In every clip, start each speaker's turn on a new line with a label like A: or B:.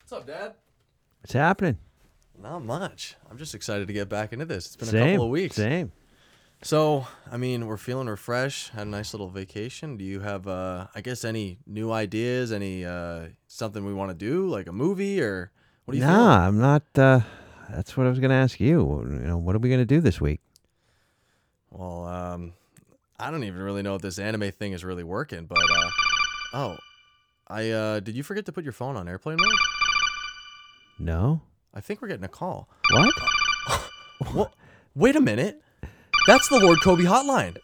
A: What's up, Dad?
B: What's happening?
A: Not much. I'm just excited to get back into this. It's been
B: same,
A: a couple of weeks.
B: Same.
A: So, I mean, we're feeling refreshed. Had a nice little vacation. Do you have, uh, I guess, any new ideas? Any uh, something we want to do, like a movie, or what do you?
B: nah,
A: feeling?
B: I'm not. Uh, that's what I was going to ask you. You know, what are we going to do this week?
A: Well, um, I don't even really know if this anime thing is really working, but uh, oh, I uh, did you forget to put your phone on airplane mode?
B: No.
A: I think we're getting a call.
B: What?
A: Well, wait a minute. That's the Lord Kobe hotline.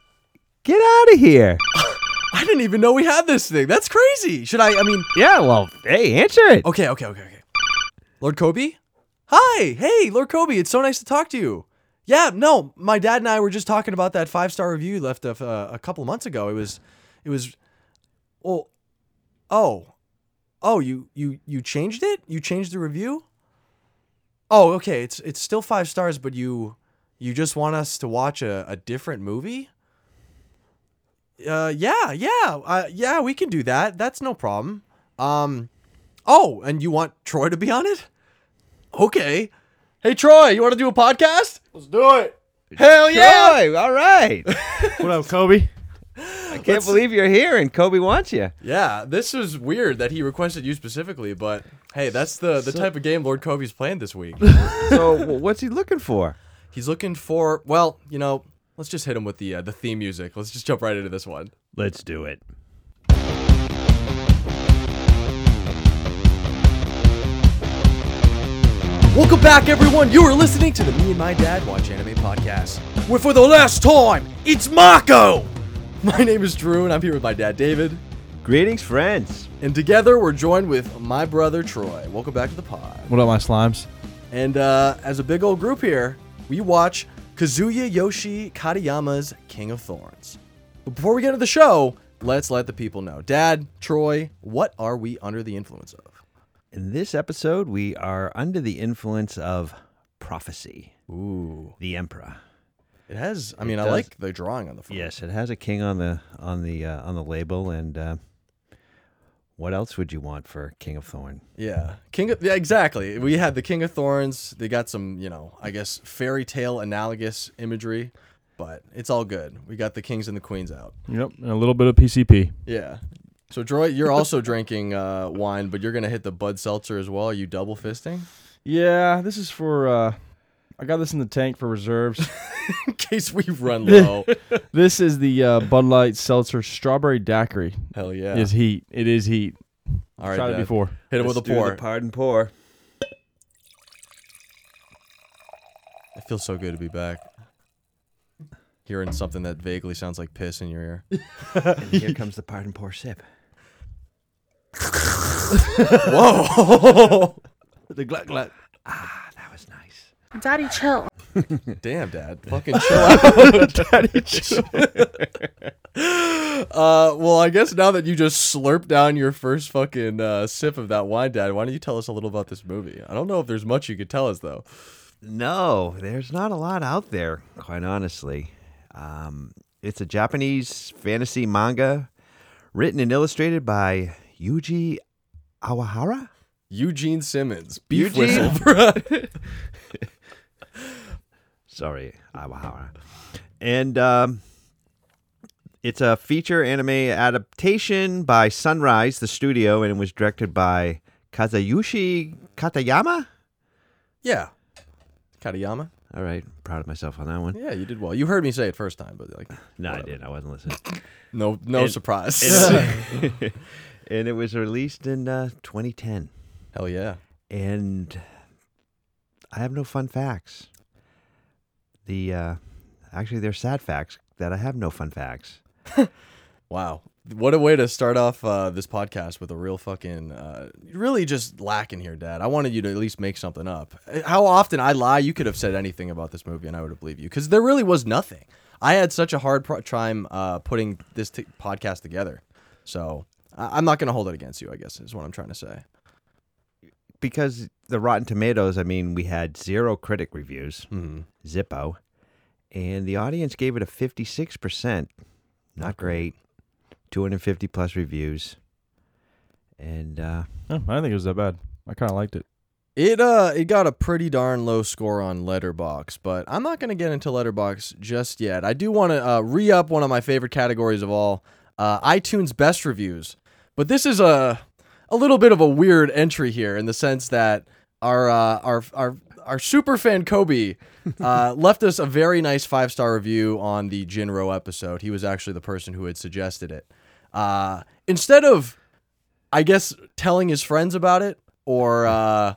B: Get out of here.
A: I didn't even know we had this thing. That's crazy. Should I? I mean,
B: Yeah. Well, hey, answer it.
A: okay, okay, okay, okay. Lord Kobe? Hi. Hey, Lord Kobe. It's so nice to talk to you. Yeah, no, my dad and I were just talking about that five star review you left of, uh, a couple months ago. It was, it was, well, oh, oh, you, you, you changed it? You changed the review? Oh, okay. It's, it's still five stars, but you, you just want us to watch a, a different movie? Uh, yeah, yeah, uh, yeah, we can do that. That's no problem. Um, Oh, and you want Troy to be on it? Okay. Hey Troy, you want to do a podcast?
C: Let's do it.
A: Oh, Hell yeah!
B: Troy, all right.
C: What up, Kobe?
B: I can't believe you're here and Kobe wants you.
A: Yeah, this is weird that he requested you specifically, but hey, that's the the type of game Lord Kobe's playing this week.
B: So, wh- what's he looking for?
A: He's looking for well, you know, let's just hit him with the uh, the theme music. Let's just jump right into this one.
B: Let's do it.
A: Welcome back, everyone. You are listening to the Me and My Dad Watch Anime Podcast, where for the last time, it's Marco. My name is Drew, and I'm here with my dad, David.
B: Greetings, friends.
A: And together we're joined with my brother Troy. Welcome back to the pod.
C: What up, my slimes?
A: And uh, as a big old group here, we watch Kazuya Yoshi Katayama's King of Thorns. But before we get to the show, let's let the people know. Dad, Troy, what are we under the influence of?
B: In this episode, we are under the influence of prophecy,
A: Ooh.
B: the emperor.
A: It has, I mean, I
B: does-
A: like the drawing on the front.
B: Yes, it has a king on the on the uh, on the label, and uh, what else would you want for King of Thorn?
A: Yeah. King of, yeah, exactly. We had the King of Thorns. They got some, you know, I guess fairy tale analogous imagery, but it's all good. We got the kings and the queens out.
C: Yep, and a little bit of PCP.
A: Yeah. So, Troy, you're also drinking uh, wine, but you're going to hit the Bud Seltzer as well. Are you double fisting?
C: Yeah, this is for. uh I got this in the tank for reserves.
A: In case we run low.
C: this is the uh, Bud Light Seltzer Strawberry Daiquiri.
A: Hell yeah.
C: Is heat. It is heat.
A: All right.
C: Tried it
A: Dad.
C: before.
A: Hit it with a pour.
B: pardon pour.
A: it feels so good to be back. Hearing something that vaguely sounds like piss in your ear.
B: And here comes the pardon pour sip.
A: Whoa.
C: The glut glut.
B: Ah, that was nice.
D: Daddy, chill.
A: Damn, Dad. Fucking chill out. Uh, well, I guess now that you just slurped down your first fucking uh, sip of that wine, Dad, why don't you tell us a little about this movie? I don't know if there's much you could tell us, though.
B: No, there's not a lot out there, quite honestly. Um, it's a Japanese fantasy manga written and illustrated by Yuji Awahara.
A: Eugene Simmons. Beef whistle,
B: Eugene?
A: bruh.
B: Sorry, Awahara. And um, it's a feature anime adaptation by Sunrise, the studio, and it was directed by Kazayushi Katayama.
A: Yeah. Katayama?
B: All right, proud of myself on that one.
A: Yeah, you did well. You heard me say it first time, but like
B: No, I didn't. I wasn't listening.
A: no no surprise.
B: and it was released in uh, 2010.
A: Hell yeah.
B: And I have no fun facts. The uh, actually, they're sad facts that I have no fun facts.
A: Wow. What a way to start off uh, this podcast with a real fucking, uh, really just lacking here, Dad. I wanted you to at least make something up. Uh, How often I lie, you could have said anything about this movie and I would have believed you because there really was nothing. I had such a hard pro- time uh, putting this t- podcast together. So I- I'm not going to hold it against you, I guess, is what I'm trying to say.
B: because the Rotten Tomatoes, I mean, we had zero critic reviews,
A: Mm-hmm.
B: Zippo, and the audience gave it a 56%. Not great. 250 plus reviews. uh, And uh,
C: Oh, I don't think it was that bad. I kind of liked it.
A: It uh it got a pretty darn low score on Letterbox, but I'm not gonna get into Letterbox just yet. I do want to uh, re up one of my favorite categories of all, uh, iTunes best reviews. But this is a a little bit of a weird entry here in the sense that our uh, our our our super fan Kobe uh, left us a very nice five star review on the Jinro episode. He was actually the person who had suggested it. Uh, instead of I guess telling his friends about it or uh,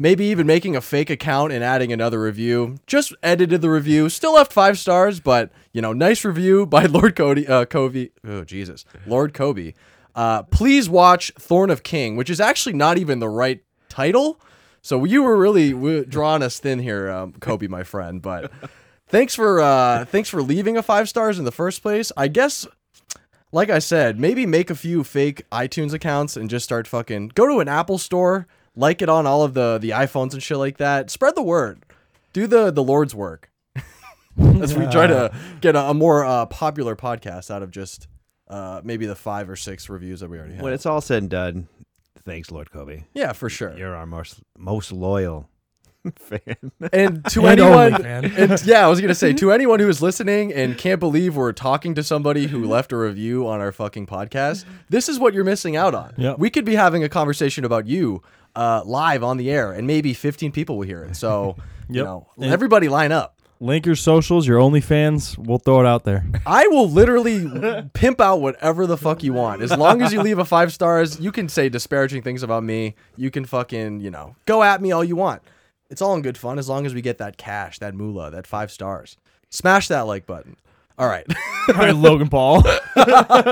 A: maybe even making a fake account and adding another review. Just edited the review, still left five stars, but you know, nice review by Lord Cody uh, Covey. Oh Jesus, Lord Kobe. Uh, please watch Thorn of King, which is actually not even the right title. So you were really w- drawing us thin here, um, Kobe, my friend. But thanks for uh, thanks for leaving a five stars in the first place. I guess like I said, maybe make a few fake iTunes accounts and just start fucking go to an Apple store, like it on all of the the iPhones and shit like that. Spread the word. Do the the Lord's work. As we try to get a, a more uh, popular podcast out of just uh, maybe the five or six reviews that we already have.
B: When it's all said and done, thanks, Lord Kobe.
A: yeah, for sure.
B: You're our most most loyal fan.
A: And to
D: And
A: anyone,
D: only, man.
A: and- yeah, I was gonna say to anyone who is listening and can't believe we're talking to somebody who left a review on our fucking podcast, this is what you're missing out on.
C: Yep.
A: We could be having a conversation about you uh, live on the air, and maybe 15 people will hear it. So, you
C: Yep.
A: know, everybody line up.
C: Link your socials, your OnlyFans. We'll throw it out there.
A: I will literally pimp out whatever the fuck you want. As long as you leave a five stars, you can say disparaging things about me. You can fucking, you know, go at me all you want. It's all in good fun as long as we get that cash, that moolah, that five stars. Smash that like button. All right.
C: All right, Logan Paul.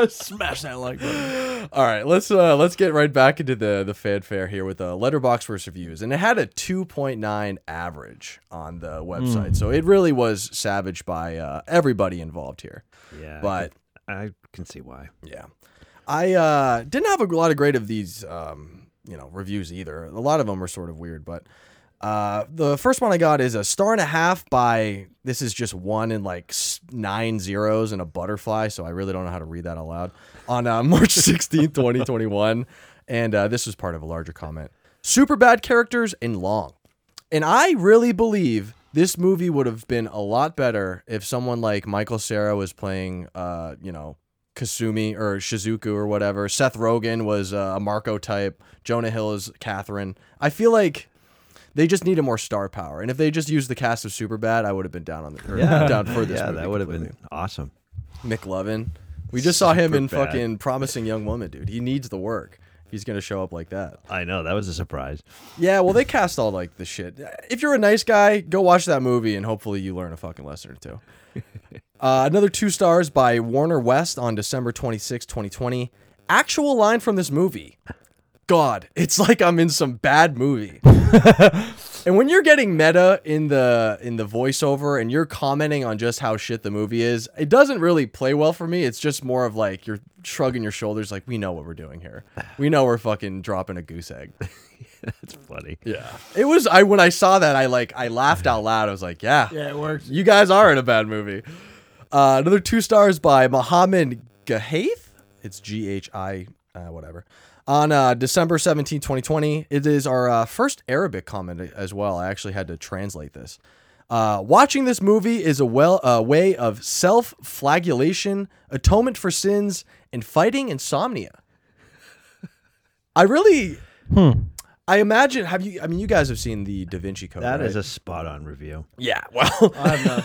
C: Smash that like button.
A: All right, let's uh, let's get right back into the the fanfare here with the letterbox versus reviews, and it had a 2.9 average on the website, so it really was savaged by uh, everybody involved here.
B: yeah,
A: But
B: I can see why.
A: Yeah. I uh, didn't have a lot of great of these, um, you know, reviews either. A lot of them are sort of weird, but uh, the first one I got is a star and a half by this is just one and like s- nine zeros and a butterfly. So I really don't know how to read that out loud on uh, March 16th, 2021. And uh, this was part of a larger comment. Super bad characters and long. And I really believe this movie would have been a lot better if someone like Michael Sarah was playing, uh, you know, Kasumi or Shizuku or whatever. Seth Rogen was uh, a Marco type. Jonah Hill is Catherine. I feel like they just needed more star power. And if they just used the cast of Superbad, I would have been down on the or down for this.
B: yeah,
A: movie
B: that would have
A: completely.
B: been awesome.
A: McLovin. We just saw him in
B: Superbad.
A: fucking Promising Young Woman, dude. He needs the work. if He's gonna show up like that.
B: I know that was a surprise.
A: Yeah, well, they cast all like the shit. If you're a nice guy, go watch that movie and hopefully you learn a fucking lesson or two. Uh, another two stars by Warner West on December 26, 2020. Actual line from this movie God, it's like I'm in some bad movie. and when you're getting meta in the in the voiceover and you're commenting on just how shit the movie is, it doesn't really play well for me. It's just more of like you're shrugging your shoulders, like we know what we're doing here. We know we're fucking dropping a goose egg.
B: That's funny.
A: Yeah. It was I when I saw that I like I laughed out loud. I was like, yeah.
D: it works.
A: You guys are in a bad movie. Uh, another two stars by Mohammed Gahaith. It's G H I uh, whatever. On uh, December 17, 2020, it is our uh, first Arabic comment as well. I actually had to translate this. Uh, watching this movie is a well a way of self-flagellation, atonement for sins, and fighting insomnia. I really
B: Hmm.
A: I imagine. Have you? I mean, you guys have seen the Da Vinci Code.
B: That is
A: right?
B: a spot on review.
A: yeah. Well,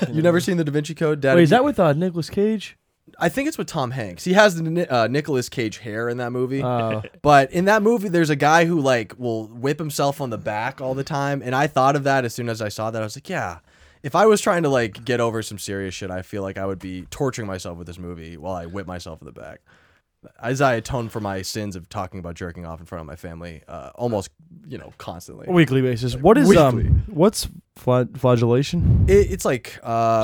A: you never seen the Da Vinci Code, Dad?
D: Wait, is that with uh, Nicolas Cage?
A: I think it's with Tom Hanks. He has the Ni- uh, Nicolas Cage hair in that movie.
C: Uh,
D: Oh.
A: but in that movie, there's a guy who like will whip himself on the back all the time, and I thought of that as soon as I saw that. I was like, yeah. If I was trying to like get over some serious shit, I feel like I would be torturing myself with this movie while I whip myself in the back. As I atone for my sins of talking about jerking off in front of my family, uh, almost you know constantly.
D: Weekly basis.
C: What is
A: Weekly.
C: um? What's fla- flagellation?
A: It, it's like uh,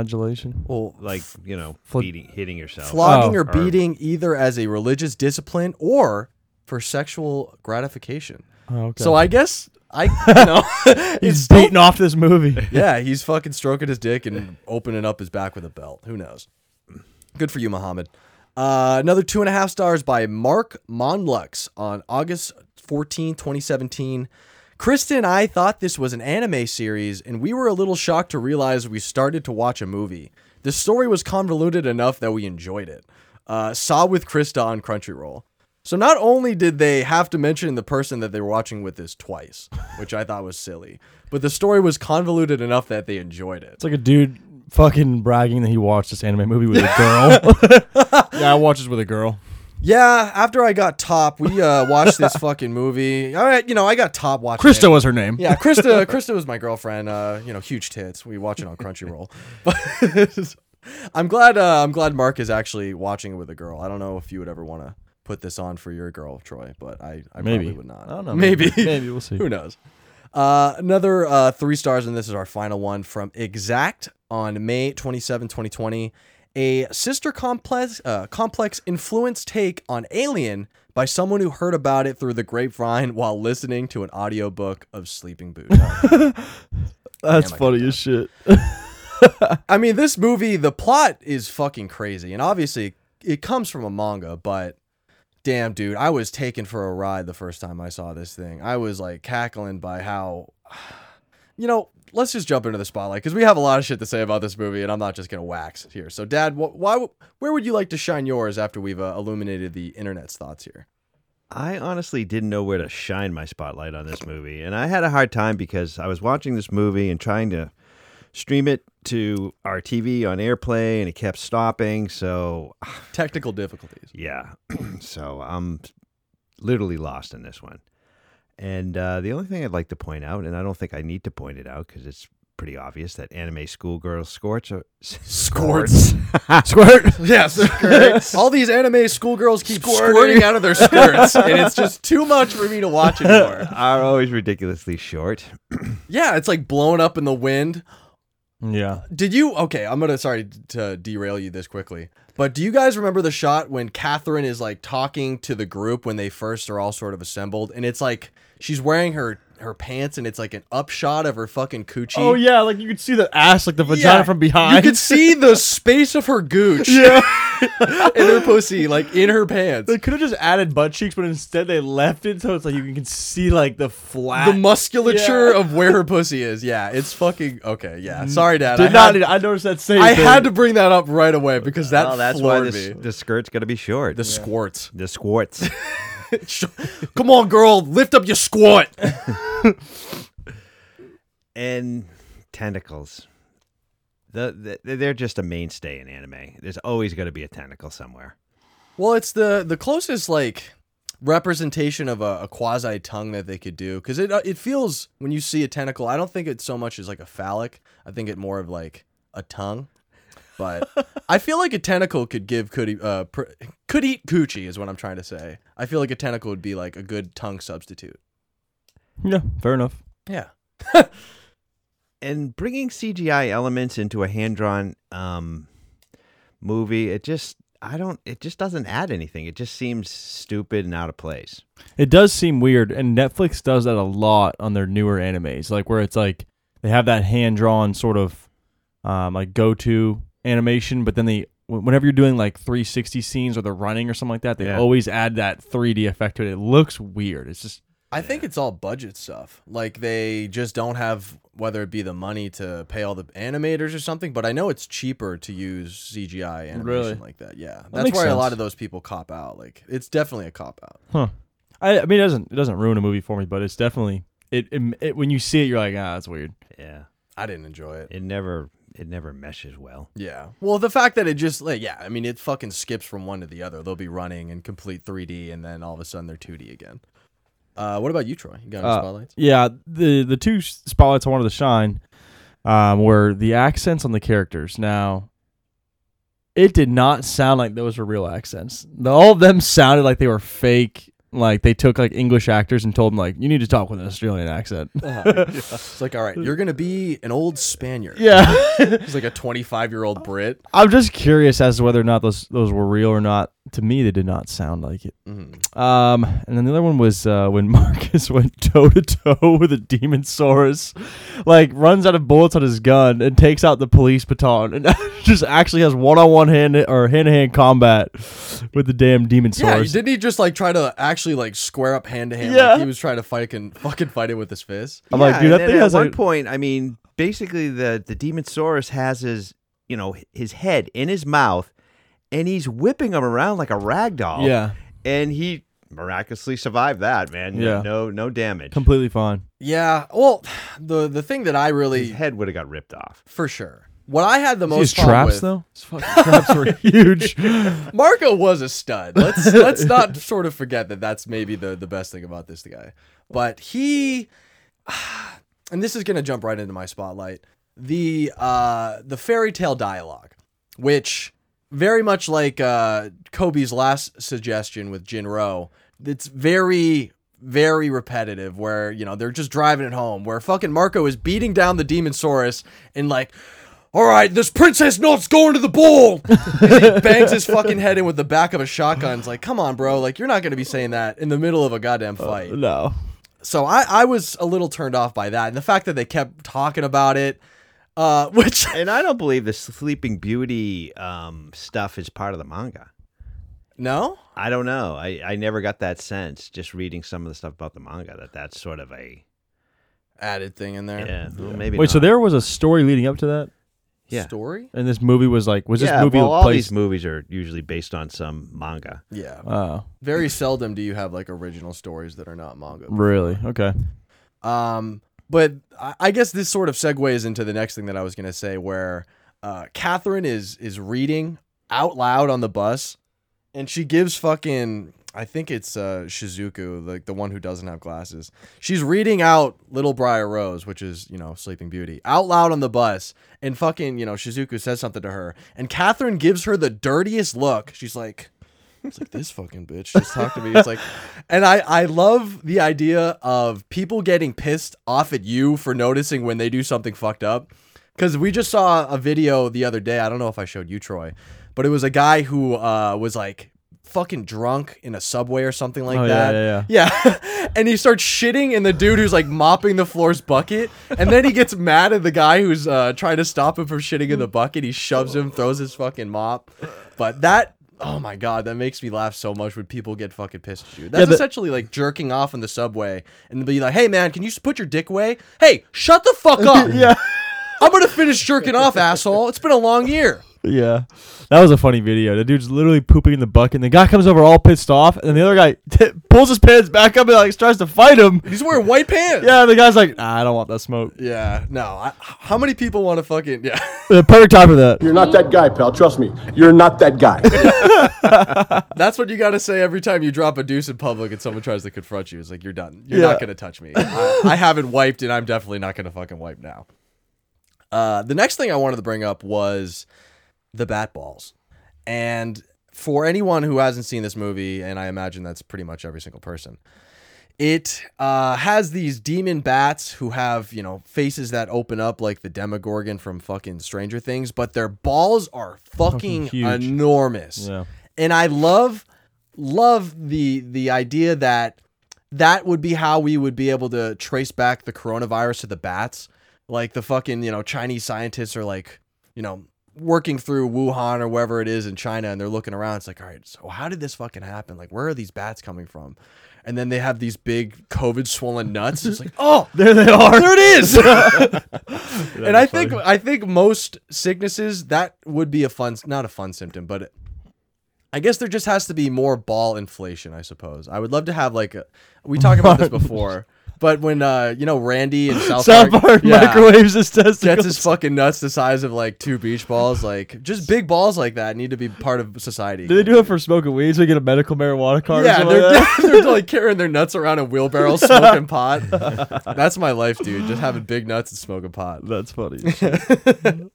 D: Self-flagellation.
A: well,
B: Like you know,
D: Fl-
B: beating, hitting yourself.
A: flogging
C: Oh.
A: or beating either as a religious discipline or for sexual gratification.
D: Oh, okay.
A: So I guess I you know
D: he's
A: he's
D: beating off this movie.
A: yeah he's fucking stroking his dick and opening up his back with a belt. Who knows? Good for you, Muhammad. Uh, another two and a half stars by Mark Monlux on August 14, 2017. Kristen and I thought this was an anime series, and we were a little shocked to realize we started to watch a movie. The story was convoluted enough that we enjoyed it. Uh, saw with Krista on Crunchyroll. So not only did they have to mention the person that they were watching with this twice, which I thought was silly, but the story was convoluted enough that they enjoyed it.
D: It's like a dude fucking bragging that he watched this anime movie with a girl.
C: yeah, I watched this with a girl.
A: Yeah, after I got top, we uh, watched this fucking movie. All right, you know, I got top watching. it.
C: Krista was her name.
A: Yeah, Krista. Krista was my girlfriend. Uh, you know, huge tits. We watch it on Crunchyroll. But I'm glad. Uh, I'm glad Mark is actually watching it with a girl. I don't know if you would ever want to put this on for your girl, Troy, but I, I probably
D: Maybe.
A: would not.
D: I don't know.
A: Maybe.
D: Maybe we'll see.
A: Who knows? Uh, another uh, three stars, and this is our final one from Exact on May 27, 2020. A sister complex, uh, complex influence take on Alien by someone who heard about it through the grapevine while listening to an audiobook of Sleeping Buddha.
D: That's
A: Damn, I
D: funny as shit.
A: I mean, this movie, the plot is fucking crazy, and obviously it comes from a manga, but damn, dude, I was taken for a ride the first time I saw this thing. I was like cackling by how, you know, let's just jump into the spotlight because we have a lot of shit to say about this movie, and I'm not just gonna wax here. So, Dad, wh- why, w- where would you like to shine yours after we've uh, illuminated the internet's thoughts here?
B: I honestly didn't know where to shine my spotlight on this movie, and I had a hard time because I was watching this movie and trying to stream it to our TV on AirPlay, and it kept stopping. So
A: Technical difficulties.
B: yeah, so I'm literally lost in this one. And uh, the only thing I'd like to point out, and I don't think I need to point it out because it's pretty obvious that anime schoolgirls scorch are
A: Squirts.
D: Squirt.
A: Yes. All these anime schoolgirls keep squirting out of their skirts, and it's just too much for me to watch anymore.
B: are always ridiculously short.
A: Yeah, it's like blown up in the wind.
D: Yeah.
A: Did you? Okay, I'm gonna sorry to derail you this quickly, but do you guys remember the shot when Catherine is like talking to the group when they first are all sort of assembled, and it's like she's wearing her her pants, and it's like an upshot of her fucking coochie.
D: Oh yeah, like you could see the ass, like the vagina
A: Yeah,
D: from behind.
A: You could see the space of her gooch. Yeah. in her pussy, like in her pants.
D: They could have just added butt cheeks, but instead they left it so it's like you can see like the flat.
A: the musculature of where her pussy is. Yeah, it's fucking okay. Yeah, sorry, Dad.
D: Did
A: I
D: not.
A: Had,
D: I noticed that same.
A: I
D: thing.
A: had to bring that up right away because that
B: well, that's why
A: floored
B: this,
A: me.
B: the skirt's gonna be short.
A: The squirts.
B: the squirts.
A: Sh- Come on, girl, lift up your squat.
B: and tentacles. The, the they're just a mainstay in anime. There's always going to be a tentacle somewhere.
A: Well, it's the the closest like representation of a, a quasi tongue that they could do because it uh, it feels when you see a tentacle. I don't think it's so much as like a phallic. I think it more of like a tongue. But I feel like a tentacle could give could e- uh pr- could eat coochie is what I'm trying to say. I feel like a tentacle would be like a good tongue substitute.
D: Yeah, fair enough.
A: Yeah.
B: And bringing CGI elements into a hand drawn um, movie, it just I don't. It just doesn't add anything. It just seems stupid and out of place.
D: It does seem weird, and Netflix does that a lot on their newer animes, like where it's like they have that hand drawn sort of um, like go to animation, but then they wh- whenever you're doing like 360 scenes or they're running or something like that, they
B: Yeah.
D: always add that 3D effect to it. It looks weird. It's just
A: I think it's all budget stuff. Like they just don't have whether it be the money to pay all the animators or something, but I know it's cheaper to use CGI animation
D: Really?
A: like that. Yeah. That's
D: makes
A: where a lot
D: sense.
A: of those people cop out. Like it's definitely a cop out.
D: huh. I, I mean, it doesn't it doesn't ruin a movie for me, but it's definitely it, it, it when you see it, you're like, ah, that's weird.
B: Yeah,
A: I didn't enjoy it.
B: it never it never meshes well.
A: Yeah. Well, the fact that it just like yeah, I mean it fucking skips from one to the other. They'll be running in complete 3D and then all of a sudden they're 2D again. Uh, what about you, Troy? You got any
D: Uh,
A: spotlights?
D: Yeah, the the two s- spotlights I wanted to shine um, were the accents on the characters. Now, it did not sound like those were real accents. The- all of them sounded like they were fake. Like they took like English actors and told them like you need to talk with an Australian accent.
A: It's like, all right, you're gonna be an old Spaniard.
D: yeah,
A: He's like a 25 year old Brit.
D: I'm just curious as to whether or not those those were real or not. to me, they did not sound like it.
A: Mhm.
B: Mm-hmm.
D: Um, and then the other one was uh, when Marcus went toe to toe with a Demonsaurus, like runs out of bullets on his gun and takes out the police baton and just actually has one on one hand or hand to hand combat with the damn
A: Yeah,
D: Demonsaurus.
A: didn't he just like try to actually like square up hand to hand?
D: Yeah.
A: like he was trying to fight and fucking fight it with his fist.
D: I'm like,
B: Yeah,
D: dude,
B: and
D: that
B: then
D: thing
B: at
D: has
B: one
D: like-
B: point, I mean, basically the the Demonsaurus has his you know his head in his mouth, and he's whipping him around like a rag doll.
D: yeah,
B: and he miraculously survived that man.
D: Yeah.
B: no no damage.
D: completely fine.
A: Yeah, well, the the thing that I
B: His
A: really
B: head would have got ripped off.
A: for sure. What I had the most
D: His
A: fun
D: traps
A: with,
D: though, his fucking traps were huge.
A: Marco was a stud. Let's let's not sort of forget that that's maybe the the best thing about this guy. But he and this is going to jump right into my spotlight. The uh the fairy tale dialogue, which very much like uh Kobe's last suggestion with Jinro, it's very very repetitive where, you know, they're just driving it home where fucking Marco is beating down the Demonsaurus and like all right, this princess knot's going to the ball. And he bangs his fucking head in with the back of a shotgun. It's like, come on, bro. Like, you're not going to be saying that in the middle of a goddamn fight.
D: no,
A: So I, I was a little turned off by that. And the fact that they kept talking about it, uh, which
B: And I don't believe the Sleeping Beauty um, stuff is part of the manga.
A: no,
B: I don't know. I, I never got that sense just reading some of the stuff about the manga that that's sort of a
A: added thing in there.
B: yeah, well, maybe
D: wait, so
B: not.
D: there was a story leading up to that,
B: yeah.
A: Story?
D: and this movie was like, was this
B: yeah,
D: movie
B: well, all
D: placed?
B: these movies are usually based on some manga.
A: Yeah.
D: oh,
A: Very seldom do you have like original stories that are not manga.
D: really? Okay.
A: Um, but I, I guess this sort of segues into the next thing that I was gonna say, where uh, Catherine is is reading out loud on the bus, and she gives fucking I think it's uh, Shizuku, like the one who doesn't have glasses. She's reading out Little Briar Rose, which is you know Sleeping Beauty, out loud on the bus, and fucking you know Shizuku says something to her, and Catherine gives her the dirtiest look. She's like. It's like this fucking bitch just talked to me. It's like, and I I love the idea of people getting pissed off at you for noticing when they do something fucked up. Because we just saw a video the other day. I don't know if I showed you Troy, but it was a guy who uh, was like fucking drunk in a subway or something like
D: Oh, yeah,
A: that.
D: yeah, yeah.
A: Yeah. and he starts shitting in the dude who's like mopping the floor's bucket. And then he gets mad at the guy who's uh, trying to stop him from shitting in the bucket. He shoves him, throws his fucking mop. But that, oh my God, that makes me laugh so much when people get fucking pissed at you. That's
D: Yeah, the-
A: essentially like jerking off in the subway and be like, hey man, can you just put your dick away? Hey, shut the fuck up.
D: Yeah.
A: I'm going to finish jerking off, asshole. It's been a long year.
D: Yeah, that was a funny video. The dude's literally pooping in the bucket, and the guy comes over all pissed off, and the other guy t- pulls his pants back up and like tries to fight him.
A: He's wearing white pants.
D: Yeah, the guy's like, nah, I don't want that smoke.
A: Yeah, no. I, how many people want to fucking, yeah.
D: The perfect time for that.
E: You're not that guy, pal. Trust me. You're not that guy.
A: That's what you got to say every time you drop a deuce in public and someone tries to confront you. It's like, you're done. You're
D: Yeah.
A: not going to touch me. I, I haven't wiped and I'm definitely not going to fucking wipe now. Uh, the next thing I wanted to bring up was the bat balls. And for anyone who hasn't seen this movie, and I imagine that's pretty much every single person, it uh, has these demon bats who have, you know, faces that open up like the Demogorgon from fucking Stranger Things, but their balls are fucking,
D: huge.
A: enormous
D: Yeah,
A: and I love love the the idea that that would be how we would be able to trace back the coronavirus to the bats. Like the fucking you know Chinese scientists are like you know working through Wuhan or wherever it is in China, and they're looking around. It's like all right, so how did this fucking happen? Like where are these bats coming from? And then they have these big COVID swollen nuts. It's like oh,
D: there they are.
A: there it is. and I think I think most sicknesses that would be a fun not a fun symptom, but I guess there just has to be more ball inflation, I suppose. I would love to have like a, we talked about this before, but when uh you know Randy and South,
D: South Park
A: yeah,
D: microwaves his
A: gets
D: testicles.
A: his fucking nuts the size of like two beach balls, like just big balls like that need to be part of society.
D: do they do it for smoking weed? So we get a medical marijuana card. or
A: Yeah,
D: something
A: they're,
D: like that?
A: they're like carrying their nuts around in wheelbarrows, smoking pot. That's my life, dude. Just having big nuts and smoking pot.
D: That's funny. as shit.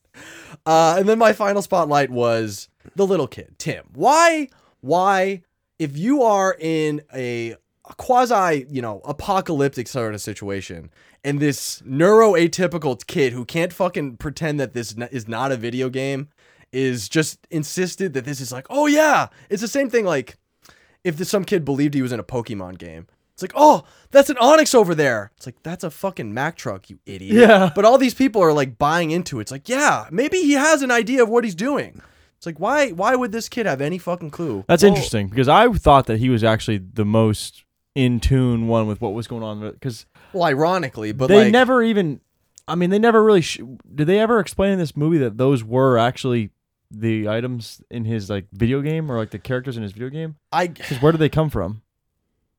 A: Uh, and then my final spotlight was the little kid, Tim. Why, why, if you are in a quasi, you know, apocalyptic sort of situation, and this neuroatypical kid who can't fucking pretend that this n- is not a video game is just insisted that this is like, oh yeah, it's the same thing. Like if the, some kid believed he was in a Pokemon game. It's like, oh, that's an Onyx over there. It's like that's a fucking Mack truck, you idiot.
D: Yeah.
A: But all these people are like buying into it. It's like, yeah, maybe he has an idea of what he's doing. It's like, why? Why would this kid have any fucking clue?
D: That's
A: Well,
D: interesting because I thought that he was actually the most in tune one with what was going on because
A: Well, ironically, but
D: they
A: like,
D: never even. I mean, they never really. Sh- did they ever explain in this movie that those were actually the items in his like video game or like the characters in his video game?
A: I
D: Because where do they come from?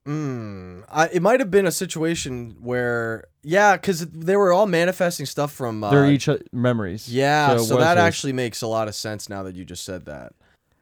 A: Mm, I, it might have been a situation where, yeah, because they were all manifesting stuff from. Uh,
D: They're each o- memories.
A: yeah,
D: it
A: so,
D: was
A: that
D: his.
A: actually makes a lot of sense now that you just said that.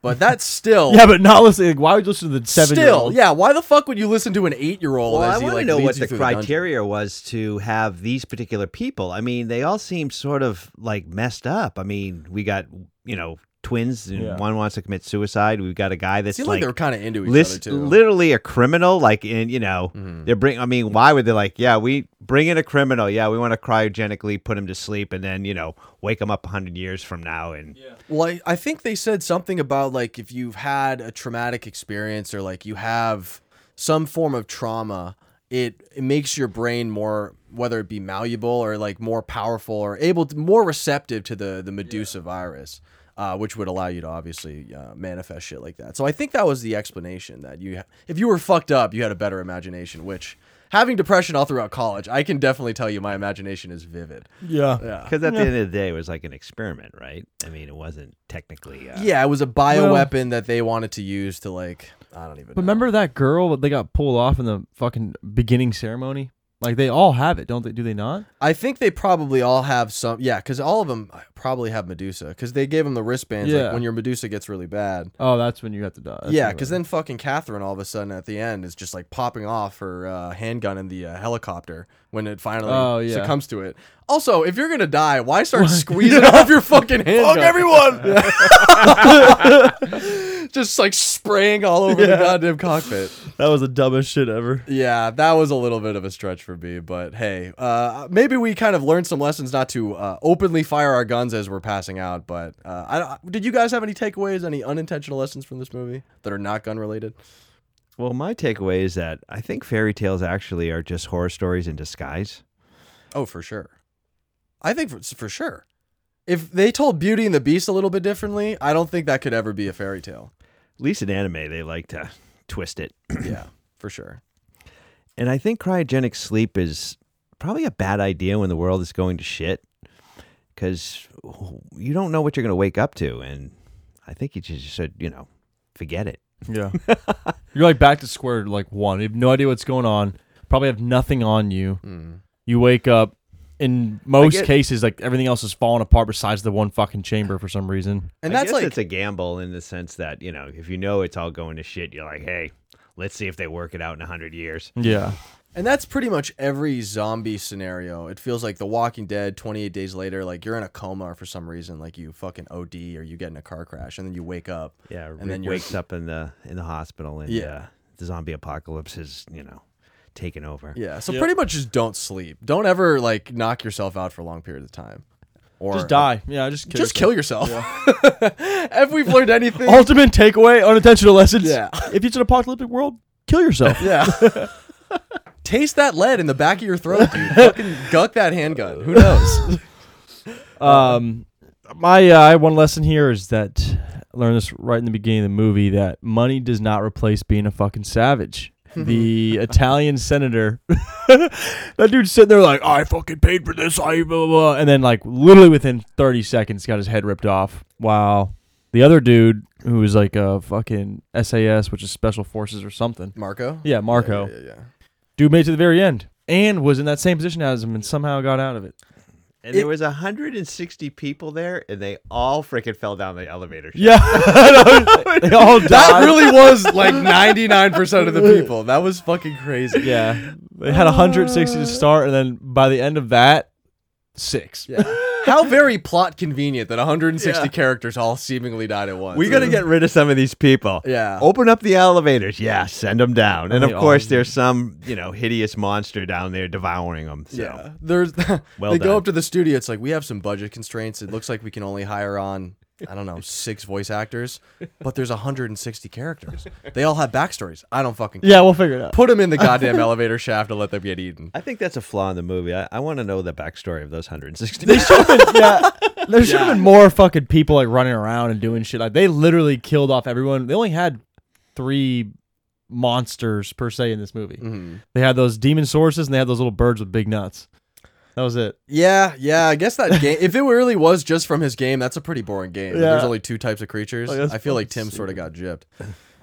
A: But that's still,
D: Yeah, but not listening. Like, why would you listen to the seven?
A: still, yeah. Why the fuck would you listen to an eight-year-old?
B: Well, I
A: as he
B: want
A: like
B: to know
A: leads
B: what
A: you
B: the
A: through dungeon?
B: criteria was to have these particular people. I mean, they all seem sort of like messed up. I mean, we got you know twins, and
D: Yeah.
B: one wants to commit suicide. We've got a guy that's
A: Seemed like,
B: like,
A: they were kind of into each
B: lis-
A: other too. Mm-hmm.
B: literally a criminal. Like, in you know, they're bring. I mean, why would they like? Yeah, we bring in a criminal. Yeah, we want to cryogenically put him to sleep, and then you know, wake him up hundred years from now, and
A: Well, I, I think they said something about like if you've had a traumatic experience or like you have some form of trauma, it, it makes your brain more whether it be malleable or like more powerful or able to, more receptive to the the Medusa virus. Uh, which would allow you to obviously uh, manifest shit like that. So I think that was the explanation that you, ha- if you were fucked up, you had a better imagination. Which, having depression all throughout college, I can definitely tell you my imagination is vivid.
D: yeah,
A: Yeah.
B: because at the end of the day, it was like an experiment, right? I mean, it wasn't technically. Uh,
A: Yeah, it was a
D: Well-
A: bioweapon that they wanted to use to like I don't even
D: But
A: know.
D: remember that girl that they got pulled off in the fucking beginning ceremony? Like they all have it, don't they? Do they not?
A: I think they probably all have some yeah, cuz all of them probably have Medusa cuz they gave them the wristbands
D: Yeah.
A: like when your Medusa gets really bad.
D: Oh, that's when you have to die. That's
A: yeah,
D: right.
A: cuz then fucking Catherine all of a sudden at the end is just like popping off her uh, handgun in the uh, helicopter when it finally
D: Oh, yeah.
A: succumbs to it. Also, if you're going to die, why start squeezing off your fucking handgun? everyone. just like spraying all over the goddamn cockpit.
D: that was the dumbest shit ever.
A: Yeah, that was a little bit of a stretch for me, but hey, uh, maybe we kind of learned some lessons not to uh, openly fire our guns as we're passing out. But uh, I, I- did you guys have any takeaways, any unintentional lessons from this movie that are not gun related?
B: Well, my takeaway is that I think fairy tales actually are just horror stories in disguise.
A: Oh, for sure. I think for, for sure. If they told Beauty and the Beast a little bit differently, I don't think that could ever be a fairy tale.
B: At least in anime, they like to twist it.
A: yeah, for sure.
B: And I think cryogenic sleep is probably a bad idea when the world is going to shit because you don't know what you're going to wake up to. And I think you just should, you know, forget it.
D: Yeah. You're like back to square like one. You have no idea what's going on. Probably have nothing on you.
A: Mm.
D: You wake up. In most
B: get-
D: cases, like everything else is falling apart besides the one fucking chamber for some reason.
A: And
B: I
A: that's
B: guess
A: like
B: it's a gamble in the sense that, you know, if you know it's all going to shit, you're like, hey, let's see if they work it out in 100 years.
D: Yeah.
A: And that's pretty much every zombie scenario. It feels like The Walking Dead, 28 days later, like you're in a coma for some reason, like you fucking OD or you get in a car crash and then you wake up.
B: Yeah,
A: And
B: and
A: then
B: then
A: you're-
B: wakes up in the in the hospital, and
A: Yeah.
B: uh, the zombie apocalypse is you know taken over.
A: Yeah. So pretty much just don't sleep. Don't ever like knock yourself out for long periods of time. Or uh,
D: Just die. Yeah, just kill
A: Just kill yourself. if we've learned anything.
D: Ultimate takeaway, unintentional lessons.
A: Yeah.
D: If it's an apocalyptic world, kill yourself.
A: yeah. Taste that lead in the back of your throat, dude. Fucking guck that handgun. Who knows?
D: Um, my uh, I have one lesson here is that I learned this right in the beginning of the movie that money does not replace being a fucking savage. the Italian senator, that dude's sitting there like, I fucking paid for this, I blah, blah, blah," and then like literally within thirty seconds got his head ripped off. Wow. The other dude who was like a fucking SAS, which is special forces or something.
A: Marco?
D: Yeah, Marco.
A: Yeah, yeah, yeah.
D: Dude made it to the very end and was in that same position as him and somehow got out of it.
B: And there was 160 people there, and they all freaking fell down the elevator. shaft.
D: Yeah, they all died.
A: That really was like 99% of the people. That was fucking crazy.
D: Yeah. They had 160 to start, and then by the end of that, six.
A: Yeah. How very plot convenient that 160 characters all seemingly died at once.
B: We got to get rid of some of these people.
A: Yeah.
B: Open up the elevators. Yeah, send them down. And
D: they
B: of course,
D: all-
B: there's some, you know, hideous monster down there devouring them. So.
A: Yeah. There's
B: Well
A: they
B: done.
A: go up to the studio it's like we have some budget constraints. It looks like we can only hire on I don't know, six voice actors, but there's 160 characters. They all have backstories. I don't fucking care.
D: Yeah, we'll figure it out.
A: Put them in the goddamn elevator shaft and let them get eaten.
B: I think that's a flaw in the movie. I, I want to know the backstory of those 160.
D: They should have been. Yeah, there should have been more fucking people like running around and doing shit. Like they literally killed off everyone. They only had three monsters per se in this movie. They had those demon sources and they had those little birds with big nuts. That was it.
A: Yeah, yeah. I guess that game. If it really was just from his game, that's a pretty boring game.
D: Yeah.
A: There's only two types of creatures.
D: Like, that's
A: I feel like
D: fucking
A: Tim sort of got gypped.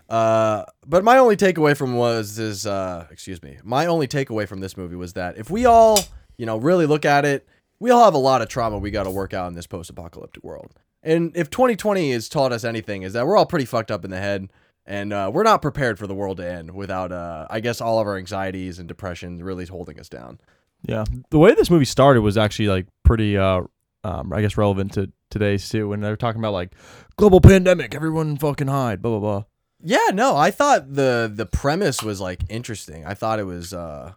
A: Uh, but my only takeaway from was is uh, excuse me. My only takeaway from this movie was that if we all you know really look at it, we all have a lot of trauma we got to work out in this post-apocalyptic world. And if 2020 has taught us anything, is that we're all pretty fucked up in the head. And uh, we're not prepared for the world to end without, uh, I guess, all of our anxieties and depressions really holding us down.
D: Yeah, the way this movie started was actually like pretty, uh, um, I guess, relevant to today's too. When they're talking about like global pandemic, everyone fucking hide, blah blah blah.
A: Yeah, no, I thought the the premise was like interesting. I thought it was uh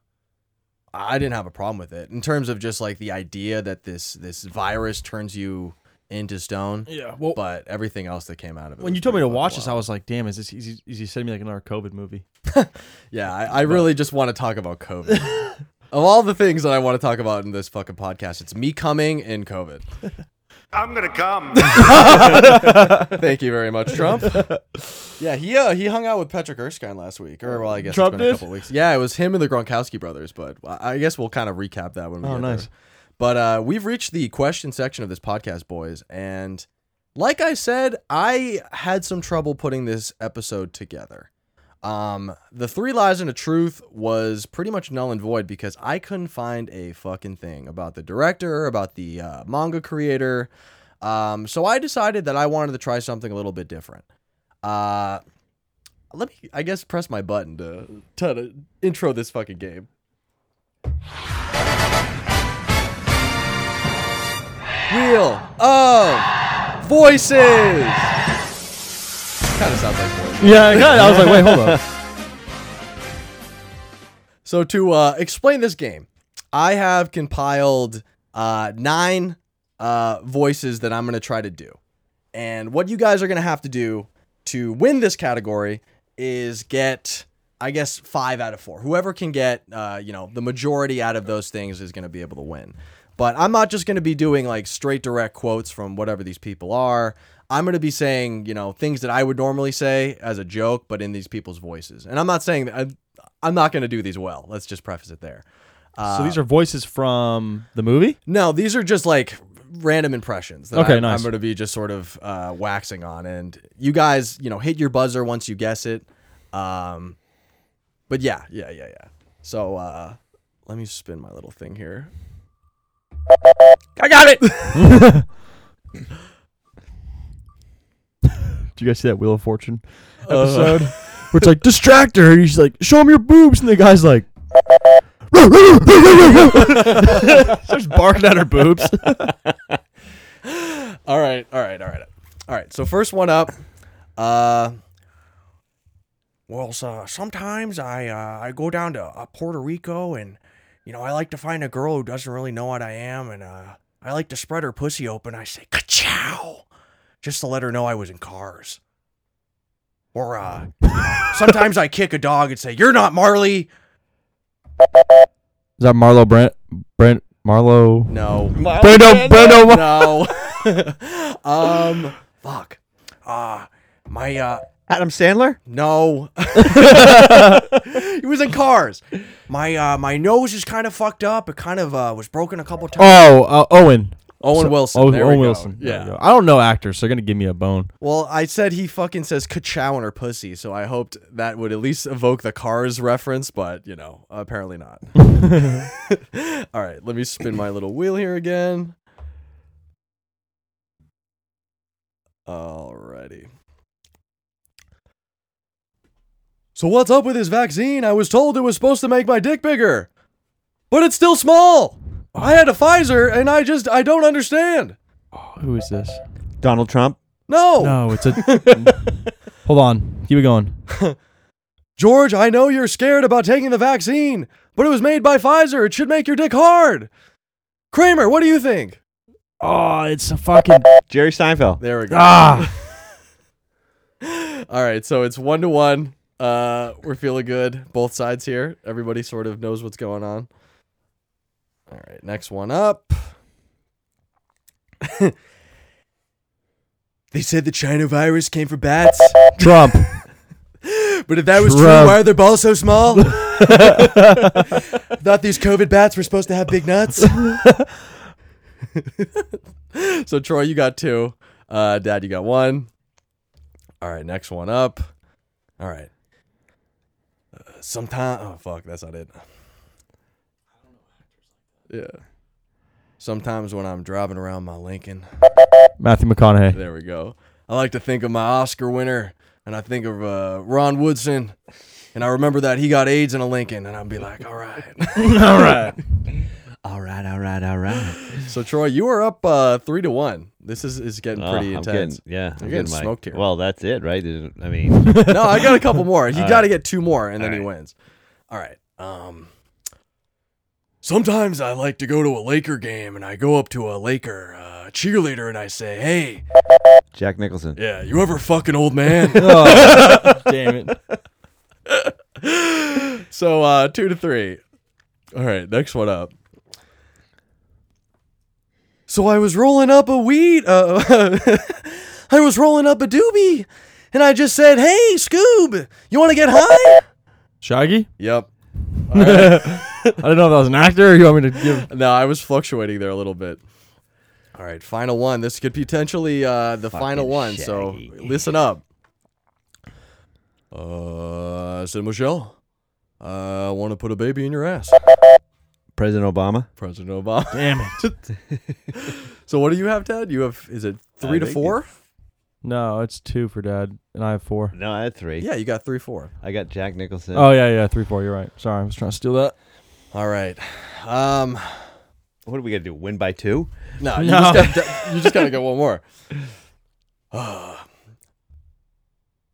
A: I didn't have a problem with it in terms of just like the idea that this this virus turns you into stone.
D: Yeah, well,
A: But everything else that came out of it.
D: when
A: was
D: you told me
A: pretty
D: to
A: fucking
D: watch this, I
A: wild.
D: was like, damn, is this is he, is he sending me like another COVID movie?
A: Yeah, I, I really just want to talk about COVID. of all the things that I want to talk about in this fucking podcast, it's me coming and COVID.
F: I'm gonna come.
A: Thank you very much, Trump. yeah, he uh, he hung out with Patrick Erskine last week, or well, I guess
D: Trump
A: it's been
D: did?
A: a couple weeks. Yeah, it was him and the Gronkowski brothers, but I I guess we'll kind of recap that when we
D: Oh,
A: get
D: nice.
A: there. But uh, we've reached the question section of this podcast, boys, and like I said, I had some trouble putting this episode together. Um, the three lies and a truth was pretty much null and void because I couldn't find a fucking thing about the director, about the uh, manga creator. Um, so I decided that I wanted to try something a little bit different. Uh, let me, I guess, press my button to, to intro this fucking game. Wheel of Voices. Kind of sounds like voices.
D: Yeah, I, got it. I was like, wait, hold up.
A: So to uh, explain this game, I have compiled uh, nine uh, voices that I'm going to try to do, and what you guys are going to have to do to win this category is get, I guess, five out of four. Whoever can get, uh, you know, the majority out of those things is going to be able to win. But I'm not just going to be doing like straight direct quotes from whatever these people are. I'm going to be saying, you know, things that I would normally say as a joke, but in these people's voices. And I'm not saying that I'm not going to do these well. Let's just preface it there. Uh,
D: so these are voices from the movie.
A: No, these are just like random impressions that
D: Okay,
A: I'm,
D: nice.
A: I'm going to be just sort of uh, waxing on. And you guys, you know, hit your buzzer once you guess it. Um, but yeah, yeah, yeah, yeah. So uh, let me spin my little thing here.
B: I got it.
D: Do you guys see that Wheel of Fortune episode? Where it's like, distract her. He's like, show him your boobs. And the guy's like, starts barking at her boobs.
A: All right, all right, all right, all right. So first one up. Uh, well, so sometimes I uh, I go down to uh, Puerto Rico and you know I like to find a girl who doesn't really know what I am and uh, I like to spread her pussy open. I say ka-chow, just to let her know I was in cars. Or uh, sometimes I kick a dog and say you're not Marley.
D: Is that Marlo Brent? Brent Marlo?
A: No,
D: Brando Brando. Mar-
A: no. um, fuck. Uh, my uh,
B: Adam Sandler.
A: No. he was in cars. My uh, my nose is kind of fucked up. It kind of uh, was broken a couple times.
D: Oh, uh, Owen.
A: Owen Wilson.
D: Oh,
A: there we
D: Owen
A: go.
D: Wilson. There we
A: Yeah.
D: go. I don't know actors, so they're gonna give me a bone.
A: Well, I said he fucking says ka-chow in her pussy, so I hoped that would at least evoke the cars reference, but you know, apparently not. All right, let me spin my little wheel here again. Alrighty. So what's up with this vaccine? I was told it was supposed to make my dick bigger, but it's still small. I had a Pfizer, and I just I don't understand.
D: Who is this?
B: Donald Trump.
D: No, it's a. Oh. Hold on. Keep it going.
A: George, I know you're scared about taking the vaccine, but it was made by Pfizer. It should make your dick hard. Kramer, what do you think?
D: Oh, it's a fucking
B: Jerry Seinfeld.
A: There we go.
D: ah.
A: All right, so it's one to one. Uh, we're feeling good, both sides here. Everybody sort of knows what's going on. All right, next one up. they said the China virus came from bats,
D: Trump.
A: but if that was true,
D: Trump.
A: why are their balls so small? Thought these COVID bats were supposed to have big nuts. so Troy, you got two. Uh, Dad, you got one. All right, next one up. All right. Uh, sometime. Oh fuck, that's not it. Yeah. Sometimes when I'm driving around my Lincoln,
D: Matthew McConaughey.
A: there we go. I like to think of my Oscar winner, and I think of uh, Ron Woodson, and I remember that he got AIDS in a Lincoln, and I'd be like, all right.
D: All right.
B: All right, all right, all right.
A: So Troy, you are up uh, three to one. This is is getting pretty
B: Ah, Oh, I'm
A: intense.
B: getting, yeah, I'm
A: getting
B: my-
A: smoked here.
B: Well, that's it, right? Is- I mean,
A: no, I got a couple more. You got to get two more, and then he wins. All right. Um. Sometimes I like to go to a Laker game, and I go up to a Laker uh, cheerleader, and I say, "Hey,
B: Jack Nicholson.
A: yeah, you ever fucking old man?"
D: Oh, Damn it.
A: so uh, two to three. All right, next one up. So I was rolling up a weed. Uh, I was rolling up a doobie, and I just said, "Hey, Scoob, you want to get high?"
D: Shaggy?
A: Yep. All right.
D: I don't know if that was an actor or you want me to give
A: no, I was fluctuating there a little bit. All right, final one. This could potentially uh, the final
B: Fucking
A: one. So
B: shaggy.
A: listen up. Uh, I said Michelle, I want to put a baby in your ass.
B: President Obama.
A: President Obama.
D: Damn it.
A: So what do you have, Ted? You have is it three
B: I
A: to
B: think
A: four?
D: No, it's two for dad, and I have four.
B: No, I had three.
A: Yeah, you got three four.
B: I got Jack Nicholson.
D: Oh yeah, yeah, three, four. You're right. Sorry, I was trying to steal that.
A: All right. Um,
B: What are we gonna do? Win by two?
A: no, you,
D: No.
A: Just gotta, you just gotta go one more. Ah.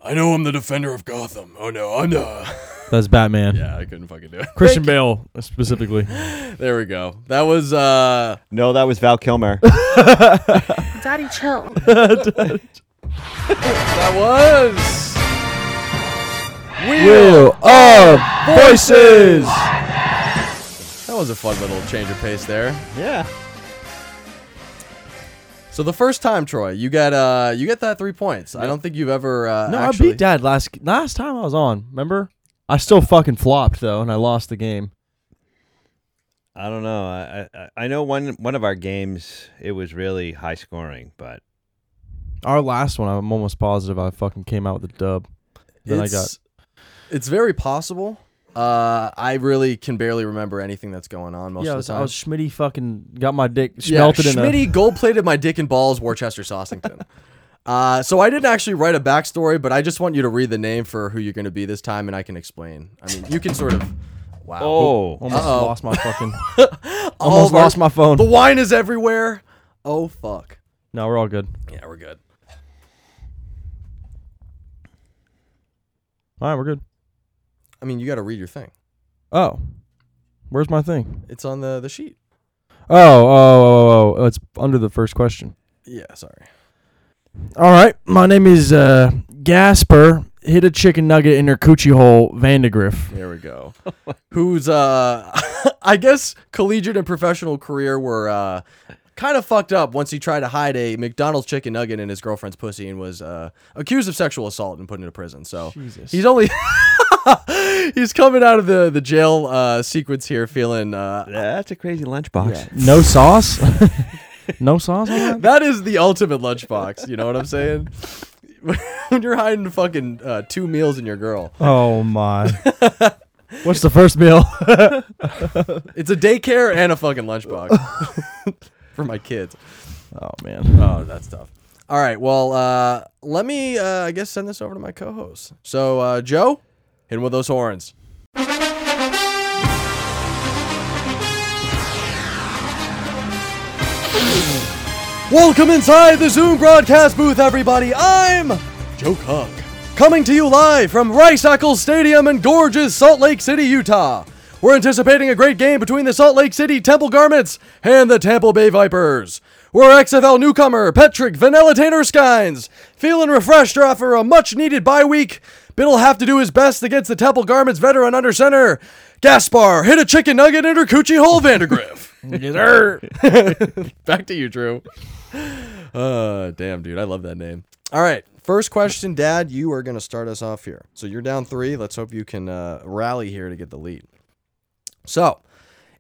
A: I know I'm the defender of Gotham. Oh no, I'm not.
D: That's Batman.
A: Yeah, I couldn't fucking do it.
D: Christian Bale specifically.
A: There we go. That was uh
B: No, that was Val Kilmer.
G: Daddy, chill.
A: that was
D: Wheel of Voices.
A: that was a fun little change of pace there.
B: yeah.
A: So the first time, Troy, you got uh you get that three points. I don't think you've ever uh
D: No,
A: actually
D: I beat dad last last time I was on. Remember? I still fucking flopped though, and I lost the game.
B: I don't know. I, I I know one one of our games it was really high scoring, but
D: Our last one, I'm almost positive I fucking came out with a dub. Then I got.
A: It's- It's very possible. Uh, I really can barely remember anything that's going on most
D: Yeah, I
A: of the
D: was,
A: time.
D: I was Schmitty fucking got my dick
A: yeah,
D: smelted in a.
A: Schmitty gold plated my dick and balls, Worcester Saucington. uh, so I didn't actually write a backstory, but I just want you to read the name for who you're going to be this time, and I can explain. I mean, you can sort of. Wow.
B: oh,
D: Almost
A: Uh-oh.
D: lost my fucking.
A: All
D: almost
A: of our-
D: lost my phone.
A: The wine is everywhere. Oh fuck.
D: No, we're all good.
A: Yeah, we're good.
D: All right, we're good.
A: I mean, you got to read your thing.
D: Oh, where's my thing?
A: It's on the the sheet.
D: Oh, oh, oh, oh, oh, it's under the first question.
A: Yeah, sorry.
D: All right, my name is uh, Gasper. Hit a chicken nugget in her coochie hole, Vandegrift.
A: There we go. Who's uh I guess collegiate and professional career were uh kind of fucked up once he tried to hide a McDonald's chicken nugget in his girlfriend's pussy and was uh accused of sexual assault and put into prison. So he's only he's coming out of the the jail uh sequence here feeling uh
B: that's a crazy lunchbox.
D: No sauce? no sauce on that?
A: that is the ultimate lunchbox, you know what I'm saying? when you're hiding fucking uh, two meals in your girl.
D: Oh, my. What's the first meal?
A: It's a daycare and a fucking lunchbox for my kids.
D: oh, man.
A: Oh, that's tough. All right. Well, uh, let me, uh, I guess, send this over to my co host. So, uh, Joe, hit him with those horns. Welcome inside the Zoom broadcast booth, everybody. I'm Joe Cook, coming to you live from Rice Eccles Stadium in gorgeous Salt Lake City, Utah. We're anticipating a great game between the Salt Lake City Temple Garments and the Tampa Bay Vipers. We're XFL newcomer Patrick Vanilla Tanerskines, feeling refreshed after a much needed bye week. Biddle have to do his best against the Temple Garments veteran under center. Gaspar hit a chicken nugget in her coochie hole, Vandergriff. Back to you, Drew. Uh, damn, dude, I love that name. All right, first question, Dad. You are gonna start us off here. So you're down three. Let's hope you can uh, rally here to get the lead. So,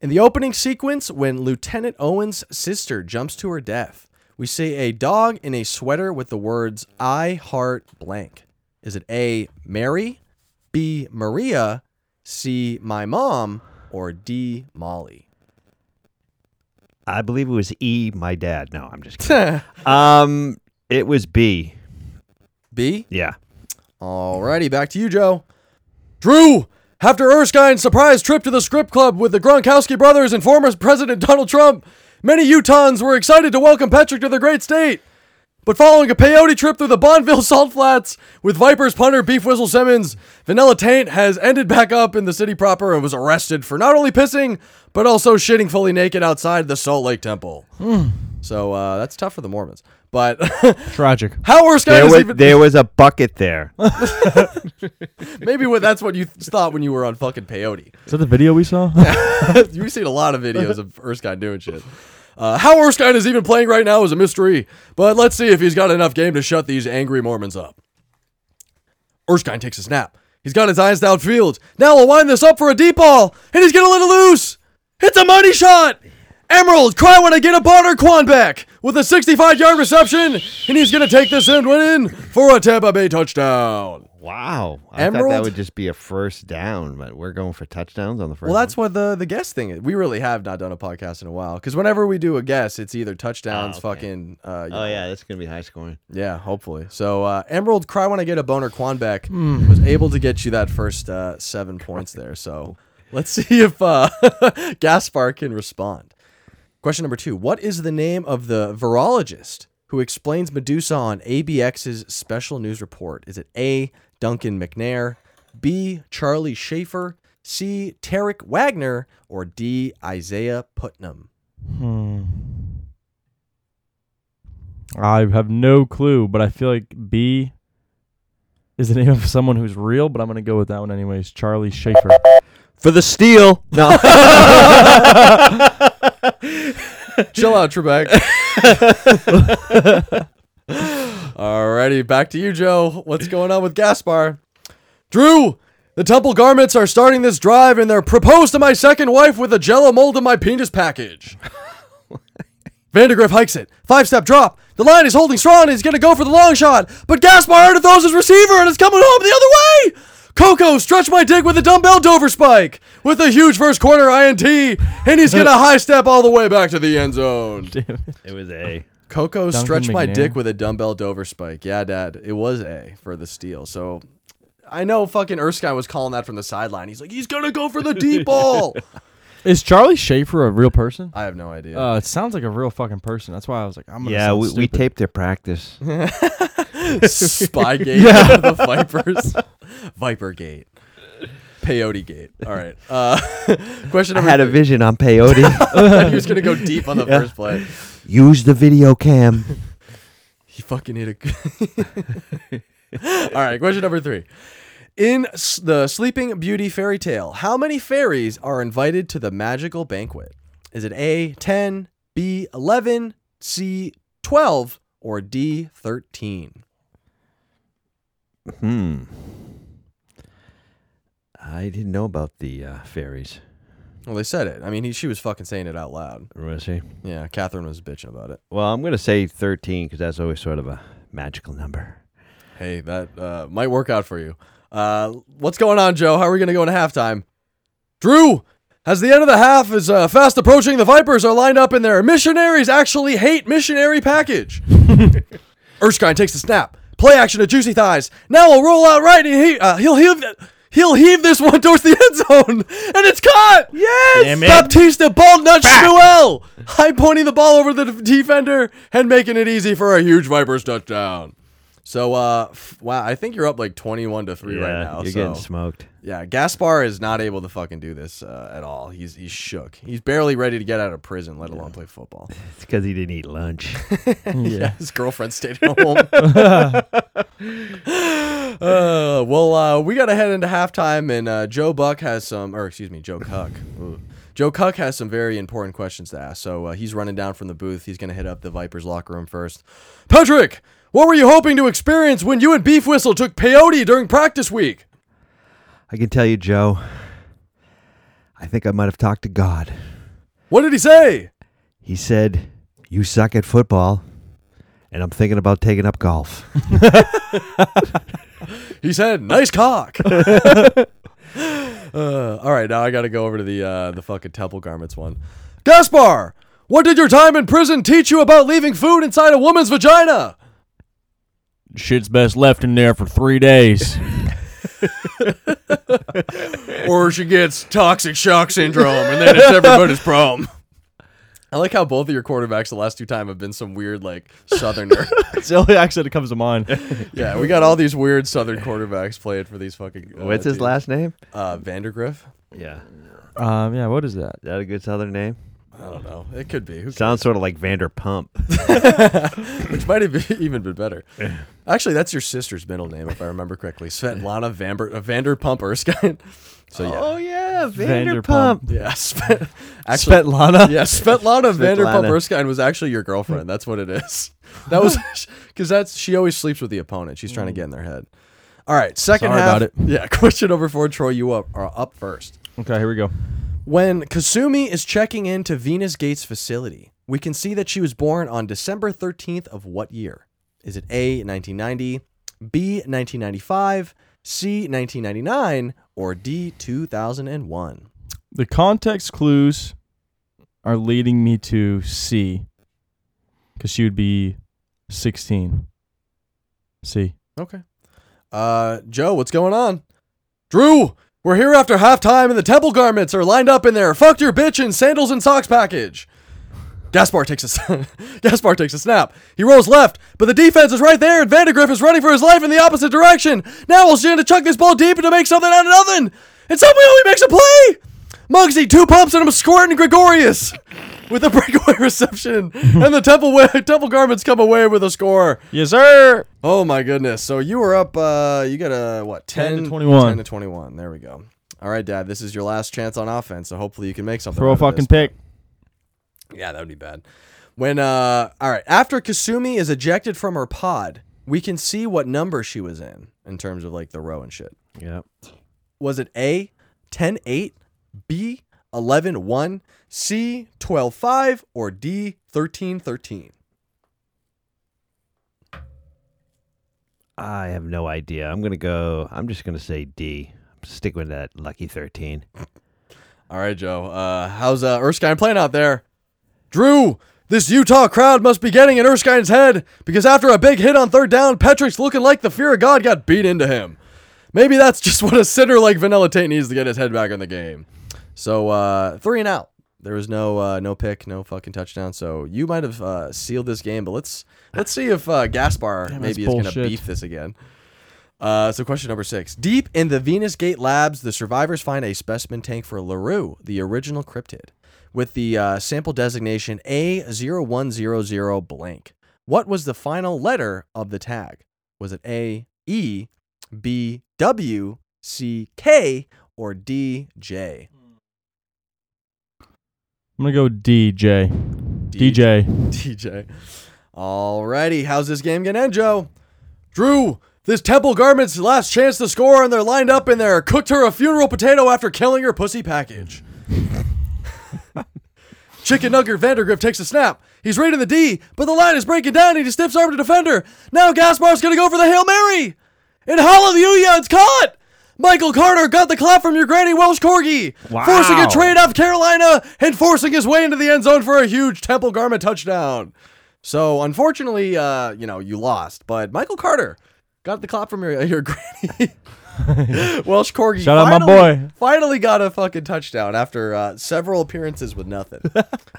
A: in the opening sequence, when Lieutenant Owen's sister jumps to her death, we see a dog in a sweater with the words "I heart blank." Is it A. Mary, B. Maria, C. My mom, or D. Molly?
B: I believe it was E. My dad. No, I'm just kidding. um, it was B.
A: B.
B: Yeah.
A: Alrighty, back to you, Joe. Drew, after Erskine's surprise trip to the script club with the Gronkowski brothers and former President Donald Trump, many Utahns were excited to welcome Patrick to their great state. But following a peyote trip through the Bonneville Salt Flats with Vipers punter Beef Whistle Simmons, Vanilla Taint has ended back up in the city proper and was arrested for not only pissing, but also shitting fully naked outside the Salt Lake Temple. So uh, that's tough for the Mormons. But
D: Tragic.
A: how Erskine
B: There
A: is
B: was,
A: even...
B: there was a bucket there.
A: Maybe what, that's what you th- thought when you were on fucking peyote.
D: Is that the video we saw?
A: You've seen a lot of videos of Erskine doing shit. Uh, how Erskine is even playing right now is a mystery, but let's see if he's got enough game to shut these angry Mormons up. Erskine takes a snap. He's got his eyes downfield. Now he'll wind this up for a deep ball, and he's gonna let it loose. It's a money shot. Emerald, cry when I get a Bonner Quan back with a 65-yard reception, and he's gonna take this and win in for a Tampa Bay touchdown.
B: Wow. I thought
A: Emerald?
B: that would just be a first down, but we're going for touchdowns on the first
A: Well, that's what the the guest thing is. We really have not done a podcast in a while because whenever we do a guest, it's either touchdowns,
B: Oh, okay.
A: fucking. Uh,
B: one. Oh, yeah. That's going to be high scoring.
A: yeah, hopefully. So uh, Emerald Cry when I get a boner Quanbeck was able to get you that first uh, seven points there. So let's see if uh, Gaspar can respond. Question number two: What is the name of the virologist who explains Medusa on ABX's special news report? Is it A. Duncan McNair, B. Charlie Schaefer, C. Tarek Wagner, or D. Isaiah Putnam?
D: Hmm. I have no clue, but I feel like B is the name of someone who's real, but I'm going to go with that one anyways. Charlie Schaefer.
B: For the steal. No.
A: Chill out, Trebek. Alrighty, back to you, Joe. What's going on with Gaspar? Drew, the Temple Garments are starting this drive and they're proposed to my second wife with a jello mold of my penis package. Vandergriff hikes it. Five step drop. The line is holding strong and he's going to go for the long shot. But Gaspar Arda throws his receiver and it's coming home the other way. Coco stretch my dick with a dumbbell Dover spike with a huge first quarter INT and he's going to high step all the way back to the end zone.
B: it was A.
A: Coco
D: Duncan
A: stretched my
D: McNair.
A: dick with a dumbbell Dover spike. Yeah, Dad, it was A for the steal. So I know fucking Erskine was calling that from the sideline. He's like, he's gonna go for the deep ball.
D: Is Charlie Schaefer a real person?
A: I have no idea.
D: Uh, it sounds like a real fucking person. That's why I was like, I'm gonna
B: Yeah,
D: sound
B: we, we
D: stupid.
B: taped their practice.
A: Spygate, the Vipers, Vipergate, Peyote Gate. All right. Uh, question
B: I
A: number.
B: had a vision on peyote.
A: he was gonna go deep on the first play.
B: Use the video cam.
A: He fucking hit a. All right, question number three. In s- the Sleeping Beauty fairy tale, how many fairies are invited to the magical banquet? Is it A, 10, B, 11, C, 12, or D, 13?
B: Hmm. I didn't know about the uh, fairies.
A: Well, they said it. I mean, he, she was fucking saying it out loud.
B: Was he?
A: Yeah, Catherine was bitching about it.
B: Well, I'm going to say 13 because that's always sort of a magical number.
A: Hey, that uh, might work out for you. Uh, what's going on, Joe? How are we going to go into halftime? Drew, as the end of the half is uh, fast approaching, the Vipers are lined up in their missionaries actually hate missionary package. Erskine takes the snap. Play action to Juicy Thighs. Now he'll roll out right and he, uh, he'll heave th- He'll heave this one towards the end zone, and it's caught. Yes,
B: Damn it.
A: Baptista ball nuts Schuel, high pointing the ball over the defender and making it easy for a huge Vipers touchdown. So uh, f- wow, I think you're up like twenty-one to three right now.
B: you're
A: so.
B: getting smoked.
A: Yeah, Gaspar is not able to fucking do this uh, at all. He's he's shook. He's barely ready to get out of prison, let alone play football.
B: It's because he didn't eat lunch.
D: Yeah.
A: His girlfriend stayed at home. uh, well, uh, we got to head into halftime, and uh, Joe Buck has some, or excuse me, Joe Cuck. Ooh. Joe Cuck has some very important questions to ask. So uh, he's running down from the booth. He's going to hit up the Vipers locker room first. Patrick, what were you hoping to experience when you and Beef Whistle took peyote during practice week?
B: I can tell you, Joe. I think I might have talked to God.
A: What did he say?
B: He said, "You suck at football," and I'm thinking about taking up golf.
A: He said, "Nice cock." Uh, all right, now I got to go over to the uh, the fucking temple garments one. Gaspar, what did your time in prison teach you about leaving food inside a woman's vagina?
D: Shit's best left in there for three days.
A: Or she gets toxic shock syndrome, and then it's everybody's problem. I like how both of your quarterbacks the last two time have been some weird like southerner.
D: it's the only accent that comes to mind.
A: yeah, we got all these weird southern quarterbacks playing for these fucking. uh,
B: What's his
A: teams.
B: last name?
A: Uh, Vandergriff.
B: Oh, Yeah, is
D: Um, yeah, what is that?
B: that a good Southern name?
A: I don't know. It could be. Who cares?
B: Sounds sort of like Vanderpump.
A: which might have been- even been better. Actually, that's your sister's middle name, if I remember correctly. Svetlana Vamber, uh, Vanderpump Erskine. So
D: Oh.
A: yeah,
B: Oh, yeah,
D: Vanderpump.
A: yeah. Svet, actually,
D: Svetlana.
A: yeah, Svetlana Vanderpump
B: Svetlana.
A: Erskine was actually your girlfriend. That's what it is. That was because that's she always sleeps with the opponent. She's trying to get in their head. All right, second
D: Mm. Sorry
A: half.
D: about it.
A: Yeah, question number four. Troy, you up are up first.
D: Okay, here we go.
A: When Kasumi is checking into Venus Gates' facility, we can see that she was born on December 13th of what year? Is it A, 1990, B, 1995, C, 1999, or D, 2001?
D: The context clues are leading me to C, because she would be 16. C.
A: Okay. Uh, Joe, what's going on? Drew, we're here after halftime and the temple garments are lined up in their fucked your bitch in sandals and socks package. Gaspar takes a s- Gaspar takes a snap. He rolls left, but the defense is right there, and Vandegrift is running for his life in the opposite direction. Now we'll stand to chuck this ball deep and to make something out of nothing. And somehow he makes a play. Muggsy, two pumps, and I'm squirting Gregorius with a breakaway reception, and the temple wa- temple garments come away with a score.
D: Yes, sir.
A: Oh my goodness. So you were up uh you got a what 10,
D: 10 to 21.
A: 10 to 21. There we go. All right, dad, this is your last chance on offense, so hopefully you can make something.
D: Throw
A: out
D: a
A: of
D: fucking
A: this.
D: pick.
A: Yeah, that would be bad. When uh all right, after Kasumi is ejected from her pod, we can see what number she was in in terms of like the row and shit.
B: Yep.
A: Was it A 10 8, B 11 1, C 12 5 or D 13 13?
B: I have no idea. I'm gonna go. I'm just gonna say D. Stick with that lucky thirteen.
A: All right, Joe. Uh, how's uh, Erskine playing out there? Drew, this Utah crowd must be getting in Erskine's head because after a big hit on third down, Patrick's looking like the fear of God got beat into him. Maybe that's just what a sinner like Vanilla Tate needs to get his head back in the game. So uh, three and out. There was no uh, no pick, no fucking touchdown. So you might have uh, sealed this game, but let's let's see if uh, Gaspar
D: that's
A: maybe is going to
D: bullshit.
A: beef this again. Uh, so, question number six. Deep in the Venus Gate labs, the survivors find a specimen tank for LaRue, the original cryptid, with the uh, sample designation A0100 blank. What was the final letter of the tag? Was it A, E, B, W, C, K, or D, J?
D: I'm going to go DJ. DJ.
A: DJ. Alrighty, how's this game gonna end, Joe? Drew, this Temple Garment's last chance to score, and they're lined up in there. Cooked her a funeral potato after killing her pussy package. Chicken Nugget Vandergriff takes a snap. He's reading the D, but the line is breaking down. He just stiffs arm to defender. Now Gaspar's gonna go for the Hail Mary. And hallelujah, it's caught! Michael Carter got the clap from your granny Welsh Corgi, forcing a trade off Carolina and forcing his way into the end zone for a huge Temple Garment touchdown. So unfortunately, uh, you know, you lost, but Michael Carter got the clap from your, your granny. Welsh Corgi.
D: Shout out my
A: finally-
D: boy.
A: Finally got a fucking touchdown after uh, several appearances with nothing.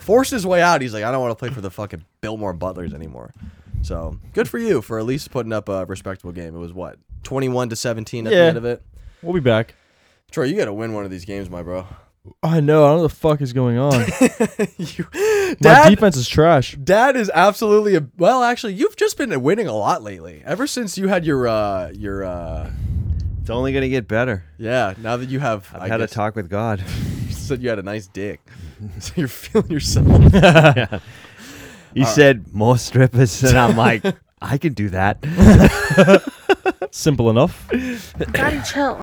A: Forced his way out. He's like, I don't want to play for the fucking Billmore Butlers anymore. So good for you for at least putting up a respectable game. It was what twenty one to seventeen at the
D: Yeah.
A: end of it.
D: We'll be back.
A: Troy, you got to win one of these games, my bro.
D: I know. I don't know what the fuck is going on.
A: you,
D: My
A: Dad,
D: defense is trash.
A: Dad is absolutely a, well. Actually, you've just been winning a lot lately. Ever since you had your uh your uh
B: It's only gonna get better.
A: yeah. Now that you have,
B: I've had a talk with God.
A: You said you had a nice dick, so you're feeling yourself.
B: He said more strippers, and I'm like, I can do that.
D: Simple enough.
G: Daddy, chill.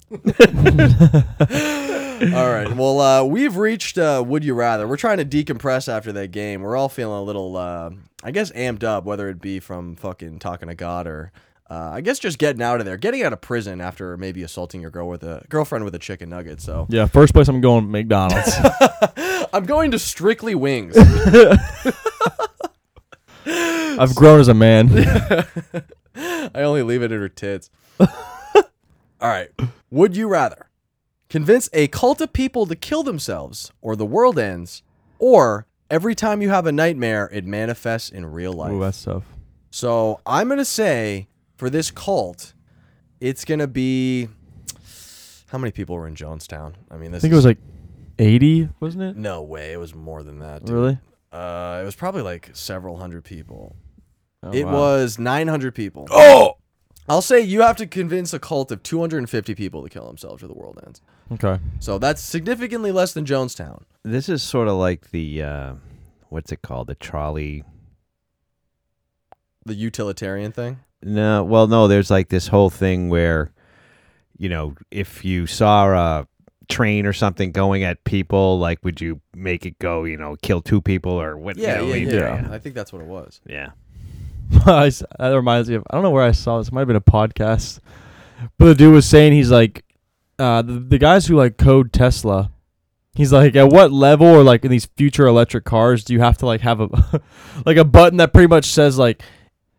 A: All right. Well, uh, we've reached uh, Would You Rather. We're trying to decompress after that game. We're all feeling a little, uh, I guess, amped up, whether it be from fucking talking to God or. Uh, I guess just getting out of there, getting out of prison after maybe assaulting your girl with a girlfriend with a chicken nugget. So
D: Yeah, first place I'm going McDonald's.
A: I'm going to strictly wings.
D: I've grown as a man.
A: I only leave it at her tits. All right. Would you rather convince a cult of people to kill themselves or the world ends or every time you have a nightmare it manifests in real life?
D: Ooh, that's tough.
A: So, I'm going to say for this cult it's going to be how many people were in Jonestown? I mean, this
D: I think it was like 80, wasn't it?
A: no way. It was more than that. Mm, dude.
D: Really?
A: Uh, it was probably like several hundred people.
D: Oh,
A: It
D: wow.
A: was 900 people. Oh! I'll say you have to convince a cult of 250 people to kill themselves or the world ends.
D: Okay.
A: So that's significantly less than Jonestown.
B: This is sort of like the uh, what's it called? The trolley.
A: The utilitarian thing.
B: No, well, no. There's like this whole thing where, you know, if you saw a train or something going at people, like, would you make it go? You know, kill two people or what? you know, leave-
A: I think that's what it was.
B: yeah.
D: I s- that reminds me of I don't know where I saw this. It might have been a podcast, but the dude was saying he's like, uh, the, the guys who like code Tesla. He's like, at what level or like in these future electric cars do you have to like have a like a button that pretty much says like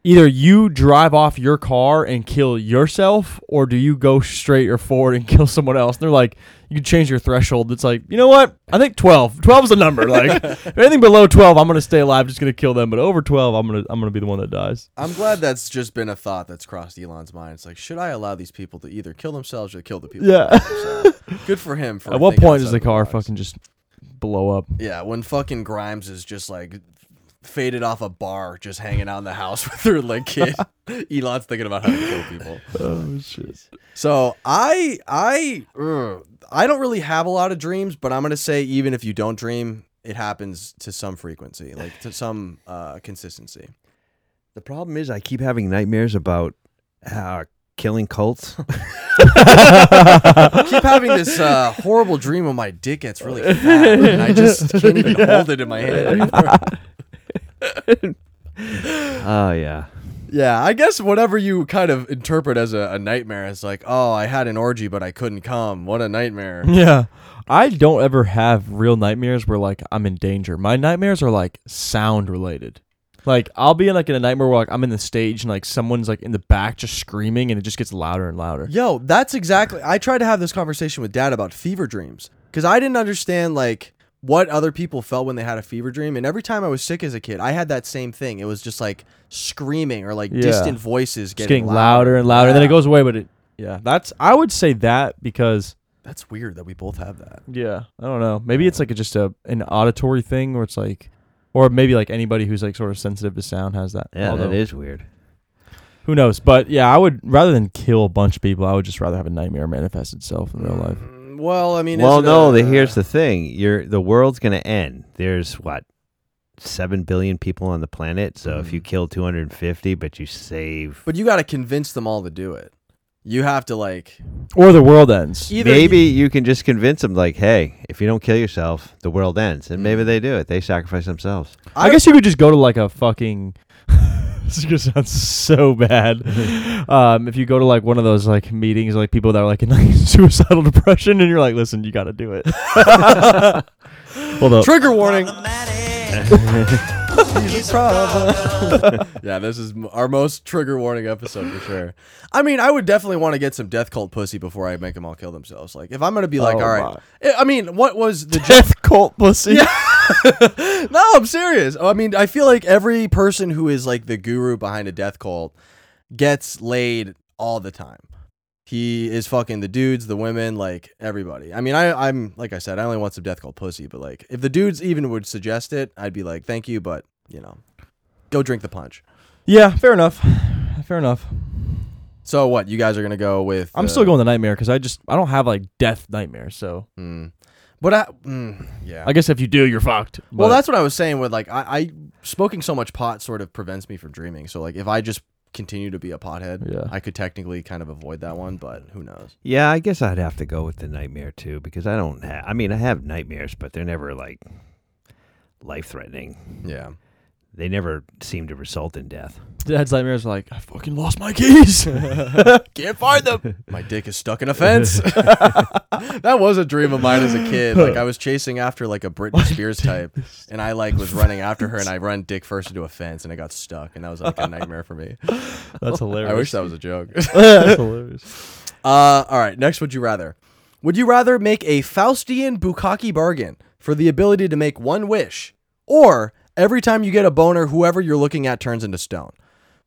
D: either you drive off your car and kill yourself or do you go straight or forward and kill someone else? And they're like, you can change your threshold. It's like, you know what? I think 12. 12 is the number. Like if anything below 12, I'm going to stay alive, just going to kill them, but over 12, I'm going to I'm going to be the one that dies.
A: I'm glad that's just been a thought that's crossed Elon's mind. It's like, should I allow these people to either kill themselves or kill the people?
D: Yeah.
A: Good for him. For
D: At what
A: thinking
D: point does
A: outside of
D: the car
A: box.
D: fucking just blow up?
A: Yeah, when fucking Grimes is just like faded off a bar, just hanging out in the house with her like kid. Elon's thinking about how to kill people.
D: Oh shit.
A: So I I ugh, I don't really have a lot of dreams, but I'm gonna say even if you don't dream, it happens to some frequency, like to some uh, consistency.
B: The problem is, I keep having nightmares about uh, killing cults.
A: I keep having this uh, horrible dream of my dick gets really fat, and I just can't even hold it in my hand. anymore.
B: oh yeah.
A: Yeah, I guess whatever you kind of interpret as a, a nightmare is like, oh, I had an orgy but I couldn't come. What a nightmare.
D: Yeah. I don't ever have real nightmares where like I'm in danger. My nightmares are like sound related. Like I'll be in like in a nightmare where like I'm in the stage and like someone's like in the back just screaming and it just gets louder and louder.
A: Yo, that's exactly. I tried to have this conversation with dad about fever dreams because I didn't understand like what other people felt when they had a fever dream. And every time I was sick as a kid, I had that same thing. It was just like screaming or like
D: Yeah.
A: distant voices
D: It's
A: getting,
D: getting louder and louder and then it goes away but it yeah, that's I would say that because
A: That's weird that we both have that.
D: yeah, I don't know. Maybe it's like a, just a an auditory thing where it's like or maybe like anybody who's like sort of sensitive to sound has that.
B: Yeah,
D: Although-
B: that is weird.
D: Who knows? But yeah, I would rather than kill a bunch of people, I would just rather have a nightmare manifest itself in real life.
B: Mm.
A: Well, I mean,
B: well,
A: isn't
B: no.
A: it,
B: the,
A: uh,
B: here's the thing: you're the world's gonna end. There's what seven billion people on the planet. So if you kill 250, but you save,
A: But you got to convince them all to do it. You have to like
D: Or the world ends.
A: either
B: maybe you can just convince them, like, hey, if you don't kill yourself, the world ends. And maybe they do it. They sacrifice themselves.
D: I, guess you could just go to like a fucking. this is gonna sound so bad. um, if you go to like one of those like meetings, like people that are like in like, suicidal depression, and you're like, listen, you got to do it. Although
A: Trigger warning. He's a problem. yeah, this is m- our most trigger warning episode for sure. I mean, I would definitely want to get some death cult pussy before I make them all kill themselves. Like, if I'm gonna be like, all right, I- I mean, what was the joke?
D: Death cult pussy.
A: no, I'm serious. I mean, I feel like every person who is like the guru behind a death cult gets laid all the time. He is fucking the dudes, the women, like everybody. I mean, I, I'm like I said, I only want some death cult pussy, but like if the dudes even would suggest it, I'd be like, thank you, but you know, go drink the punch.
D: Yeah, fair enough. Fair enough.
A: So what? You guys are gonna go with?
D: I'm
A: uh,
D: still going the nightmare because I just I don't have like death nightmares. So
A: mm. but I, mm, yeah.
D: I guess if you do, you're fucked.
A: Well,
D: but-
A: that's what I was saying. With like, I, I smoking so much pot sort of prevents me from dreaming. So like, if I just continue to be a pothead,
D: Yeah.
A: I could technically kind of avoid that one. But who knows?
B: Yeah, I guess I'd have to go with the nightmare too because I don't have. I mean, I have nightmares, but they're never like life threatening.
A: Yeah.
B: They never seem to result in death.
D: dad's nightmares are like I fucking lost my keys. Can't find them.
A: My dick is stuck in a fence. that was a dream of mine as a kid. Like I was chasing after like a Britney Spears type, and I like was running after her, and I run dick first into a fence, and I got stuck, and that was like a nightmare for me.
D: That's hilarious.
A: I wish that was a joke.
D: That's hilarious.
A: Uh, all right. Next, would you rather? Would you rather make a Faustian Bukaki bargain for the ability to make one wish, or every time you get a boner, whoever you're looking at turns into stone?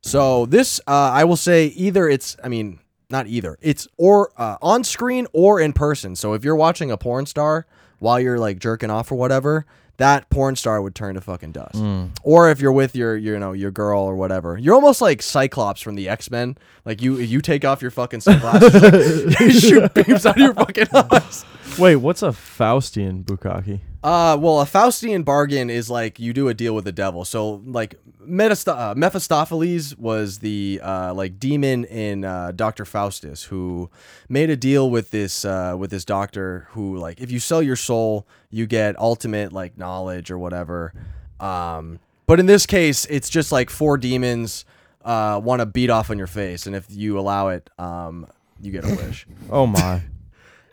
A: So this, uh, I will say, either it's, I mean, not either. It's or uh, on screen or in person. So if you're watching a porn star while you're like jerking off or whatever, that porn star would turn to fucking dust. Or if you're with your, you know, your girl or whatever, you're almost like Cyclops from the X Men. Like you, you take off your fucking sunglasses, like, you shoot beams out of your fucking eyes.
D: Wait, what's a Faustian bukkake?
A: Uh, well, a Faustian bargain is like you do a deal with the devil. So, like, Metast- uh, Mephistopheles was the uh, like demon in uh, Doctor Faustus who made a deal with this uh, with this doctor who like if you sell your soul, you get ultimate like knowledge or whatever. Um, but in this case, it's just like four demons uh, want to beat off on your face, and if you allow it, um, you get a wish.
D: Oh my.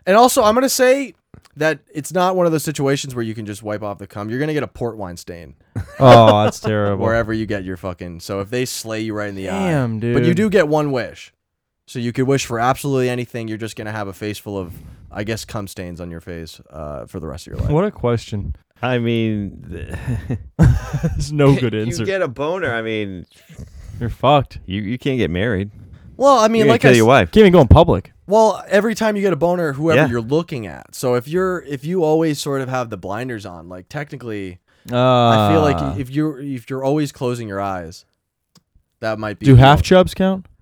A: And also, I'm gonna say that it's not one of those situations where you can just wipe off the cum. You're gonna get a port wine stain
D: oh, that's terrible.
A: wherever you get your fucking. So if they slay you right in the eye,
D: Damn, dude.
A: but you do get one wish, so you could wish for absolutely anything. You're just gonna have a face full of, I guess, cum stains on your face uh, for the rest of your life.
D: What a question.
B: I mean, th-
D: There's no good
B: you
D: answer.
B: get a boner. I mean,
D: You're fucked.
B: you, you can't get married.
A: Well, I mean,
B: You're gonna
A: like
B: kill
A: I
B: your
A: s-
B: wife.
D: Can't even go in public.
A: Well, every time you get a boner, whoever
B: Yeah.
A: you're looking at. So if you're if you always sort of have the blinders on, like technically,
D: Uh,
A: I feel like if you're if you're always closing your eyes, that might be
D: do
A: cool.
D: half chubs count?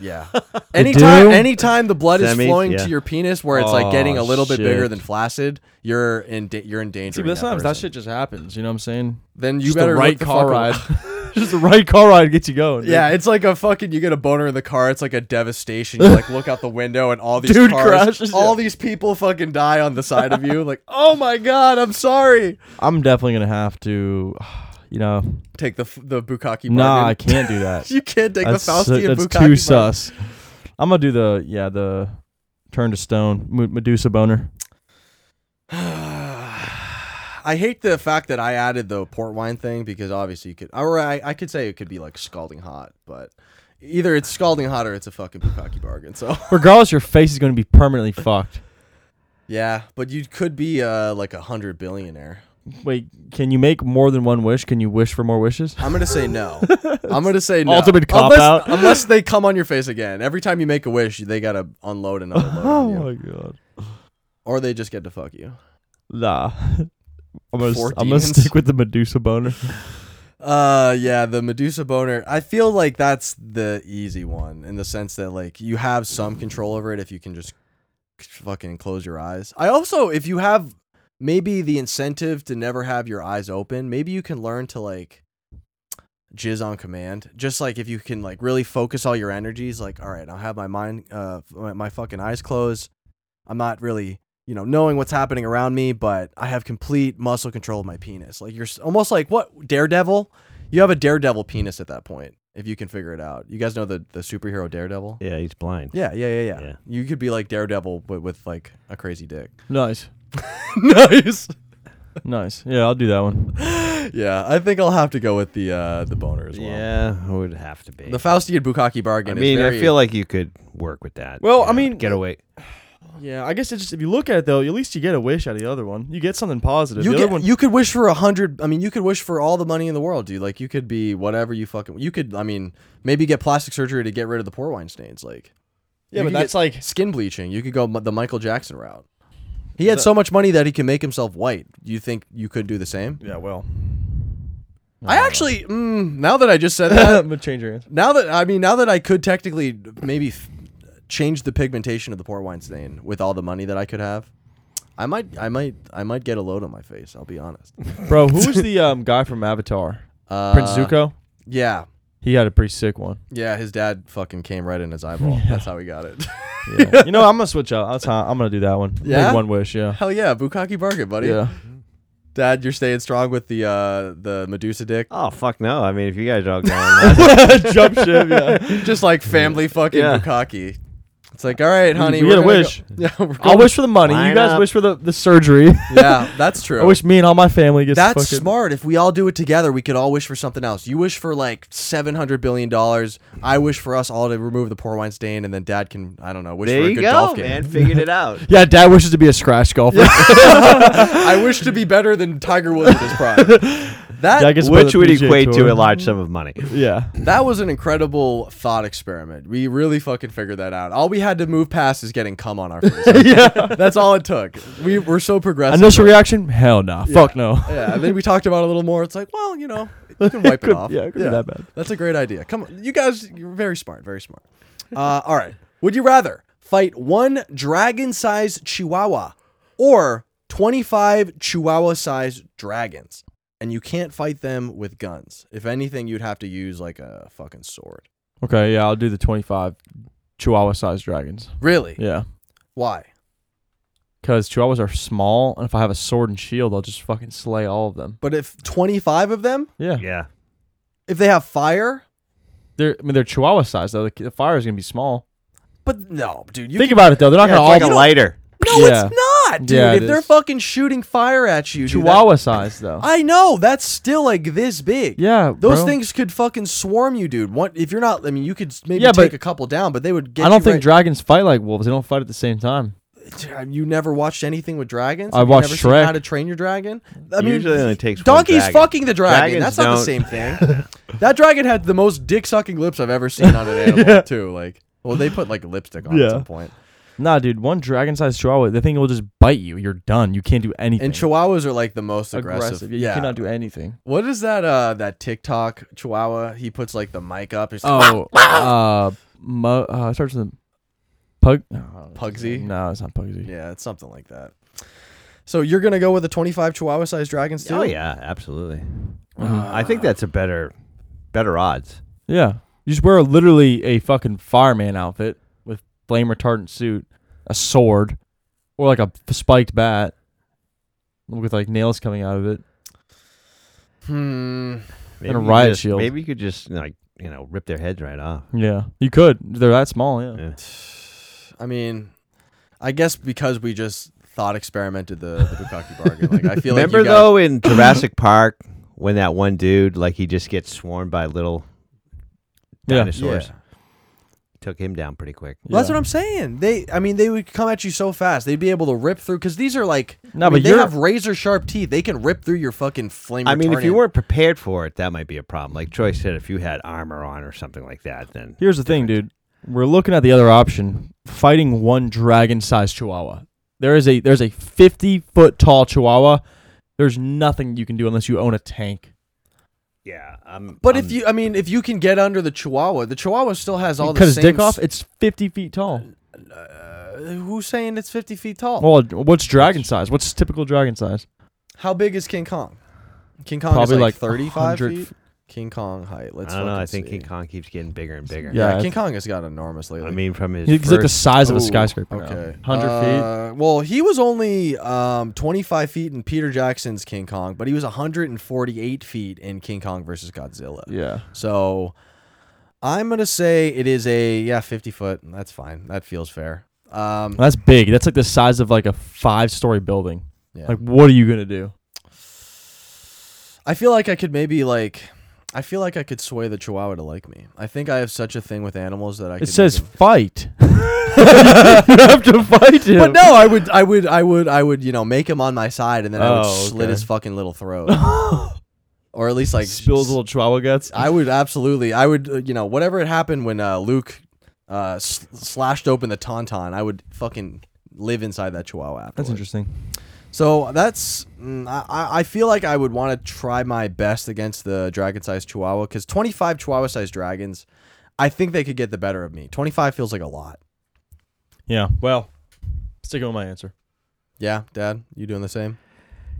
A: Yeah. anytime,
D: do?
A: anytime the blood is
B: Semis,
A: flowing
B: yeah.
A: to your penis, where it's like getting
D: Oh,
A: a little bit bigger
D: shit.
A: than flaccid, you're in da- you're endangering. that person.
D: just happens. You know what I'm saying?
A: Then you
D: Just
A: better
D: the
A: look
D: right
A: the
D: car
A: fuck
D: ride.
A: away.
D: just the right car ride gets you going. dude.
A: Yeah, it's like a fucking. You get a boner in the car. It's like a devastation. You like look out the window and all these
D: Dude
A: cars,
D: crashes,
A: all
D: yeah.
A: these people fucking die on the side of you. Like, oh my god, I'm sorry.
D: I'm definitely gonna have to. You know,
A: Take the f- the bukkake.
D: nah, I
A: bargain.
D: can't do that.
A: you can't take
D: that's
A: the Faustian
D: that's
A: bukkake.
D: too
A: bargain.
D: sus. I'm gonna do the yeah the turn to stone Mu- Medusa boner.
A: I hate the fact that I added the port wine thing because obviously you could, or I, I could say it could be like scalding hot, but either it's scalding hot or it's a fucking bukkake bargain. So
D: Regardless, your face is gonna be permanently fucked.
A: yeah, but you could be uh, like a hundred billionaire.
D: Wait, can you make more than one wish? Can you wish for more wishes?
A: I'm gonna say no. I'm gonna say no.
D: Ultimate cop
A: unless,
D: out.
A: unless they come on your face again. Every time you make a wish, they gotta unload another load on you,
D: Oh god.
A: or they just get to fuck you.
D: Nah. I'm gonna,
A: Four
D: I'm gonna
A: demons.
D: stick with the Medusa boner.
A: Uh yeah, the Medusa boner. I feel like that's the easy one in the sense that like you have some control over it if you can just fucking close your eyes. I also if you have maybe the incentive to never have your eyes open, maybe you can learn to like jizz on command. Just like if you can like really focus all your energies like all right, I'll have my mind uh my my fucking eyes closed. I'm not really you know, knowing what's happening around me, but I have complete muscle control of my penis. Like you're s- almost like what Daredevil? You have a Daredevil penis at that point if you can figure it out. You guys know the the superhero Daredevil?
B: Yeah, he's blind.
A: Yeah, yeah, yeah, yeah.
B: Yeah.
A: You could be like Daredevil but with like a crazy dick.
D: Nice.
A: nice.
D: Nice. Yeah, I'll do that one.
A: yeah, I think I'll have to go with the uh, the boner as well.
B: Yeah, it would have to be.
A: The Faustian Bukaki
B: I
A: bargain.
B: mean,
A: is very,
B: I feel like you could work with that.
D: Well,
B: you
D: I mean-
B: get away.
D: Yeah, I guess it's just if you look at it though, at least you get a wish out of the other one. You get something positive.
A: you
D: the
A: could,
D: other one,
A: you could wish for a hundred. I mean, you could wish for all the money in the world, dude. Like you could be whatever you fucking. You could. I mean, maybe get plastic surgery to get rid of the port wine stains. Like
D: yeah,
A: you
D: but
A: could
D: that's
A: get
D: like
A: skin bleaching. You could go m- the Michael Jackson route. He had so much money that he can make himself white. Do you think you could do the same?
D: yeah, well,
A: I actually, mm, now that I just said that,
D: I'm gonna change your answer.
A: now that I mean, now that I could technically maybe f- change the pigmentation of the port wine stain with all the money that I could have, I might, I might, I might get a load on my face. I'll be honest.
D: Bro, who was the um, guy from Avatar?
A: Uh,
D: Prince Zuko.
A: Yeah,
D: He had a pretty sick one.
A: yeah. His dad fucking came right in his eyeball. That's how he got it.
D: Yeah. you know, I'm gonna switch up. That's how- I'm gonna do that one. Make
A: Yeah?
D: one wish. Yeah.
A: Hell yeah, Bukaki bargain, buddy.
D: Yeah.
A: Dad, you're staying strong with the uh the Medusa dick.
B: Oh fuck no! I mean, if you guys are all going, I-
D: Jump ship. Yeah.
A: Just like family fucking
B: Yeah.
A: Bukaki. It's like, all right, honey,
D: we
A: we're
D: gotta
A: gonna
D: wish.
A: go- Yeah, we're
D: I'll
A: going-
D: wish for the money.
B: Line
D: you guys
B: up.
D: wish for the, the surgery.
A: Yeah, that's true.
D: I wish me and all my family gets.
A: That's
D: fucking-
A: smart. If we all do it together, we could all wish for something else. You wish for like seven hundred billion dollars. I wish for us all to remove the poor wine stain, and then Dad can I don't know wish
B: there
A: for a
B: you
A: good
B: go,
A: golf game.
B: man. Figured it out.
D: Yeah, Dad wishes to be a scratch golfer.
A: I wish to be better than Tiger Woods at his prime. That
D: Yeah, I guess we're
B: Which
D: the
B: would
D: PGA
B: equate
D: Tour.
B: to a large sum of money.
D: Yeah.
A: that was an incredible thought experiment. We really fucking figured that out. All we had to move past is getting cum on our face.
D: yeah.
A: That's all it took. We were so progressive.
D: Initial reaction? Hell no. Fuck no.
A: yeah, and then we talked about it a little more. It's like, well, you know, you can wipe it,
D: could-
A: off.
D: yeah, it could be that bad.
A: That's a great idea. Come on, you guys, you're very smart, very smart. Uh, all right. Would you rather fight one dragon-sized chihuahua or 25 chihuahua-sized dragons? And you can't fight them with guns. If anything, you'd have to use like a fucking sword.
D: Okay, yeah, I'll do the 25 chihuahua sized dragons.
A: Really?
D: Yeah.
A: Why?
D: Because chihuahuas are small, and if I have a sword and shield, I'll just fucking slay all of them.
A: But if 25 of them,
D: Yeah.
B: Yeah.
A: if they have fire,
D: They're, I mean, they're chihuahua sized, though. The, the fire is going to be small.
A: but no, dude, you
D: Think about it, though. They're not
B: Yeah, it's
D: going
B: like
D: to
B: a
D: all
B: lighter.
A: No,
D: Yeah.
A: it's not, dude.
D: Yeah, it
A: if they're
D: is.
A: fucking shooting fire at you,
D: be
A: dude,
D: chihuahua sized, though.
A: that- I know that's still like this big.
D: yeah.
A: those
D: bro.
A: things could fucking swarm you, dude. What if you're not? I mean, you could s- maybe
D: Yeah,
A: take
D: but-
A: a couple down, but they would get.
D: I don't
A: you
D: think dragons fight like wolves. They don't fight at the same time.
A: right- you never watched anything with dragons.
D: I
A: Have you
D: watched
A: never seen
D: Shrek.
A: How to Train Your Dragon. I mean,
B: Usually only takes one
A: donkey's
B: dragon.
A: fucking the dragon.
B: Dragons
A: That's not the
B: don't-
A: same thing. that dragon had the most dick sucking lips I've ever seen on an animal too. Like, well, they put like lipstick on at
D: Yeah.
A: some point.
D: Nah, dude, one dragon sized chihuahua, the thing will just bite you. You're done. You can't do anything.
A: And chihuahuas are like the most aggressive.
D: Yeah, you cannot do anything.
A: What is that? Uh, that TikTok Chihuahua. He puts like the mic up. He's like,
D: Oh, uh, mo- uh, it starts with a pug. no,
A: Pugsy?
D: No, it's not Pugsy.
A: yeah, it's something like that. So you're gonna go with the 25 Chihuahua-sized dragons too?
B: Oh yeah, absolutely.
D: Mm-hmm.
A: Uh,
B: I
A: Ah.
B: think that's a better, better odds.
D: Yeah. You just wear literally a fucking fireman outfit with flame retardant suit, a sword, or like a f- spiked bat with like nails coming out of it.
A: Hmm.
B: Maybe you
D: a riot
B: just-
D: shield.
B: Maybe you could just like you know rip their heads right off.
D: Yeah. You could. They're that small, yeah.
B: Yeah.
A: I mean, I guess because we just thought experimented the, the Bukaki bargain. Like I feel
B: Remember
A: like you guys-
B: though in Jurassic Park when that one dude like he just gets swarmed by little
D: Yeah.
B: dinosaurs.
A: Yeah.
B: Took him down pretty quick.
A: Well, That's what I'm saying. They, I mean, they would come at you so fast. They'd be able to rip through because these are like, I
D: No,
A: mean,
D: but
A: they
D: you're-
A: have razor sharp teeth. They can rip through your fucking flame.
B: I mean, if you
A: retardant-
B: weren't prepared for it, that might be a problem. Like Troy said, if you had armor on or something like that, then
D: Here's the thing, dude. We're looking at the other option, fighting one dragon-sized chihuahua. There is a there's a 50 foot tall chihuahua. There's nothing you can do unless you own a tank.
B: yeah. I'm,
A: But
B: I'm-
A: if you, I mean, if you can get under the Chihuahua, the Chihuahua still has all
D: You
A: the
D: cut his
A: same
D: dick
A: s- uh,
D: off. It's 50 feet tall.
A: Who's saying it's 50 feet tall?
D: Well, what's dragon size? What's typical dragon size?
A: How big is King Kong? King Kong
D: Probably
A: is like,
D: like
A: 35
D: 100
A: feet. King Kong height. Let's
B: I don't know.
A: fucking
B: I think
A: see.
B: King Kong keeps getting bigger and bigger.
D: Yeah,
A: Yeah,
D: I
A: King Kong has got enormous lately.
B: I mean, from his
D: He's like the
B: first-
D: size of
A: Ooh,
D: a skyscraper. now.
A: Okay,
D: 100 feet.
A: Uh, Well, he was only um, 25 feet in Peter Jackson's King Kong, but he was 148 feet in King Kong versus Godzilla.
D: Yeah.
A: So I'm gonna say it is a yeah 50 foot. That's fine. That feels fair. Um,
D: That's big. That's like the size of like a five story building.
A: yeah.
D: Like, what are you going to do?
A: I feel like I could maybe like. I feel like I could sway the Chihuahua to like me. I think I have such a thing with animals that I. could
D: It says
A: make 'em-
D: fight. you have to fight him.
A: But no, I would, I would, I would, I would, you know, make him on my side, and then I would
D: Oh,
A: slit
D: okay.
A: his fucking little throat, or at least like
D: spills
A: s-
D: little chihuahua guts.
A: I would absolutely, I would, uh, you know, whatever had happened when uh, Luke uh, s- slashed open the tauntaun, I would fucking live inside that Chihuahua. Afterwards.
C: That's interesting.
A: So that's mm, I- I, I feel like I would want to try my best against the dragon-sized Chihuahua because 25 Chihuahua-sized dragons, I think they could get the better of me. 25 feels like a lot.
D: yeah. Well, sticking with my answer.
A: Yeah, Dad, you doing the same?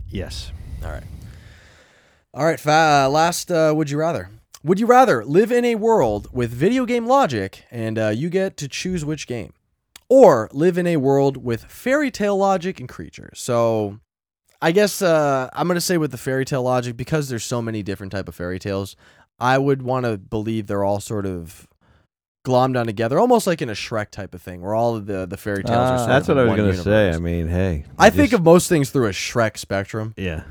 B: Yes.
A: All right, fa- uh, last uh, would you rather? Would you rather live in a world with video game logic and uh, you get to choose which game, or live in a world with fairy tale logic and creatures? So, I guess uh, I'm gonna say with the fairy tale logic because there's so many different type of fairy tales. I would want to believe they're all sort of glommed on together, almost like in a Shrek type of thing, where all of the the fairy tales are.
D: Ah,
A: Sort
B: That's
A: of
B: what I
A: in
B: was
A: one
B: gonna say.
A: universe.
B: I mean, hey.
A: I
B: you
A: think
B: just-
A: of most things through a Shrek spectrum.
B: yeah.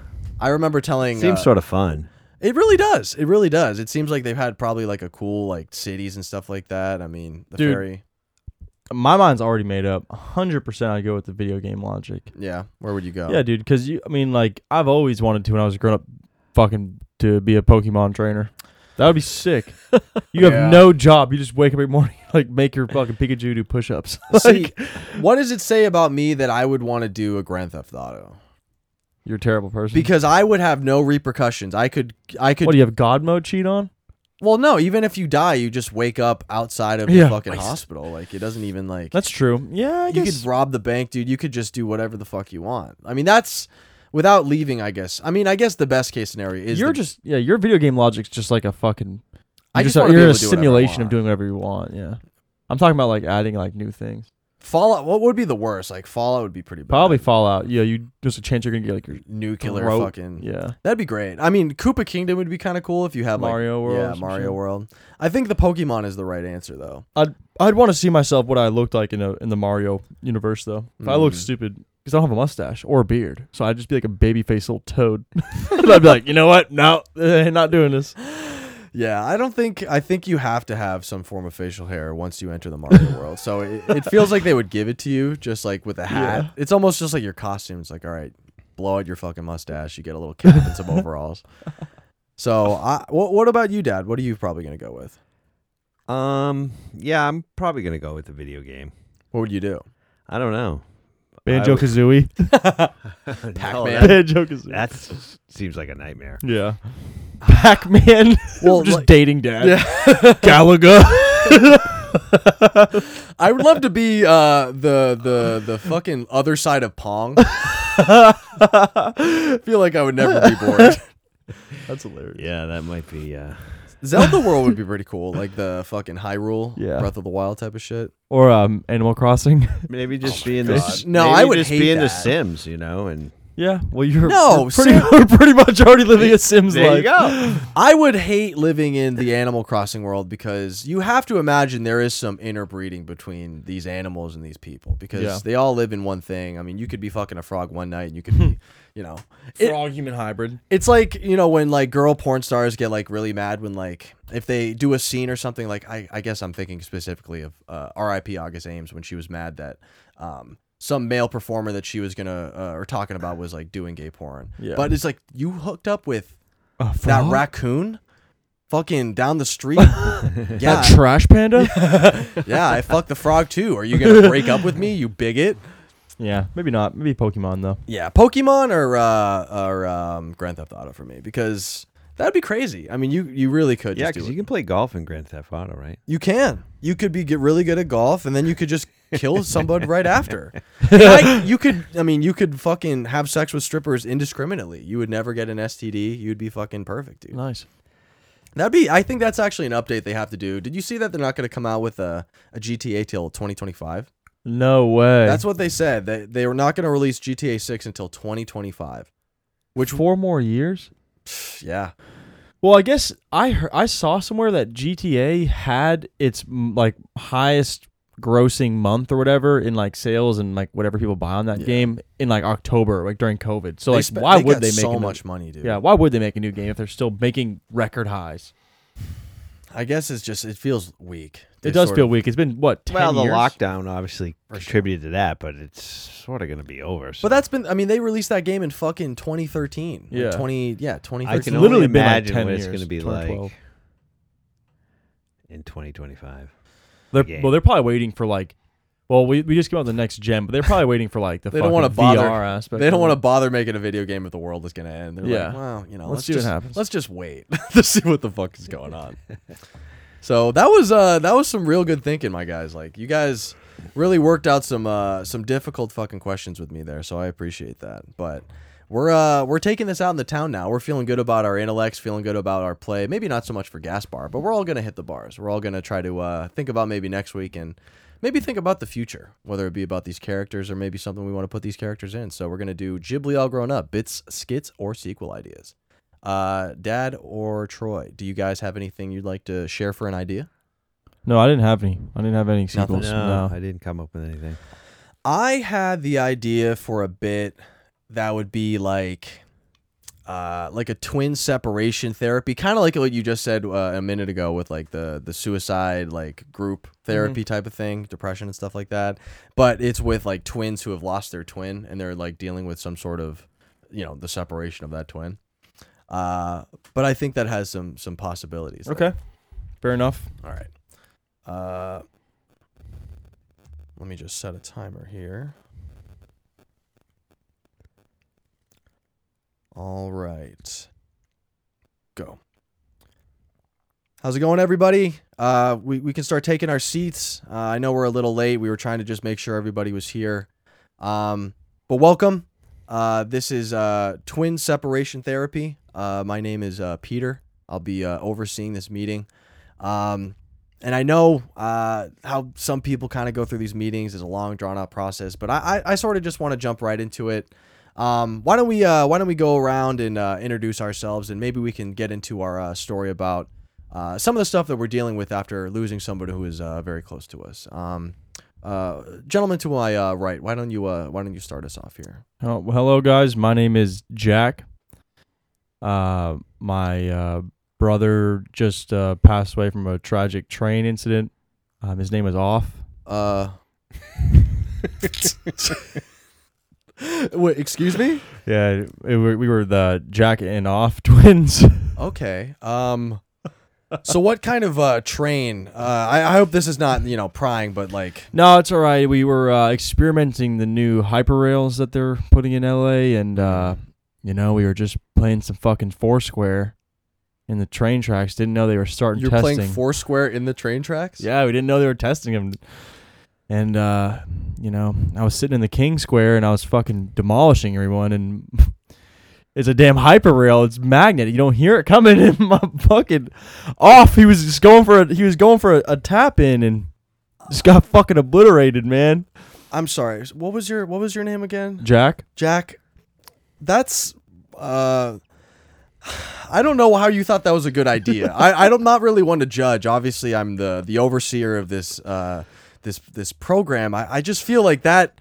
A: I remember telling
B: Seems
A: uh,
B: sort of fun.
A: it really does. It really does. It seems like they've had probably like a cool like cities and stuff like that. I mean, the
D: Dude.
A: ferry.
D: My mind's already made up. 100% I'd go with the video game logic.
A: Yeah. Where would you go?
D: Yeah, dude, cuz you I mean like I've always wanted to when I was growing up fucking to be a Pokemon trainer. That would be sick. You have
A: Yeah.
D: no job. You just wake up every morning like make your fucking Pikachu do push-ups.
A: See,
D: like
A: what does it say about me that I would want to do a Grand Theft Auto?
D: you're a terrible person.
A: Because I would have no repercussions. I could, I could.
D: what do you have god mode cheat on?
A: well, no. Even if you die, you just wake up outside of the
D: Yeah.
A: fucking
D: Waste.
A: hospital. Like it doesn't even like.
D: That's true. Yeah, I
A: you
D: guess
A: could rob the bank, dude. You could just do whatever the fuck you want. I mean, that's without leaving. I guess. I mean, I guess the best case scenario is
D: you're
A: the-
D: just yeah, your video game logic's just like a fucking
A: I
D: you're
A: just
D: just,
A: wanna be
D: you're in
A: able
D: a
A: to do whatever I want.
D: simulation of doing whatever you want, yeah. I'm talking about like adding like new things.
A: Fallout. What would be the worst? Like Fallout would be pretty. Bad.
D: Probably Fallout. Yeah, you just a chance you're gonna get like your
A: nuclear
D: Throat.
A: fucking.
D: yeah.
A: That'd be great. I mean, Koopa Kingdom would be kind of cool if you had like,
D: Mario World or
A: Yeah,
D: some
A: Mario
D: shit.
A: World. I think the Pokemon is the right answer though.
D: I'd I'd want to see myself what I looked like in a, in the Mario universe though. If I look
A: Mm.
D: stupid because I don't have a mustache or a beard, so I'd just be like a baby faced little toad. and I'd be like, you know what? No, eh, not doing this.
A: Yeah, I don't think I think you have to have some form of facial hair once you enter the Mario World. So it, it feels like they would give it to you just like with a hat. It's almost just like your costume. It's like, all right, blow out your fucking mustache. You get a little cap and some overalls. So, I, what what about you, Dad? What are you probably gonna go with?
B: Um. Yeah, I'm probably gonna go with the video game.
A: What would you do?
B: I don't know.
D: Banjo Kazooie.
A: Pac-Man.
D: Banjo Kazooie.
B: That seems like a nightmare.
D: Yeah. Pac Man.
A: Well,
D: Well, just
A: like-
D: dating dad.
A: Yeah.
D: Galaga.
A: I would love to be uh, the the the fucking other side of Pong. feel like I would never be bored.
D: That's hilarious.
B: Yeah, that might be. Uh,
A: Zelda World would be pretty cool, like the fucking Hyrule,
D: Yeah.
A: Breath of the Wild type of shit.
D: Or um, Animal Crossing.
B: maybe just be in
A: Oh God.
B: the.
A: No,
B: maybe
A: I would
B: just
A: hate
B: be in the
A: that.
B: Sims, you know, and
D: yeah. Well, you're
A: No,
D: we're pretty,
A: Sim-
D: we're pretty much already living a Sims
B: there
D: life.
B: you go.
A: I would hate living in the Animal Crossing world because you have to imagine there is some interbreeding between these animals and these people because
D: Yeah.
A: they all live in one thing. I mean, you could be fucking a frog one night and you could be, you know, It-
D: all human hybrid.
A: It's like you know when like girl porn stars get like really mad when like if they do a scene or something. Like I, I guess I'm thinking specifically of uh, R.I.P. August Ames when she was mad that um, some male performer that she was gonna uh, or talking about was like doing gay porn.
D: Yeah.
A: But it's like you hooked up with
D: Uh,
A: that
D: frog?
A: raccoon, fucking down the street. yeah,
D: That trash panda?
A: yeah. I fucked the frog too. Are you gonna break up with me, you bigot?
D: yeah, maybe not. Maybe Pokemon though.
A: Yeah, Pokemon or uh, or um, Grand Theft Auto for me because that'd be crazy. I mean, you you really could.
B: Yeah,
A: just do
B: because
A: it.
B: you can play golf in Grand Theft Auto, right?
A: You can. You could be get really good at golf, and then you could just kill somebody right after. And I- you could. I mean, you could fucking have sex with strippers indiscriminately. You would never get an STD. You'd be fucking perfect, dude.
D: Nice.
A: That'd be. I think that's actually an update they have to do. Did you see that they're not going to come out with a, a GTA till 2025?
D: No way.
A: That's what they said. They they were not going to release GTA 6 until 2025. Which
D: four more years.
A: yeah.
D: Well, I guess I heard, I saw somewhere that GTA had its m- like highest grossing month or whatever in like sales and like whatever people buy on that game in like October, like during COVID. So
A: They
D: like,
A: spe-
D: why
A: they
D: would
A: got
D: they make
A: so
D: a new-
A: much money, dude?
D: Yeah, why would they make a new game if they're still making record highs?
A: I guess it's just it feels weak.
D: It
A: They
D: does
A: sort
D: feel
A: of-
D: weak. It's been what? 10
B: Well, the
D: years?
B: lockdown obviously contributed to that, but it's sort of going to be over. So.
A: But that's been I mean they released that game in fucking 2013. Like
D: Yeah.
A: 20 yeah,
B: I
A: 2013.
B: can
D: literally
B: only
D: been like
B: imagine
D: 10
B: what it's
D: years,
B: going to be
D: 2012.
B: like in 2025.
D: They're,
B: game.
D: well, they're probably waiting for like. Well, we, we just came out with the next gen, but they're probably waiting for like the
A: they don't
D: want to
A: bother.
D: VR aspect.
A: they don't want to
D: to.
A: bother making a video game if the world is going to end. They're
D: Yeah.
A: like, well, you know,
D: Let's
A: let's,
D: see what
A: just,
D: happens."
A: Let's just wait to see what the fuck is going on. so that was uh that was some real good thinking, my guys. Like you guys really worked out some uh some difficult fucking questions with me there, so I appreciate that. But we're uh we're taking this out in the town now. We're feeling good about our intellects, feeling good about our play. Maybe not so much for Gaspar, but we're all gonna hit the bars. We're all gonna try to uh think about maybe next week and maybe think about the future, whether it be about these characters or maybe something we want to put these characters in. So we're gonna do Ghibli all grown up, bits, skits, or sequel ideas. Uh, Dad or Troy, do you guys have anything you'd like to share for an idea?
D: No, I didn't have any. I didn't have any sequels.
B: No,
D: no.
B: I didn't come up with anything.
A: I had the idea for a bit that would be like uh, like a twin separation therapy, kind of like what you just said uh, a minute ago with like the the suicide like group therapy type of thing, depression and stuff like that. But it's with like twins who have lost their twin and they're like dealing with some sort of you know the separation of that twin. Uh, but I think that has some some possibilities. there.
D: Okay, fair enough.
A: All right. Uh, let me just set a timer here. All right. Go. How's it going, everybody? Uh, we, we can start taking our seats. Uh, I know we're a little late. We were trying to just make sure everybody was here. Um, but welcome. Uh, this is uh, Twin Separation Therapy. Uh, my name is uh, Peter. I'll be uh, overseeing this meeting. Um, and I know uh, how some people kind of go through these meetings is a long, drawn out process, but I, I, I sort of just want to jump right into it. Um, why don't we uh, Why don't we go around and uh, introduce ourselves, and maybe we can get into our uh, story about uh, some of the stuff that we're dealing with after losing somebody who is uh, very close to us. Um, uh, gentlemen to my uh, right, why don't you uh, Why don't you start us off here?
D: Oh, well, hello, guys. My name is Jack. Uh, my uh, brother just uh, passed away from a tragic train incident. Um, his name is Off.
A: Uh, Wait, excuse me.
D: Yeah, it, we we were the Jack and Off twins.
A: Okay. Um. So what kind of uh, train? Uh, I, I hope this is not you know prying, but like
D: no, it's all right. We were uh, experimenting the new hyper rails that they're putting in LA, and uh, you know we were just playing some fucking Foursquare in the train tracks. Didn't know they were starting.
A: you're
D: testing.
A: playing Foursquare in the train tracks.
D: Yeah, we didn't know they were testing him. And uh, you know, I was sitting in the King Square and I was fucking demolishing everyone and it's a damn hyper rail, it's magnet. You don't hear it coming in my fucking off. He was just going for a he was going for a, a tap in and just got fucking obliterated, man.
A: I'm sorry. What was your What was your name again,
D: Jack?
A: Jack? That's. Uh, I don't know how you thought that was a good idea. I I don't not really want to judge. Obviously, I'm the the overseer of this uh this this program. I I just feel like that.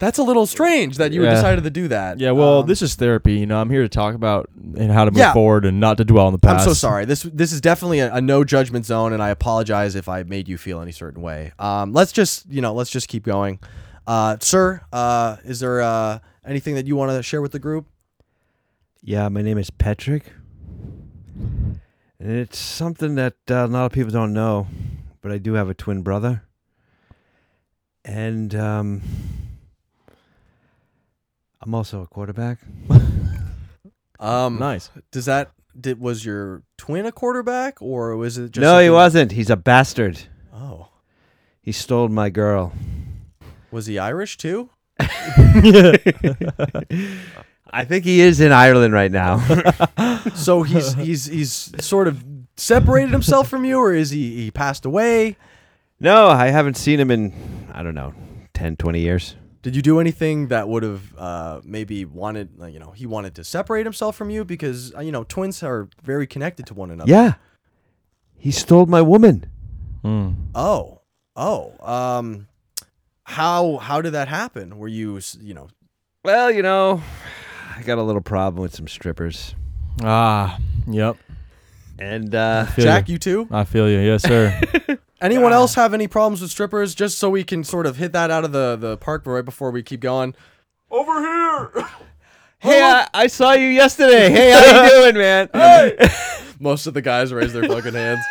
A: That's a little strange that you
D: Yeah.
A: decided to do that.
D: Yeah, well,
A: Um,
D: this is therapy, you know. I'm here to talk about and how to move
A: Yeah.
D: forward and not to dwell on the
A: I'm
D: past.
A: so sorry. This this is definitely a, a no judgment zone, and I apologize if I made you feel any certain way. Um, let's just you know, let's just keep going, uh, sir. Uh, is there uh, anything that you want to share with the group?
B: Yeah, my name is Patrick. And it's something that uh, a lot of people don't know, but I do have a twin brother. And um, I'm also a quarterback.
A: Um,
D: Nice.
A: Does that did was your twin a quarterback, or was it just
B: no,
A: a
B: he
A: dude-
B: wasn't. He's a bastard.
A: Oh,
B: He stole my girl.
A: was he Irish too?
B: I think he is in Ireland right now.
A: So he's he's he's sort of separated himself from you, or is he he passed away?
B: no, I haven't seen him in, I don't know, 10, 20 years.
A: Did you do anything that would have uh, maybe wanted, like, you know, he wanted to separate himself from you because, uh, you know, twins are very connected to one another.
B: Yeah. He stole my woman.
D: Mm.
A: Oh. Oh, um, how how did that happen? Were you s- you know?
B: Well, you know, I got a little problem with some strippers.
D: Ah, yep.
B: And uh
D: Feel
A: Jack,
D: you.
A: you too.
D: I feel you. Yes, sir.
A: Anyone else have any problems with strippers? Just so we can sort of hit that out of the the park right before we keep going.
F: Over here.
B: Hey, I, I saw you yesterday. Hey, how you doing, man?
A: Most of the guys raise their fucking hands.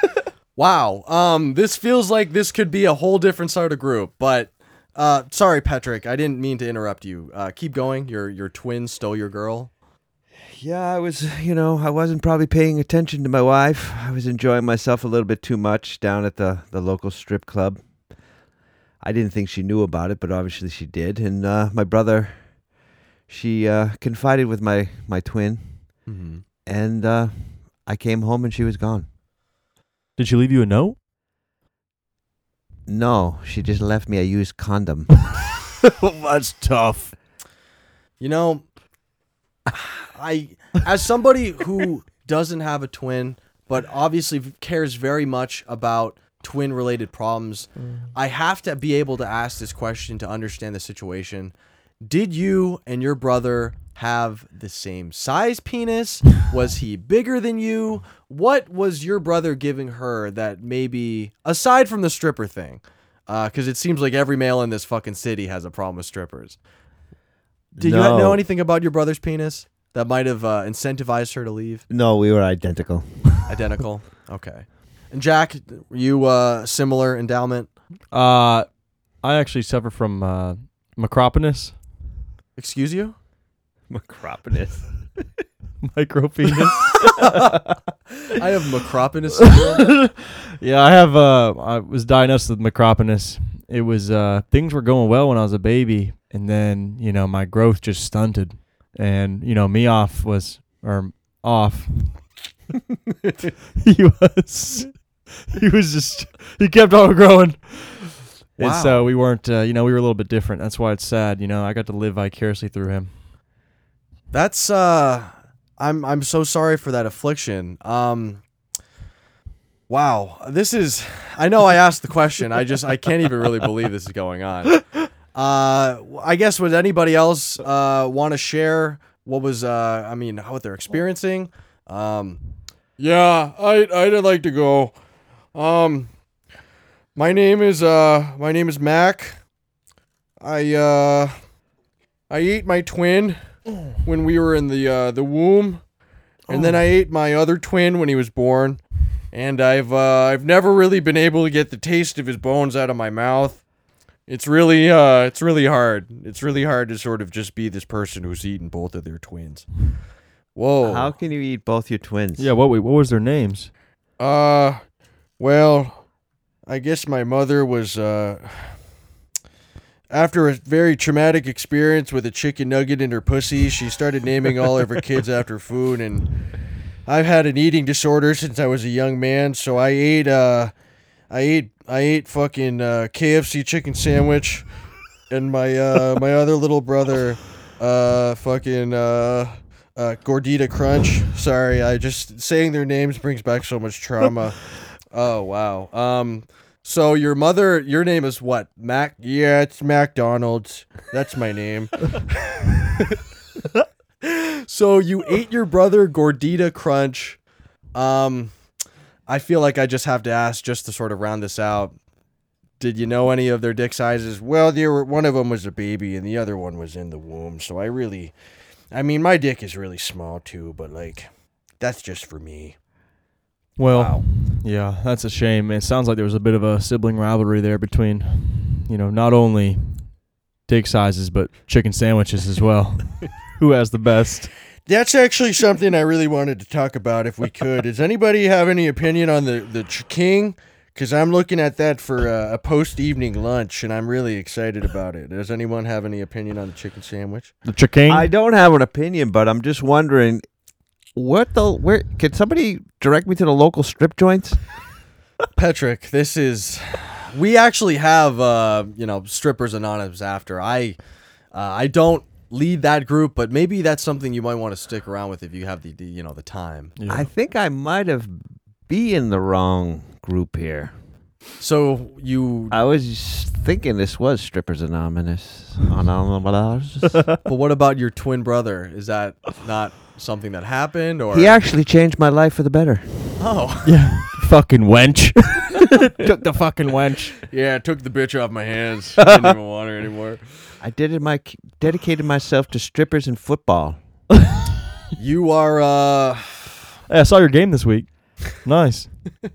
A: Wow. Um, this feels like this could be a whole different sort of group, but uh, sorry, Patrick, I didn't mean to interrupt you. Uh, keep going. Your your twin stole your girl.
B: Yeah, I was, you know, I wasn't probably paying attention to my wife. I was enjoying myself a little bit too much down at the, the local strip club. I didn't think she knew about it, but obviously she did. And uh, my brother, she uh, confided with my, my twin,
A: Mm-hmm.
B: and uh, I came home and she was gone.
D: Did she leave you a note?
B: No, she just left me a used condom.
D: That's tough.
A: You know, I as somebody who doesn't have a twin but obviously v- cares very much about twin related problems, I have to be able to ask this question to understand the situation. Did you and your brother have the same size penis? Was he bigger than you? What was your brother giving her that maybe aside from the stripper thing? Because Uh, it seems like every male in this fucking city has a problem with strippers. Did you know
B: No.
A: anything about your brother's penis that might have uh, incentivized her to leave?
B: no, we were identical.
A: Identical. Okay. And Jack, were you uh, similar endowment?
D: Uh, I actually suffer from uh, macropinus,
A: Excuse you?
B: Macropinus.
D: micropenis.
A: I have macropinus syndrome.
D: yeah, I have. Uh, I was diagnosed with macropinus. It was uh, things were going well when I was a baby, and then you know my growth just stunted, and you know me off was or off. he was. He was just. He kept on growing. And
A: Wow.
D: so we weren't, uh, you know, we were a little bit different. That's why it's sad, you know. I got to live vicariously through him.
A: That's uh I'm I'm so sorry for that affliction. Um Wow, this is I know I asked the question. I just I can't even really believe this is going on. Uh I guess would anybody else uh want to share what was uh I mean what they're experiencing? Um Yeah, I I'd like to go. Um my name is uh my name is Mac. I uh I ate my twin when we were in the uh, the womb, and then I ate my other twin when he was born, and I've uh, I've never really been able to get the taste of his bones out of my mouth. It's really uh, it's really hard. It's really hard to sort of just be this person who's eaten both of their twins. Whoa.
B: How can you eat both your twins?
D: Yeah, what what was their names?
A: Uh, well, I guess my mother was, uh, after a very traumatic experience with a chicken nugget in her pussy, she started naming all of her kids after food. And I've had an eating disorder since I was a young man, so I ate, uh, I ate, I ate fucking uh, KFC chicken sandwich, and my uh, my other little brother, uh, fucking uh, uh, Gordita Crunch. Sorry, I just saying their names brings back so much trauma. oh wow. Um. So your mother, your name is what? Mac? Yeah, it's McDonald's. That's my name. so you ate your brother Gordita Crunch. Um, I feel like I just have to ask, just to sort of round this out. Did you know any of their dick sizes? Well, they were one of them was a baby, and the other one was in the womb. So I really, I mean, my dick is really small too, but like, that's just for me.
D: Well, yeah, that's a shame. It sounds like there was a bit of a sibling rivalry there between, you know, not only dick sizes but chicken sandwiches as well. Who has the best?
A: That's actually something I really wanted to talk about if we could. Does anybody have any opinion on the the ch- king? Because I'm looking at that for uh, a post evening lunch, and I'm really excited about it. Does anyone have any opinion on the chicken sandwich?
D: The chicken.
B: I don't have an opinion, but I'm just wondering what the where can somebody direct me to the local strip joints?
A: Patrick, this is. We actually have, uh, you know, strippers anonymous after. I, uh, I don't lead that group, but maybe that's something you might want to stick around with if you have the, the you know, the time.
D: Yeah.
B: I think I might have be in the wrong group here.
A: So you,
B: I was thinking this was Strippers Anonymous. Anonymous.
A: but what about your twin brother? Is that not something that happened, or
B: he actually changed my life for the better.
A: Oh,
D: Yeah. fucking wench. Took the fucking wench.
A: yeah, took the bitch off my hands. Didn't even want her anymore.
B: I did it my dedicated myself to strippers and football.
A: You are uh,
D: Hey, I saw your game this week. Nice.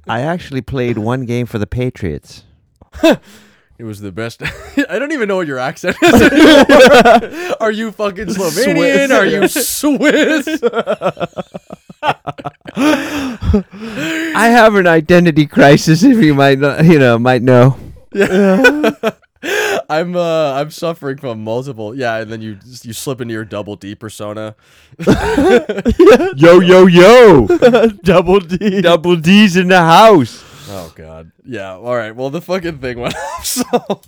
B: I actually played one game for the Patriots.
A: It was the best. I don't even know what your accent is. anymore. Are you fucking Slovenian? Are you Swiss?
B: I have an identity crisis, if you might not, you know might know.
A: I'm uh, I'm suffering from multiple. Yeah, and then you you slip into your double D persona.
B: Yo yo yo!
D: Double D.
B: Double D's in the house.
A: Oh God. Yeah. All right. Well, the fucking thing went off. So,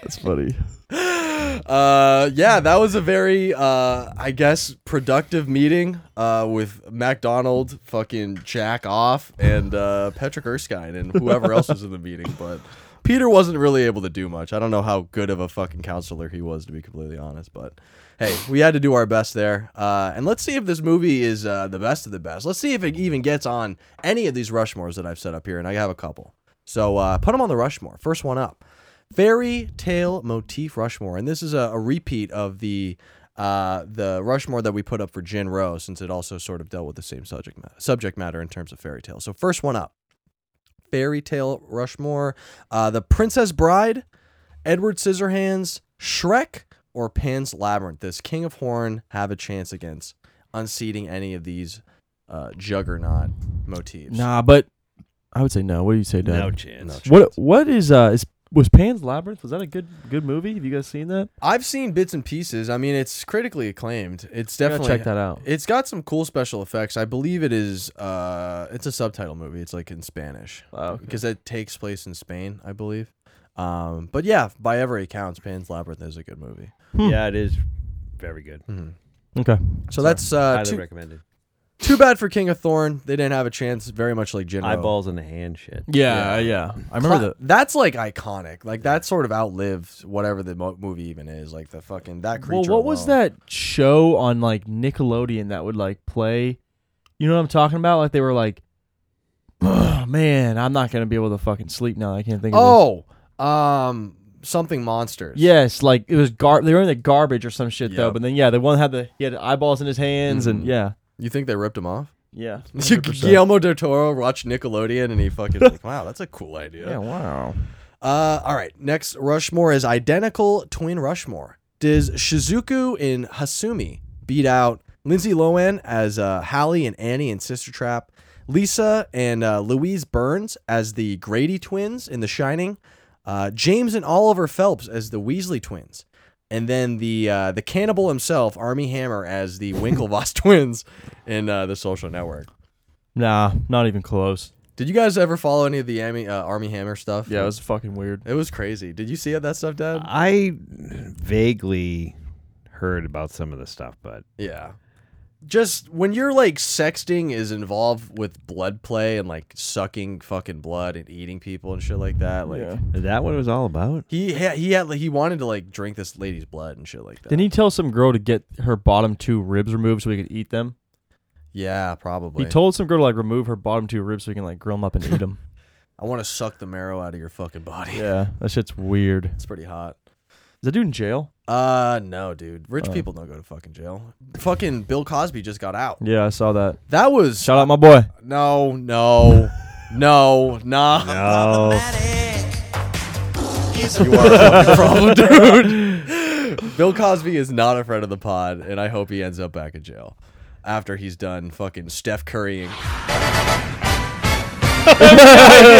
D: That's funny.
A: uh, yeah, that was a very uh, I guess productive meeting uh with MacDonald, fucking Jack off, and uh, Patrick Erskine and whoever else was in the meeting, but. Peter wasn't really able to do much. I don't know how good of a fucking counselor he was, to be completely honest. But hey, we had to do our best there. Uh, and let's see if this movie is uh, the best of the best. Let's see if it even gets on any of these Rushmores that I've set up here, and I have a couple. So uh, put them on the Rushmore. First one up fairy tale motif Rushmore, and this is a, a repeat of the uh, the Rushmore that we put up for Jin Row, since it also sort of dealt with the same subject ma- subject matter in terms of fairy tales. So first one up, fairy tale Rushmore, uh, the Princess Bride, Edward Scissorhands, Shrek, or Pan's Labyrinth. This King of Horn have a chance against unseating any of these uh, juggernaut motifs.
D: Nah, but I would say no. What do you say, Dad?
A: No
B: chance.
D: What What is uh is was Pan's Labyrinth? Was that a good good movie? Have you guys seen that?
A: I've seen bits and pieces. I mean, it's critically acclaimed. It's
D: I gotta
A: definitely
D: check that out.
A: It's got some cool special effects. I believe it is. Uh, it's a subtitle movie. It's like in Spanish because it takes place in Spain, I believe. Um, but yeah, by every account, Pan's Labyrinth is a good movie.
B: Yeah, it is very good.
D: Hmm.
A: Mm-hmm.
D: Okay.
A: So that's uh,
B: Highly
A: too,
B: recommended.
A: too bad for King of Thorn. They didn't have a chance. Very much like Jinro.
B: Eyeballs in the hand shit.
D: Yeah, yeah. I
A: Cla-
D: remember that.
A: That's like iconic. Like that sort of outlived whatever the mo- movie even is. Like the fucking that creature.
D: Well, what was
A: alone.
D: that show on like Nickelodeon that would like play? You know what I'm talking about? Like they were like, oh, man, I'm not gonna be able to fucking sleep now. I can't think. of this."
A: Oh, um, something monsters.
D: Yes, like it was gar. They were in the garbage or some shit though.
A: Yep. Mm.
D: But then yeah, the one had the he had eyeballs in his hands and yeah,
A: You think they ripped him off?
D: yeah.
A: Guillermo del Toro watched Nickelodeon and he fucking like, wow, that's a cool idea.
D: Yeah. Wow.
A: Uh, all right, next Rushmore is identical twin Rushmore. Does Shizuku in Hasumi beat out Lindsay Lohan as uh, Hallie and Annie in Sister Trap, Lisa and uh, Louise Burns as the Grady twins in The Shining, uh, James and Oliver Phelps as the Weasley twins, and then the uh, the cannibal himself, Army Hammer, as the Winklevoss twins in uh, The Social Network.
D: Nah, not even close.
A: Did you guys ever follow any of the Army, uh, Army Hammer stuff?
D: Yeah, it was fucking weird.
A: It was crazy. Did you see that stuff, Dad?
B: I vaguely heard about some of the stuff, but
A: Yeah. Just when you're like sexting is involved with blood play and like sucking fucking blood and eating people and shit like that. Like
D: Yeah.
B: is that what it was all about?
A: he had, he had like, he wanted to like drink this lady's blood and shit like that.
D: Didn't he tell some girl to get her bottom two ribs removed so he could eat them?
A: Yeah, probably.
D: He told some girl to like remove her bottom two ribs so he can like grill them up and eat them.
A: I want to suck the marrow out of your fucking body.
D: yeah, that shit's weird. Is
A: It's pretty hot.
D: that dude in jail?
A: Uh no, dude. Rich people don't go to fucking jail. Fucking Bill Cosby just got out.
D: Yeah, I saw that.
A: That was
D: Shout out my boy.
A: no, no, no, nah.
B: No.
D: Oh,
A: You are a fucking problem, dude. Bill Cosby is not a friend of the pod, and I hope he ends up back in jail after he's done fucking Steph Currying.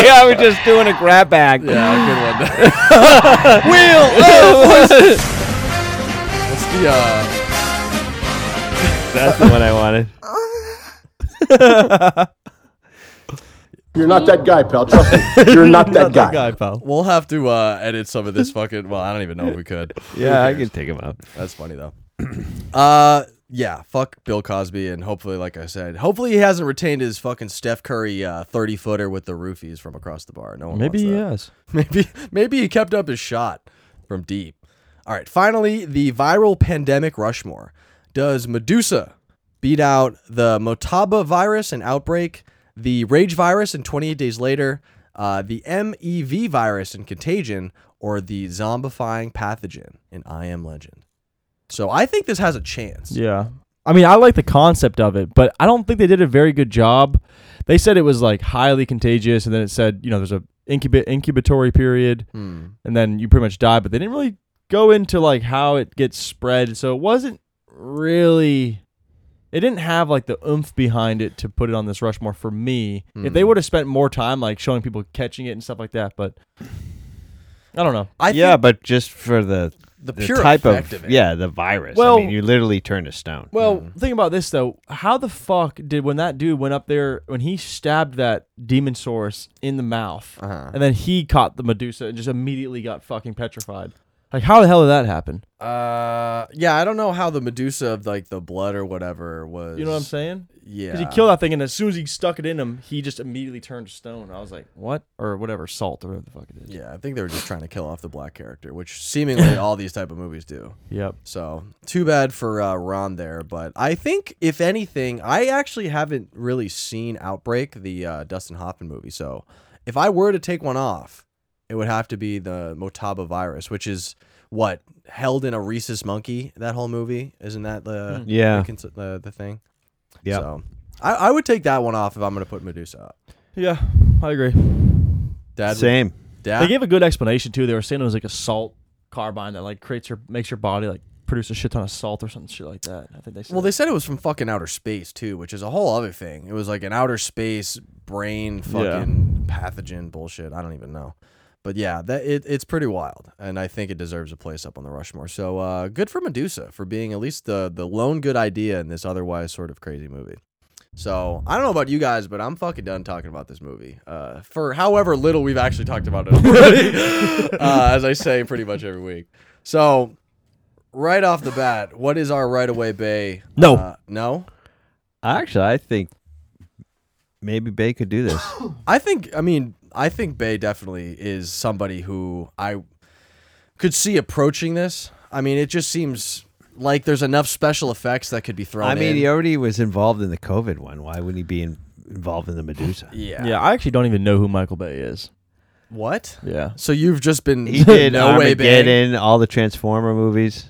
B: yeah, we're just doing a grab bag.
A: Yeah, good one. Wheel. That's the uh,
B: That's the one I wanted.
E: You're not that guy, pal. Trust me. You're not that guy.
D: pal.
A: we'll have to uh, edit some of this fucking. Well, I don't even know if we could.
B: Yeah, I can take him out.
A: That's funny though. Uh, yeah, fuck Bill Cosby, and hopefully, like I said, hopefully he hasn't retained his fucking Steph Curry uh, thirty footer with the roofies from across the bar. No one
D: Maybe
A: wants
D: he
A: that.
D: has.
A: Maybe maybe he kept up his shot from deep. All right, finally, the viral pandemic Rushmore. Does Medusa beat out the Motaba virus and outbreak, the Rage virus and 28 days later, uh, the MEV virus and contagion, or the zombifying pathogen in I Am Legend? So I think this has a chance.
D: Yeah. I mean, I like the concept of it, but I don't think they did a very good job. They said it was like highly contagious, and then it said, you know, there's a incubate incubatory period,
A: Hmm.
D: and then you pretty much die. But they didn't really go into like how it gets spread, so it wasn't really. It didn't have like the oomph behind it to put it on this Rushmore for me. If they would have spent more time like showing people catching it and stuff like that, but I don't know.
A: I
B: yeah,
A: think
B: but just for the,
A: the
B: the
A: pure
B: type
A: effect
B: of,
A: of, it.
B: yeah, the virus.
D: Well-
B: I mean, you literally turn to stone.
D: Well,
A: Hmm.
D: think about this though. How the fuck did when that dude went up there when he stabbed that demon source in the mouth,
A: Uh-huh.
D: and then he caught the Medusa and just immediately got fucking petrified? Like, how the hell did that happen?
A: Uh, yeah, I don't know how the Medusa of like the blood or whatever was.
D: You know what I'm saying?
A: Yeah.
D: Because he killed that thing, and as soon as he stuck it in him, he just immediately turned to stone. I was like, what or whatever, salt or whatever the fuck it is.
A: Yeah, I think they were just trying to kill off the black character, which seemingly all these type of movies do.
D: Yep.
A: So too bad for uh, Ron there, but I think if anything, I actually haven't really seen Outbreak, the uh, Dustin Hoffman movie. So if I were to take one off, it would have to be the Motaba virus, which is what held in a rhesus monkey. That whole movie isn't that the
B: Yeah.
A: the, cons- the, the thing?
B: Hmm. Yeah.
A: So I, I would take that one off if I'm going to put Medusa up.
D: Yeah, I agree.
A: Dad,
B: Same.
A: Dad,
D: They gave a good explanation too. They were saying it was like a salt carbine that like creates your makes your body like produce a shit ton of salt or something shit like that. I think they said.
A: Well, they said it was from fucking outer space too, which is a whole other thing. It was like an outer space brain fucking pathogen bullshit. I don't even know. But yeah, that it, it's pretty wild, and I think it deserves a place up on the Rushmore. So uh, good for Medusa for being at least the the lone good idea in this otherwise sort of crazy movie. So I don't know about you guys, but I'm fucking done talking about this movie. Uh, for however little we've actually talked about it already, uh, as I say pretty much every week. So right off the bat, what is our right away bay?
B: No.
A: Uh, no.
B: Actually, I think maybe Bay could do this.
A: I think. I mean, I think Bay definitely is somebody who I could see approaching this. I mean, it just seems like there's enough special effects that could be thrown.
B: I mean,
A: in.
B: he already was involved in the COVID one. Why wouldn't he be in, involved in the Medusa?
A: yeah.
D: Yeah, I actually don't even know who Michael Bay is.
A: What?
D: Yeah.
A: So you've just been
B: He did
A: no way Bay.
B: Armageddon, all the Transformer movies.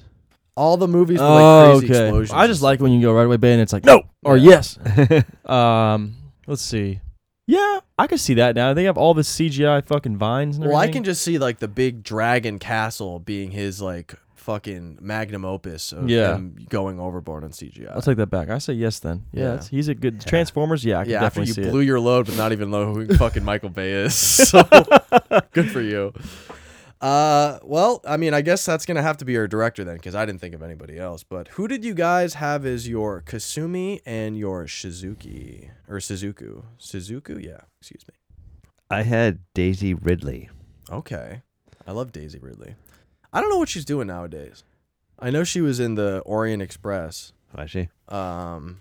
A: All the movies with like crazy explosions.
D: Oh, I just like when you go right away, Bay, and it's like no or yes. um, let's see. Yeah, I could see that now. They have all the CGI fucking vines. And
A: Well, I
D: everything.
A: can just see like the big dragon castle being his like fucking magnum opus of
D: Yeah.
A: him going overboard on CGI.
D: I'll take that back. I say yes then. Yeah,
A: Yeah.
D: it's- he's a good Transformers. Yeah, I can
A: yeah, after
D: definitely
A: you
D: see
A: blew
D: it.
A: your load, but not even know who fucking Michael Bay is. So good for you. Uh, well, I mean, I guess that's gonna have to be our director then, because I didn't think of anybody else. But who did you guys have as your Kasumi and your Shizuki or Suzuku? Suzuku, yeah. Excuse me.
B: I had Daisy Ridley.
A: Okay, I love Daisy Ridley. I don't know what she's doing nowadays. I know she was in the Orient Express,
B: Was she?
A: um,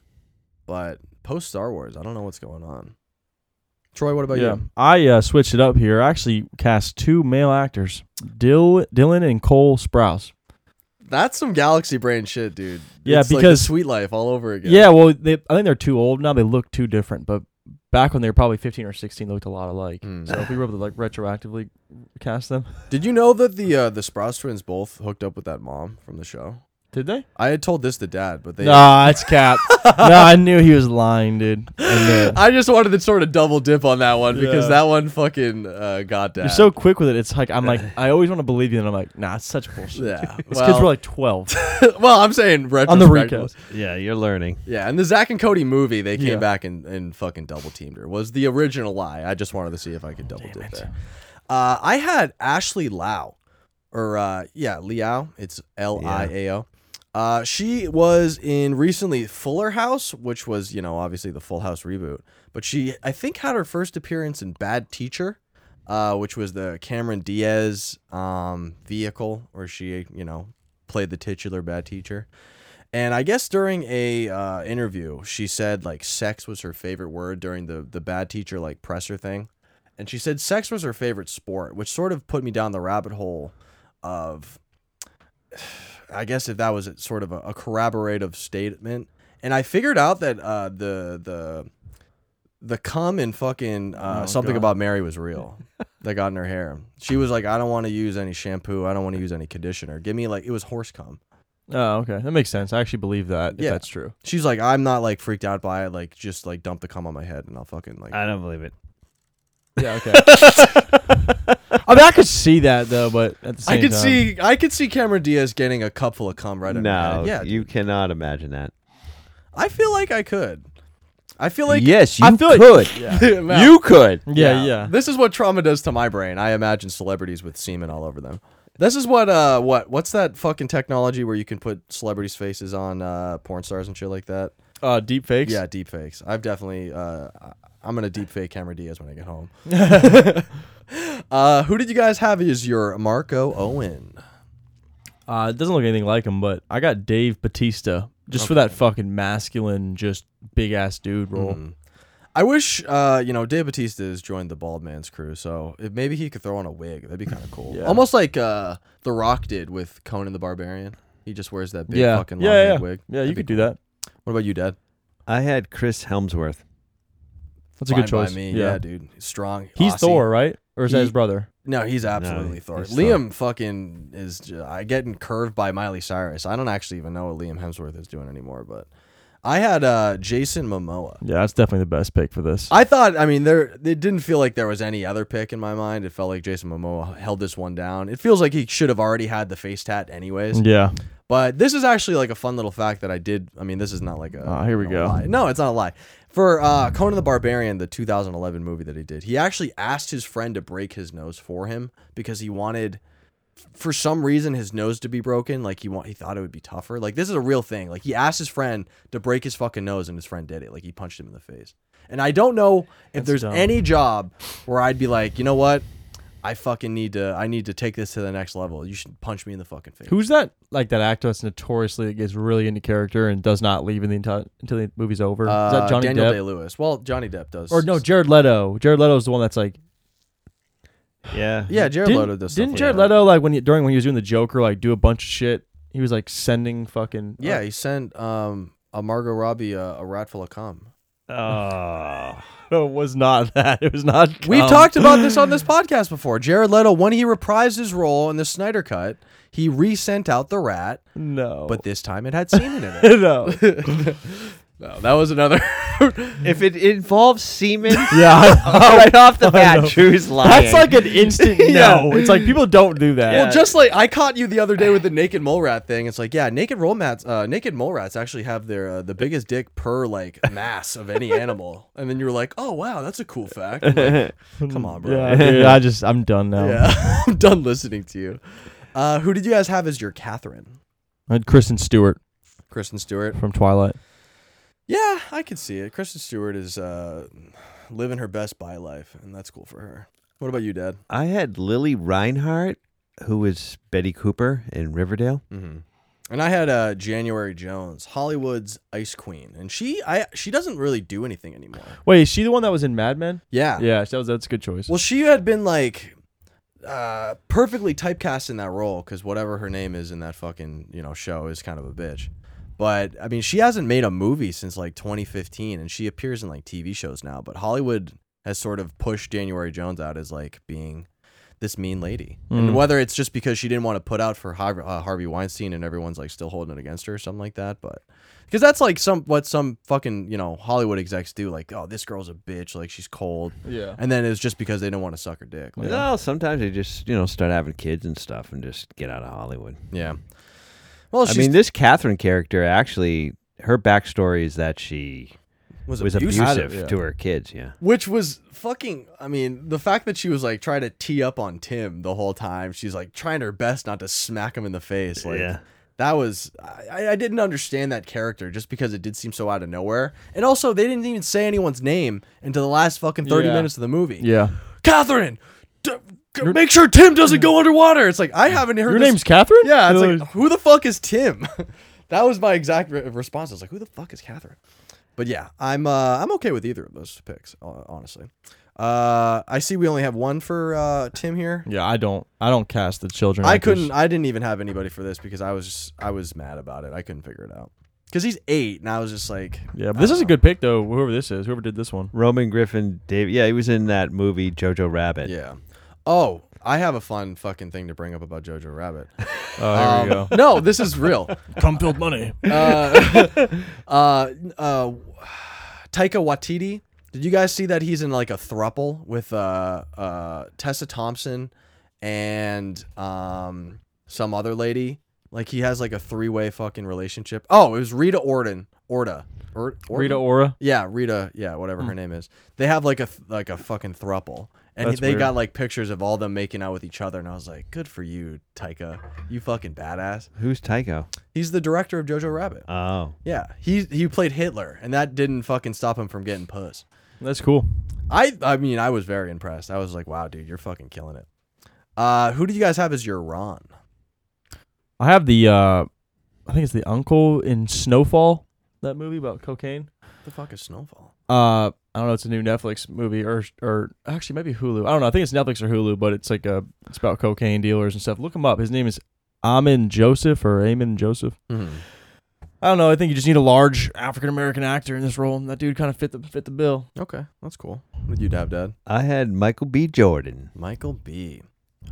A: but post Star Wars, I don't know what's going on. Troy, what about
D: yeah,
A: you?
D: I uh, switched it up here. I actually cast two male actors, Dil- Dylan and Cole Sprouse.
A: That's some galaxy brain shit, dude.
D: Yeah,
A: It's like the
D: because-
A: sweet life all over again.
D: Yeah, well, they, I think they're too old now. They look too different, but back when they were probably fifteen or sixteen, they looked a lot alike.
A: Hmm.
D: So if we were able to like retroactively cast them,
A: Did you know that the uh, the Sprouse twins both hooked up with that mom from the show?
D: did they?
A: I had told this to dad, but they.
D: Nah, it's cap. nah, I knew he was lying, dude. I knew.
A: I just wanted to sort of double dip on that one because
D: Yeah.
A: that one fucking uh, got dad.
D: You're so quick with it. It's like I'm like I always want to believe you, and I'm like, nah, it's such bullshit.
A: yeah.
D: These
A: well,
D: kids were like 12
A: well, I'm saying retrospect.
D: on the recast.
B: Yeah, you're learning.
A: Yeah, in the Zach and Cody movie, they came
D: Yeah.
A: back and, and fucking double teamed her. Was the original lie? I just wanted to see if I could double dip there. Uh, I had Ashley Lau, or uh, yeah, Liao. It's L I A O. Uh, she was in recently Fuller House, which was you know obviously the Full House reboot, but she I think had her first appearance in Bad Teacher, uh, which was the Cameron Diaz um, vehicle where she you know played the titular bad teacher. And I guess during a uh, interview, she said like sex was her favorite word during the the bad teacher like presser thing, and she said sex was her favorite sport, which sort of put me down the rabbit hole of I guess if that was sort of a, a corroborative statement. And I figured out that uh, the the the cum and fucking uh, something about Mary was real. that got in her hair. She was like, I don't want to use any shampoo. I don't want to use any conditioner. Give me like it was horse cum.
D: Oh, okay. That makes sense. I actually believe that.
A: Yeah.
D: If that's true.
A: She's like, I'm not like freaked out by it. Like just like dump the cum on my head and I'll fucking like.
B: I don't believe it.
D: Uh, Yeah. Okay. I mean, I could see that though, but at the same
A: I could
D: time-
A: see I could see Cameron Diaz getting a cup full of cum right in
B: No,
A: her head. Yeah,
B: you cannot imagine that.
A: I feel like I could. I feel like
B: yes, you
D: I feel like-
B: could.
A: Yeah.
B: You could.
D: Yeah, yeah.
A: This is what trauma does to my brain. I imagine celebrities with semen all over them. This is what uh what what's that fucking technology where you can put celebrities' faces on uh porn stars and shit like that?
D: Uh, deep fakes.
A: Yeah, deep fakes. I've definitely uh I- I'm gonna deep fake Cameron Diaz when I get home. uh who did you guys have as your Marco Owen?
D: Uh, it doesn't look anything like him, but I got Dave Batista just for that fucking masculine, just big ass dude role.
A: Mm-hmm. I wish uh you know Dave Batista has joined the bald man's crew, so if maybe he could throw on a wig, that'd be kind of cool. Almost like uh The Rock did with Conan the Barbarian. He just wears that big
D: Yeah.
A: fucking long
D: yeah, yeah.
A: wig.
D: Yeah, you
A: That'd be
D: could do that.
A: What about you, Dad?
B: I had Chris Helmsworth.
D: That's a good
A: Fine by
D: choice.
A: me. Yeah. dude. Strong.
D: He's
A: Aussie.
D: Thor, right? Or is that
A: He-
D: his brother?
A: No, he's absolutely Thor.
B: he's
A: Liam fucking is. ju- I getting curved by Miley Cyrus. I don't actually even know what Liam Hemsworth is doing anymore. But I had uh, Jason Momoa.
D: Yeah, that's definitely the best pick for this.
A: I thought. I mean, there. It didn't feel like there was any other pick in my mind. It felt like Jason Momoa held this one down. It feels like he should have already had the face tat anyways.
D: yeah.
A: But this is actually like a fun little fact that I did. I mean, this is not like a.
D: Oh, here we
A: a
D: go.
A: lie. No, it's not a lie. For uh, Conan the Barbarian, the 2011 movie that he did, he actually asked his friend to break his nose for him because he wanted, for some reason, his nose to be broken. Like he want, he thought it would be tougher. Like this is a real thing. Like he asked his friend to break his fucking nose, and his friend did it. Like he punched him in the face. And I don't know if there's
D: dumb.
A: any job where I'd be like, you know what, I fucking need to, I need to take this to the next level. You should punch me in the fucking face.
D: Who's that? Like that actor that's notoriously that gets really into character and does not leave in the entire, until the movie's over. is
A: Uh,
D: that Johnny
A: Daniel
D: Depp?
A: Day Lewis? Well, Johnny Depp does.
D: or no, Jared Leto. Jared Leto is the one that's like.
B: Yeah.
A: yeah, Jared
D: didn't,
A: Leto does. stuff
D: Didn't
A: like
D: Jared
A: that.
D: Leto like when he, during when he was doing the Joker like do a bunch of shit? He was like sending fucking. uh,
A: Yeah, he sent um a Margot Robbie a, a rat full of cum.
B: Oh.
D: No, it was not that. It was not.
A: We've
D: cum.
A: talked about this on this podcast before. Jared Leto, when he reprised his role in the Snyder Cut, he resent out the rat,
D: No.
A: but this time it had semen in it.
D: no.
A: no, that was another.
B: If it involves semen,
D: Yeah.
B: right off the
D: I know.
B: bat, Drew's lying.
D: That's like an instant no. It's like people don't do that.
A: Well, just like I caught you the other day with the naked mole rat thing. It's like, yeah, naked mole rats, uh, naked mole rats actually have their uh, the biggest dick per like mass of any animal. And then you were like, oh wow, that's a cool fact. I'm like, Come on, bro.
D: yeah, Uh, dude, I just I'm done now.
A: Yeah, I'm done listening to you. Uh, who did you guys have as your Catherine?
D: I had Kristen Stewart
A: Kristen Stewart.
D: from Twilight.
A: Yeah, I can see it. Kristen Stewart is uh, living her best by life, and that's cool for her. What about you, Dad?
B: I had Lily Reinhart, who was Betty Cooper in Riverdale.
A: Mm-hmm. And I had uh, January Jones, Hollywood's Ice Queen, and she I she doesn't really do anything anymore.
D: Wait, is she the one that was in Mad Men?
A: Yeah.
D: Yeah, that was, that's a good choice.
A: Well, she had been like uh, perfectly typecast in that role because whatever her name is in that fucking you know show is kind of a bitch. But I mean, she hasn't made a movie since like 2015, and she appears in like TV shows now. But Hollywood has sort of pushed January Jones out as like being this mean lady,
D: Mm.
B: Hmm.
A: and whether it's just because she didn't want to put out for Harvey, uh, Harvey Weinstein, and everyone's like still holding it against her or something like that. But because that's like some what some fucking you know Hollywood execs do, like oh this girl's a bitch, like she's cold,
D: yeah.
A: and then it's just because they don't want to suck her dick. Like,
B: Well, sometimes they just, you know, start having kids and stuff and just get out of Hollywood.
A: yeah. Well,
B: I
A: she
B: mean, this Catherine character actually, her backstory is that she
A: was,
B: was
A: abusive,
B: abusive,
D: yeah.
B: to her kids. Yeah.
A: which was fucking. I mean, the fact that she was like trying to tee up on Tim the whole time, she's like trying her best not to smack him in the face. Like,
B: Yeah.
A: that was I, I didn't understand that character just because it did seem so out of nowhere, and also they didn't even say anyone's name until the last fucking thirty
D: Yeah.
A: minutes of the movie.
D: Yeah.
A: Catherine, d- g- make sure Tim doesn't go underwater. It's like I haven't heard
D: Your
A: this-
D: name's Catherine?
A: Yeah, it's
D: Really?
A: like who the fuck is Tim? That was my exact re- response. I was like, "Who the fuck is Catherine?" But yeah, I'm uh, I'm okay with either of those picks, uh, honestly. Uh, I see we only have one for uh, Tim here.
D: Yeah, I don't. I don't cast the children.
A: I
D: actors.
A: couldn't. I didn't even have anybody for this because I was I was mad about it. I couldn't figure it out because he's eight, and I was just like,
D: Yeah, but this is a good pick though. Whoever this is, whoever did this one.
B: Roman Griffin, David. Yeah, he was in that movie Jojo Rabbit.
A: yeah. Oh, I have a fun fucking thing to bring up about Jojo Rabbit. Um,
D: Oh, here we go.
A: no, this is real.
D: Come build money.
A: uh, uh, uh, Taika Waititi. Did you guys see that he's in like a thruple with uh, uh, Tessa Thompson and um, some other lady? Like he has like a three way fucking relationship. Oh, it was Rita Orden. Orta. Or- Orton?
D: Rita Hmm. Ora.
A: Yeah, Rita. Yeah, whatever her name is. They have like a th- like a fucking thruple, and
D: That's
A: they
D: weird.
A: got like pictures of all them making out with each other. And I was like, good for you, Taika. You fucking badass.
B: Who's Tycho?
A: He's the director of Jojo Rabbit.
B: Oh,
A: Yeah, he he played Hitler, and that didn't fucking stop him from getting puss.
D: That's cool.
A: I I mean, I was very impressed. I was like, wow, dude, you're fucking killing it. Uh, who do you guys have as your Ron?
D: I have the. uh I think it's the uncle in Snowfall. That movie about cocaine.
A: the fuck is Snowfall?
D: Uh, I don't know. It's a new Netflix movie, or or actually maybe Hulu. I don't know. I think it's Netflix or Hulu, but it's like a it's about cocaine dealers and stuff. Look him up. His name is Amin Joseph or Amin Joseph.
A: Mm-hmm.
D: I don't know. I think you just need a large African American actor in this role. and That dude kind of fit the fit the bill.
A: Okay, that's cool. What did you have, Dad?
B: I had Michael B. Jordan.
A: Michael B.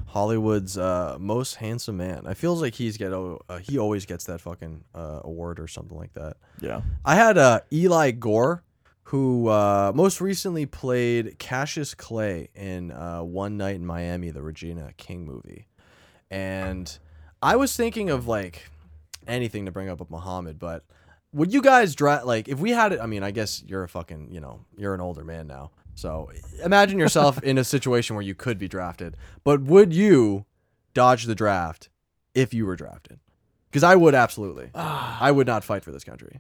A: Hollywood's uh, most handsome man. I feels like he's get oh, uh, he always gets that fucking uh, award or something like that.
D: Yeah.
A: I had uh, Eli Gore, who uh, most recently played Cassius Clay in uh, One Night in Miami, the Regina King movie. And I was thinking of like anything to bring up with Muhammad, but would you guys draft like if we had it? I mean, I guess you're a fucking you know you're an older man now, so imagine yourself in a situation where you could be drafted. But would you dodge the draft if you were drafted? Because I would absolutely.
D: Ah.
A: I would not fight for this country.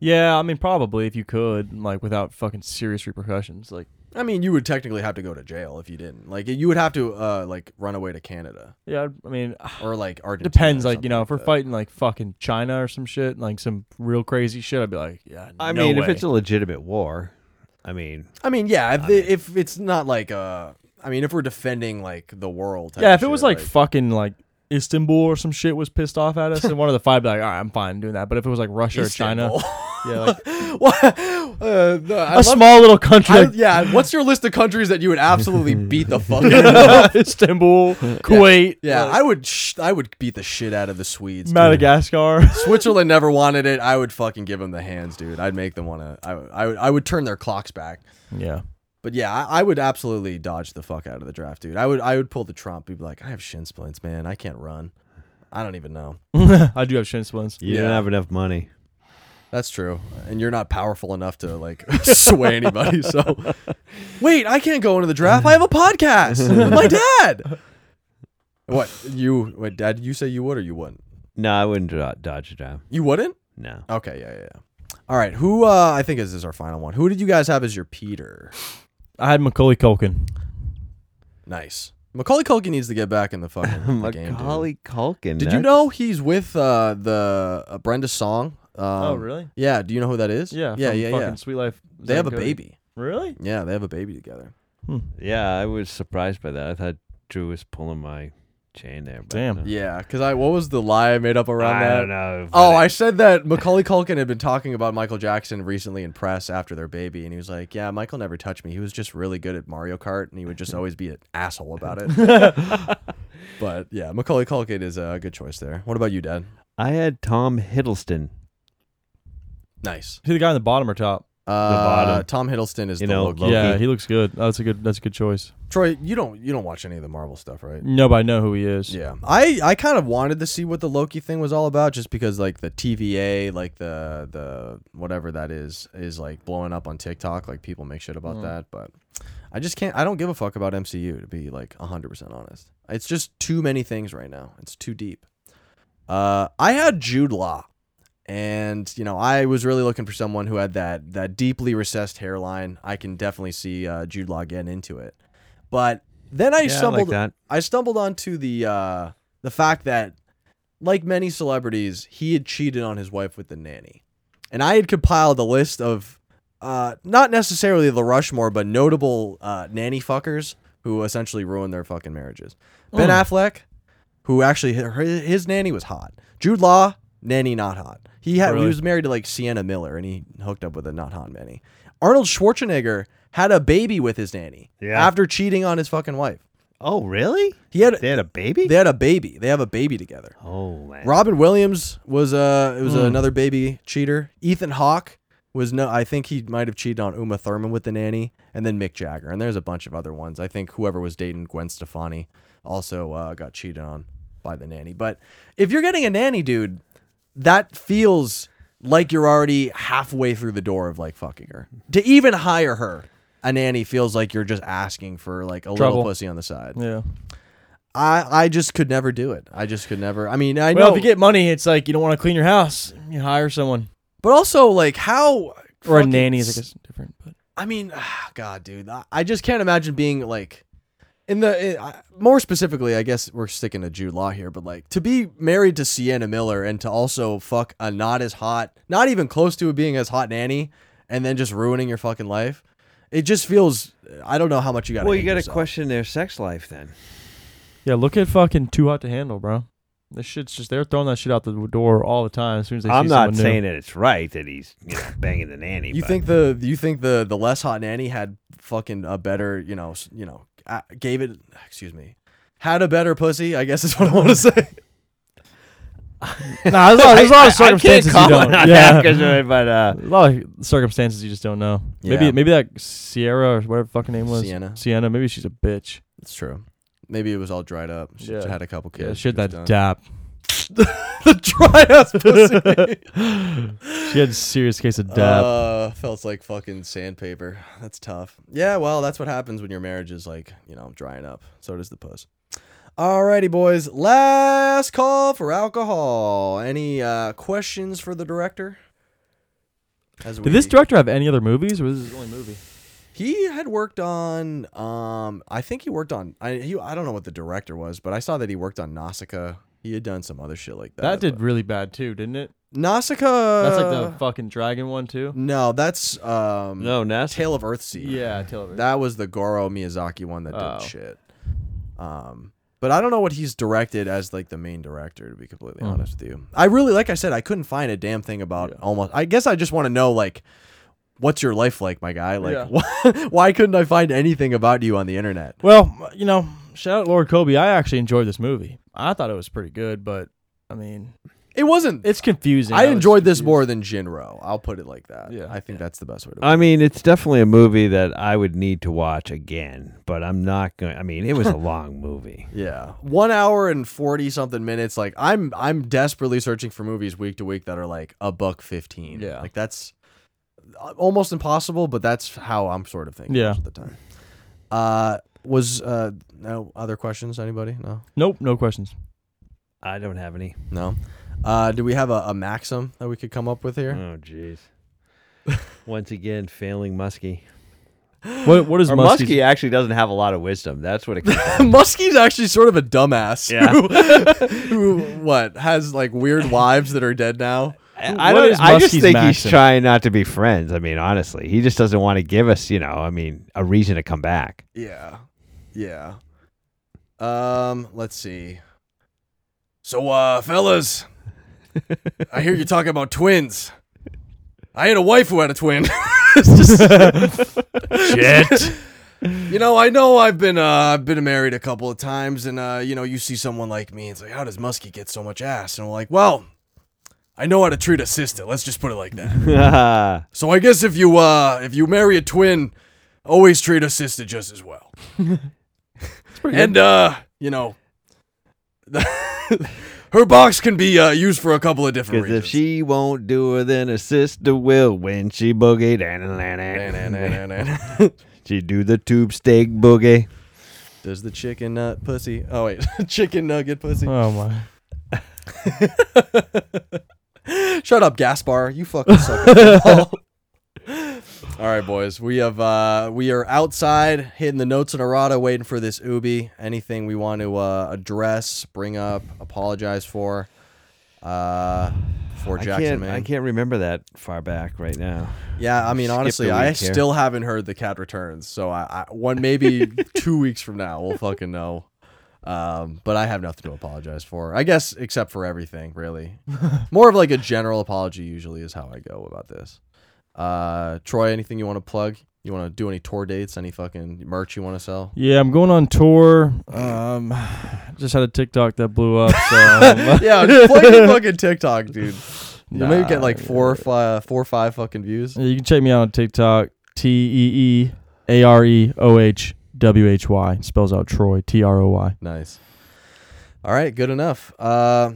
D: Yeah, I mean probably if you could, like without fucking serious repercussions. Like
A: I mean, you would technically have to go to jail if you didn't. Like, you would have to uh, like run away to Canada
D: yeah, I mean ah,
A: or like Argentina.
D: depends.
A: or
D: Like you
A: something
D: know, if we're
A: that.
D: fighting like fucking China or some shit, like some real crazy shit, I'd be like, yeah.
B: I
D: no
B: mean, if
D: way.
B: it's a legitimate war, I mean,
A: I mean, yeah. If, the, if it's not like uh, I mean, if we're defending like the world. type
D: yeah,
A: of
D: if it was
A: shit,
D: like, fucking like Istanbul or some shit was pissed off at us, and one of the five be like, all right, I'm fine doing that. But if it was like Russia or China, yeah, like
A: what? Uh, no, I
D: a
A: love-
D: small little country,
A: I-
D: like
A: yeah. What's your list of countries that you would absolutely beat the fuck out of?
D: Istanbul, Kuwait,
A: Yeah,
D: like,
A: I would. Sh- I would beat the shit out of the Swedes. dude.
D: Madagascar.
A: Switzerland never wanted it. I would fucking give them the hands, dude. I'd make them want to. I, would- I would. I would turn their clocks back.
D: yeah,
A: But yeah, I, I would absolutely dodge the fuck out of the draft, dude. I would I would pull the Trump. Be like, I have shin splints, man. I can't run. I don't even know.
D: I do have shin splints.
B: you don't
A: Yeah.
B: have enough money.
A: That's true. And you're not powerful enough to like sway anybody. So wait, I can't go into the draft. I have a podcast with my dad. What you? Wait, dad, you say you would or you wouldn't?
B: No, I wouldn't dro- dodge a job.
A: You wouldn't?
B: No.
A: Okay, yeah, yeah. yeah. All right. Who? uh I think this is our final one. Who did you guys have as your Peter?
D: I had Macaulay Culkin.
A: Nice. Macaulay Culkin needs to get back in the fucking the game. dude.
B: Macaulay Culkin.
A: Did you
B: that's-
A: know he's with uh, the uh, Brenda Song? Um, oh,
D: really?
A: Yeah. Do you know who that is?
D: Yeah,
A: Yeah,
D: from
A: yeah,
D: fucking
A: yeah.
D: Sweet Life.
A: They have a
D: Zayn Cody.
A: baby.
D: Really?
A: Yeah, they have a baby together.
B: Yeah, I was surprised by that. I thought Drew was pulling my chain there. But uh,
D: Damn.
B: no.
A: Yeah, because I what was the lie I made up around
B: I
A: that?
B: don't know.
A: Oh,
B: but
A: I said that Macaulay Culkin had been talking about Michael Jackson recently in press after their baby, and he was like, "Yeah, Michael never touched me. He was just really good at Mario Kart, and he would just always be an asshole about it." but yeah, Macaulay Culkin is a good choice there. What about you, Dad?
B: I had Tom Hiddleston.
A: Nice.
D: See the guy on the bottom or top?
A: Uh,
B: bottom.
A: Tom Hiddleston is
B: You
A: the
B: know,
A: Loki.
B: Loki.
D: Yeah, he looks good. Oh, that's a good. That's a good choice.
A: Troy, you don't you don't watch any of the Marvel stuff, right?
D: No, but I know who he is.
A: Yeah, I I kind of wanted to see what the Loki thing was all about, just because like the TVA, like the the whatever that is, is like blowing up on TikTok. Like people make shit about that, but I just can't. I don't give a fuck about MCU to be like hundred percent honest. It's just too many things right now. It's too deep. Uh, I had Jude Law, and you know I was really looking for someone who had that that deeply recessed hairline. I can definitely see uh, Jude Law getting into it, but then I
B: yeah, I
A: stumbled.
B: like that.
A: I stumbled onto the uh, the fact that like many celebrities, he had cheated on his wife with the nanny. And I had compiled a list of uh, not necessarily the Rushmore, but notable uh, nanny fuckers who essentially ruined their fucking marriages. Ben
B: Hmm.
A: Affleck, who actually his, his nanny was hot. Jude Law, nanny not hot. He had he
D: Really?
A: was married to like Sienna Miller, and he hooked up with a not hot nanny. Arnold Schwarzenegger had a baby with his nanny
B: Yeah.
A: after cheating on his fucking wife.
B: Oh, really?
A: He had
B: They had a baby?
A: they had a baby. They have a baby together.
B: oh, man.
A: Robin Williams was uh it
D: Hmm.
A: was another baby cheater. Ethan Hawke was no I think he might have cheated on Uma Thurman with the nanny and then Mick Jagger. And there's a bunch of other ones. I think whoever was dating Gwen Stefani also uh, got cheated on by the nanny. But if you're getting a nanny, dude, that feels like you're already halfway through the door of like fucking her. To even hire her, a nanny feels like you're just asking for like a little
D: Trouble.
A: pussy on the side.
D: Yeah.
A: I I just could never do it. I just could never. I mean, I
D: Well,
A: know
D: if you get money, it's like you don't want to clean your house. You hire someone
A: But also, like, how
D: or a
A: fucking
D: nanny is
A: s-
D: I guess different. But
A: I mean, ah, God, dude, I- I just can't imagine being like in the I more specifically. I guess we're sticking to Jude Law here, but like to be married to Sienna Miller and to also fuck a not as hot, not even close to being as hot nanny, and then just ruining your fucking life. It just feels. I don't know how much you got.
B: well, you got to
A: yourself.
B: question their sex life then.
D: yeah, look at fucking too hot to handle, bro. This shit's just they're throwing that shit out the door all the time as soon as they
B: I'm
D: see
B: not
D: someone
B: saying that it's right that he's you know, banging the nanny.
A: You
B: but-
A: think the you think the the less hot nanny had fucking a better you know s- you know uh, gave it excuse me had a better pussy I guess is what I want to say.
D: new. Nah, there's a lot, there's a lot of circumstances
B: I
D: you
B: can't
D: don't.
B: comment on
D: yeah.
B: that 'cause, uh, but uh,
D: A lot of circumstances you just don't know.
A: Yeah.
D: Maybe maybe that Sierra or whatever fucking name was
A: Sienna.
D: Sienna. Maybe she's a bitch.
A: It's true. Maybe it was all dried up. She
D: Yeah.
A: had a couple kids.
D: Yeah,
A: She
D: she had
A: was
D: that
A: done.
D: dap.
A: the dry ass pussy.
D: She had a serious case of dap.
A: uh, felt like fucking sandpaper. That's tough. Yeah, well, that's what happens when your marriage is like, you know, drying up. So does the puss. Alrighty, boys. Last call for alcohol. Any uh, questions for the director? As
D: Did this director have any other movies, or was this his only movie?
A: He had worked on, um, I think he worked on, I he, I don't know what the director was, but I saw that he worked on Nausicaa. He had done some other shit like that.
D: That did
A: but-
D: really bad too, didn't it?
A: Nausicaa.
D: That's like
A: uh,
D: the fucking dragon one too.
A: No, that's um
B: no, Ness.
A: Tale of Earthsea.
D: Yeah, Taylor.
A: That was the Goro Miyazaki one that did
D: Oh.
A: shit. Um but I don't know what he's directed as like the main director to be completely
D: Mhm.
A: honest with you. I really like I said I couldn't find a damn thing about almost I guess I just want to know like what's your life like my guy? Like
D: Yeah.
A: why, couldn't I find anything about you on the internet?
D: well, you know, shout out Lord Kobe. I actually enjoyed this movie. I thought it was pretty good, but I mean,
A: It wasn't
D: it's confusing.
A: I
D: was
A: enjoyed this
D: confused.
A: more than Jinro. I'll put it like that.
D: Yeah.
A: I think that's the best way to put it.
B: I mean, it's definitely a movie that I would need to watch again, but I'm not going. to I mean, it was a long movie.
A: Yeah, one hour and forty something minutes. Like I'm, I'm desperately searching for movies week to week that are like a buck fifteen.
D: Yeah.
A: like that's uh, almost impossible, but that's how I'm sort of thinking
D: Yeah.
A: most of the time. Uh, was uh no other questions? Anybody? No,
D: Nope, no questions.
B: I don't have any.
A: no. Uh, do we have a, a maxim that we could come up with here?
B: Oh, jeez. Once again, failing Muskie.
D: What what is
B: Or
D: Muskie's-
B: Muskie actually doesn't have a lot of wisdom. That's what it. comes
D: Mm.
B: down to.
A: Muskie's actually sort of a dumbass.
B: Yeah.
A: Who, who what has like weird wives that are dead now?
B: I I
D: What
B: don't.
D: is
B: I just
D: Muskie's
B: think he's
D: maxim?
B: trying not to be friends. I mean, honestly, he just doesn't want to give us, you know, I mean, a reason to come back.
A: Yeah. Yeah. Um, let's see. So uh fellas, I hear you talking about twins. I had a wife who had a twin. It's just- You know, I know I've been uh I've been married a couple of times and uh you know, you see someone like me it's like how does Muskie get so much ass? And I'm like, "Well, I know how to treat a sister. Let's just put it like that."
B: That's
A: So I guess if you uh if you marry a twin, always treat a sister just as well. and uh, you know, her box can be uh, used for a couple of different
B: Because
A: reasons.
B: if she won't do it, then her sister will when she boogie. Dan- dan- dan- dan- dan. She do the tube steak boogie.
A: Does the chicken nut pussy? Oh wait, chicken nugget pussy.
D: Oh my.
A: Shut up, Gaspar. You fucking suck. at football. All right, boys. We have uh we are outside hitting the notes in errata, waiting for this Ubi. Anything we want to uh, address, bring up, apologize for. Uh, before
B: I
A: Jackson,
B: can't,
A: man.
B: I can't remember that far back right now.
A: Yeah, I mean,
B: Skipped a
A: honestly, I
B: week here.
A: still haven't heard the cat returns. So I, I one maybe two weeks from now, we'll fucking know. Um, but I have nothing to apologize for, I guess, except for everything, really. More of like a general apology usually is how I go about this. Uh, Troy, anything you want to plug? You want to do any tour dates? Any fucking merch you want to sell?
D: Yeah, I'm going on tour. Um, just had a TikTok that blew up. So um,
A: yeah, plug your fucking TikTok, dude. You may
D: Nah,
A: get like four, or fi- four or five fucking views.
D: you can check me out on TikTok. T E E A R E O H W H Y spells out Troy. T R O Y.
A: Nice. All right, good enough. Uh,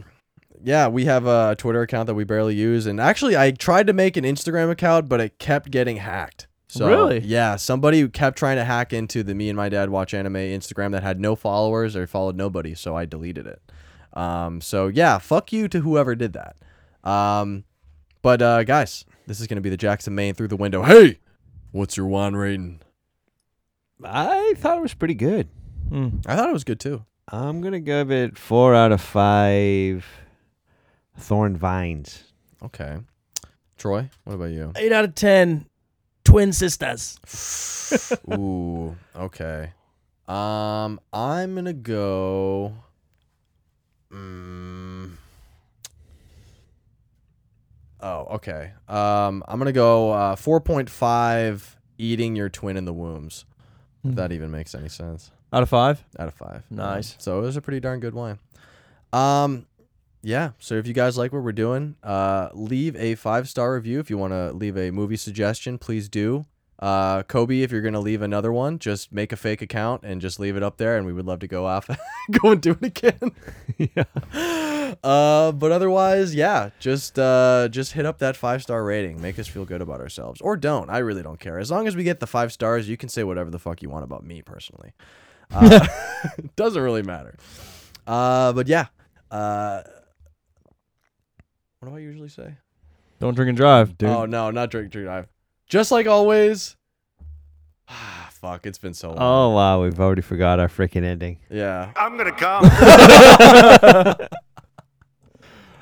A: yeah, we have a Twitter account that we barely use, and actually, I tried to make an Instagram account, but it kept getting hacked. So,
D: Really?
A: Yeah, somebody kept trying to hack into the me and my dad watch anime Instagram that had no followers or followed nobody, so I deleted it. Um, so yeah, fuck you to whoever did that. Um, but uh, guys, this is gonna be the Jackson main through the window. Hey, what's your wine rating?
B: I thought it was pretty good.
D: Hmm.
A: I thought it was good too.
B: I'm gonna give it four out of five. Thorn vines.
A: Okay, Troy, what about you?
D: Eight out of ten. Twin sisters.
A: Ooh, okay. Um, I'm gonna go. Mm. Oh, okay. Um, I'm gonna go uh, 4.5. Eating your twin in the wombs. If that even makes any sense.
D: Out of five.
A: Out of five.
D: Nice.
A: So it was a pretty darn good wine. Um, yeah. So if you guys like what we're doing, uh, leave a five star review. If you want to leave a movie suggestion, please do. Uh, Kobe, if you're gonna leave another one, just make a fake account and just leave it up there, and we would love to go off, go and do it again. yeah. Uh, but otherwise, yeah, just uh, just hit up that five star rating, make us feel good about ourselves, or don't. I really don't care. As long as we get the five stars, you can say whatever the fuck you want about me personally. Uh, doesn't really matter. Uh, but yeah. Uh, what do I usually say?
D: Don't drink and drive, dude.
A: Oh no, not drink, drink, drive. Just like always. Fuck, it's been so long.
B: Oh wow, we've already forgot our freaking ending.
A: yeah.
F: I'm gonna come.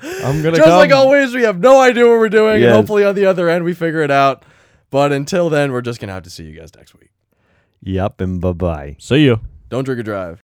D: I'm gonna
A: Just
D: come.
A: like always, we have no idea what we're doing,
B: Yes.
A: and hopefully on the other end we figure it out. But until then, we're just gonna have to see you guys next week.
B: Yep, and bye bye.
D: See you.
A: Don't drink or drive.